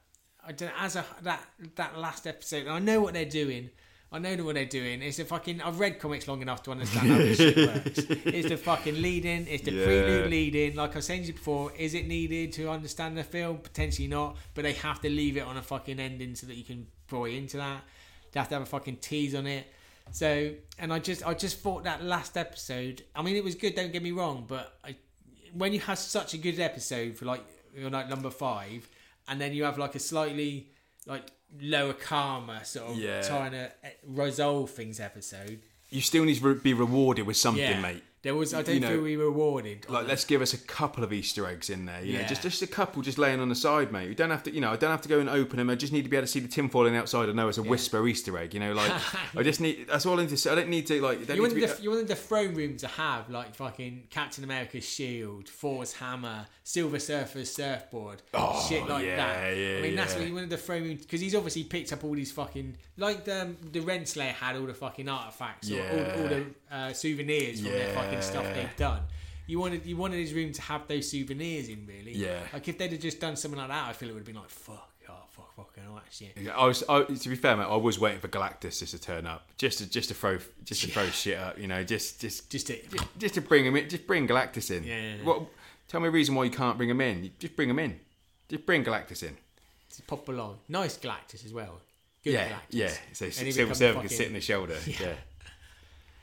S3: I don't. As a that that last episode, I know what they're doing. I know what they're doing. It's a fucking. I've read comics long enough to understand how this shit works. It's the fucking leading. It's the
S2: Yeah.
S3: prelude leading. Like I said to you before, is it needed to understand the film? Potentially not. But they have to leave it on a fucking ending so that you can buy into that. They have to have a fucking tease on it. So, and I just, I just thought that last episode. I mean, it was good. Don't get me wrong, but I, when you have such a good episode for like, you know, like number five, and then you have like a slightly like lower karma sort of
S2: Yeah.
S3: trying to eh, resolve things episode.
S2: you still need to re- be rewarded with something,
S3: Yeah,
S2: mate.
S3: There was, I
S2: You
S3: don't
S2: know,
S3: feel we were rewarded. on
S2: Like, let's give us a couple of Easter eggs in there. You know,
S3: Yeah.
S2: just just a couple, just laying on the side, mate. We don't have to, you know, I don't have to go and open them. I just need to be able to see the tin foiling outside. I know it's a whisper Easter egg. You know, like I just need. That's all I need to say. I don't need to like. Don't
S3: You
S2: need to be,
S3: wanted, the, you wanted the throne room to have like fucking Captain America's shield, Thor's hammer, Silver Surfer's surfboard,
S2: Oh,
S3: shit like
S2: yeah,
S3: that.
S2: yeah,
S3: I mean, that's
S2: yeah.
S3: what you wanted the throne room because he's obviously picked up all these fucking like the um, the Renslayer had all the fucking artifacts or all, all the
S2: Yeah.
S3: uh, souvenirs from their fucking stuff
S2: Yeah.
S3: they've done. You wanted you wanted his room to have those souvenirs in, really.
S2: Yeah.
S3: Like if they'd have just done something like that, I feel it would have been like fuck, oh fuck, fucking all that shit.
S2: I was, I, to be fair, mate. I was waiting for Galactus just to turn up, just to just to throw, just to throw shit up, you know, just just
S3: Just to
S2: just, just to bring him in, just bring Galactus in.
S3: Yeah.
S2: What? Tell me a reason why you can't bring him in. Just bring him in. Just bring Galactus in.
S3: to pop along. Nice Galactus as well. Good
S2: yeah,
S3: Galactus.
S2: yeah. So
S3: And he
S2: Silver
S3: becomes
S2: Surfer can
S3: fucking-
S2: sit in the shoulder. Yeah.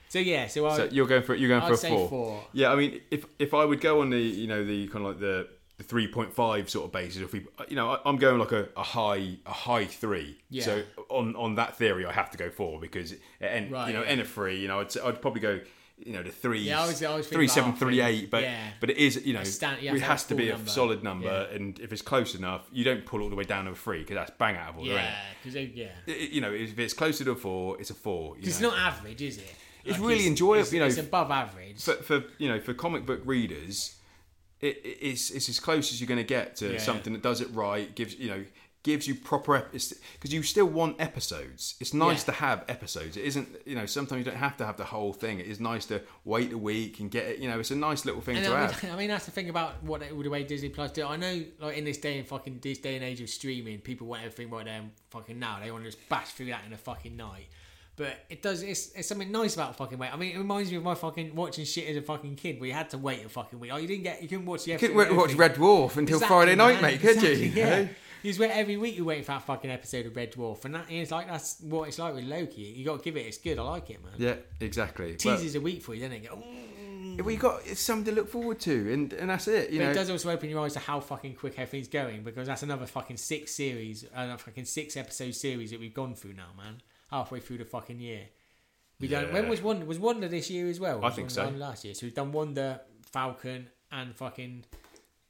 S3: So yeah, so I
S2: So you're going for you're going
S3: I'd
S2: for a
S3: say
S2: four.
S3: four.
S2: Yeah, I mean, if if I would go on the you know the kind of like the, the three point five sort of basis, if we you know I, I'm going like a, a high a high three.
S3: Yeah.
S2: So on on that theory, I have to go four because and
S3: Right,
S2: you know
S3: yeah.
S2: and a three, you know, I'd, I'd probably go. You know the three,
S3: Yeah, I was- I was thinking
S2: three,
S3: about
S2: seven,
S3: half
S2: three,
S3: three.
S2: eight, but
S3: Yeah.
S2: but it is you know
S3: stand- you have
S2: it
S3: to have a
S2: has to be
S3: full
S2: a
S3: number.
S2: solid number,
S3: Yeah.
S2: and if it's close enough, you don't pull all the way down to a three because that's bang out of order.
S3: yeah,
S2: ain't
S3: because yeah,
S2: it? It- you know if it's closer to a four, it's a four. you
S3: 'Cause it's
S2: know.
S3: not average, is it?
S2: It's really enjoyable,
S3: It's,
S2: you know.
S3: it's above average.
S2: for, for you know for comic book readers, it, it- it's it's as close as you're going to get to
S3: Yeah.
S2: something that does it right. Gives you know gives you proper because you still want episodes. It's nice
S3: Yeah.
S2: to have episodes. It isn't you know sometimes you don't have to have the whole thing. It is nice to wait a week and get it. You know it's a nice little thing
S3: and
S2: to
S3: I
S2: have.
S3: mean, I mean, that's the thing about what all the way Disney Plus do. I know, like in this day and fucking this day and age of streaming, people want everything right there, and fucking now. They want to just bash through that in a fucking night. But it does. It's, it's something nice about fucking wait. I mean, it reminds me of my fucking watching shit as a fucking kid, where you had to wait a fucking week. Like you didn't get, you couldn't watch the.
S2: You
S3: episode
S2: couldn't watch
S3: everything.
S2: Red Dwarf until
S3: Exactly,
S2: Friday night,
S3: man.
S2: mate, could
S3: Exactly,
S2: you?
S3: Yeah.
S2: You know?
S3: You just wait every week you wait for that fucking episode of Red Dwarf, and that is like that's what it's like with Loki. You got to give it. It's good. I like it, man.
S2: Yeah, exactly. Well,
S3: Teases a week for you, doesn't it? Oh, Go, "Ooh."
S2: well, you got it's something to look forward to, and and that's it. You
S3: But
S2: know,
S3: it does also open your eyes to how fucking quick everything's going because that's another fucking six series, another fucking six episode series that we've gone through now, man. Halfway through the fucking year, we done.
S2: Yeah.
S3: When was Wonder? Was Wonder this year as well?
S2: I think
S3: Wonder-
S2: so.
S3: Wonder Last year, so we've done Wonder, Falcon, and fucking.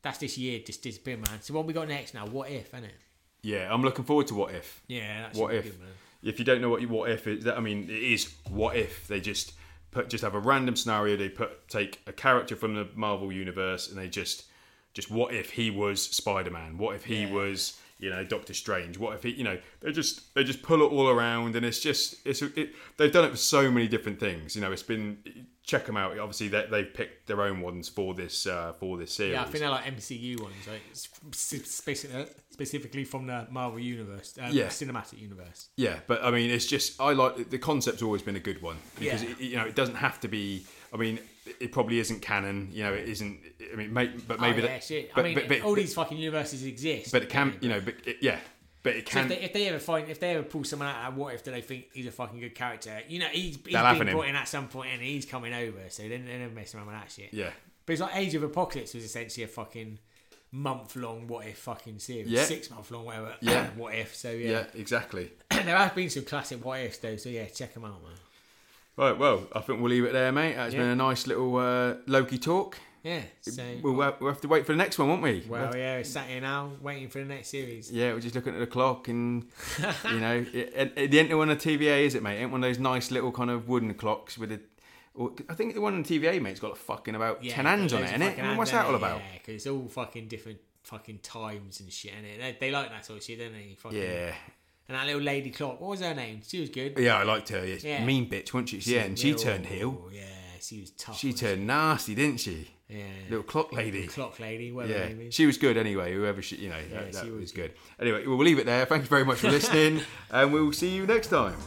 S3: That's this year just disappeared, man. So what we got next now? What if, innit?
S2: yeah, I'm looking forward to what if.
S3: Yeah, that's
S2: what if
S3: good, man.
S2: if you don't know what you- what if is that i mean it is what if they just put just have a random scenario they put take a character from the marvel universe and they just just what if he was spider-man what if he
S3: Yeah.
S2: was you know doctor strange what if he you know they just they just pull it all around and it's just it's it, they've done it for so many different things you know it's been check them out obviously they, they've picked their own ones for this uh for this series
S3: Yeah, I think they're like MCU ones, like sp- speci- uh, specifically from the Marvel universe, um,
S2: Yeah.
S3: cinematic universe.
S2: Yeah, but I mean, it's just I like the concept's always been a good one because
S3: Yeah.
S2: it, you know it doesn't have to be. I mean, it probably isn't canon. You know, it isn't. I mean, may, but maybe
S3: oh, yeah,
S2: that.
S3: shit.
S2: But,
S3: I mean,
S2: but, but,
S3: all these fucking universes exist.
S2: but it can. You know, but it, yeah, But it
S3: So
S2: can.
S3: if, they, if they ever find, if they ever pull someone out of that what if, do they think he's a fucking good character? You know, he's, he's
S2: They'll have
S3: being
S2: him.
S3: brought in at some point and he's coming over, so they, they never mess around with that shit.
S2: yeah.
S3: But it's like Age of Apocalypse was essentially a fucking month long what if fucking series,
S2: Yeah.
S3: six month long whatever.
S2: Yeah.
S3: what if? So
S2: yeah.
S3: yeah,
S2: exactly.
S3: there have been some classic what ifs though. So yeah, check them out, man.
S2: Right, well, I think we'll leave it there, mate. That's
S3: Yeah.
S2: been a nice little uh, Loki talk.
S3: Yeah. So
S2: We'll, we'll have to wait for the next one, won't we?
S3: well, yeah, it's sat here now waiting for the next series.
S2: Yeah, we're just looking at the clock, and you know, it, it, it ain't one of TVA, is it, mate? It ain't one of those nice little kind of wooden clocks with a. Or, I think the one on TVA, mate's got like fucking about
S3: Yeah,
S2: ten hands on it,
S3: loads of
S2: innit?
S3: fucking
S2: I mean, what's
S3: hands
S2: that all
S3: on it,
S2: about?
S3: Yeah, 'cause it's all fucking different fucking times and shit, innit? They, they like that sort of shit, don't they? Fucking,
S2: Yeah,
S3: And that little lady clock, what was her name? She was good.
S2: yeah, I liked her. Yeah, she's a
S3: Yeah.
S2: mean bitch, wasn't she? Yeah, and she
S3: Yeah,
S2: turned
S3: oh,
S2: heel.
S3: Yeah, she was tough.
S2: She
S3: wasn't
S2: turned nasty, didn't she?
S3: Yeah.
S2: Little clock lady.
S3: clock lady, whatever her
S2: Yeah,
S3: name is.
S2: she was good anyway. Whoever she, you know, that,
S3: she
S2: that
S3: was
S2: was good. Anyway, we'll leave it there. Thank you very much for listening, and we'll see you next time.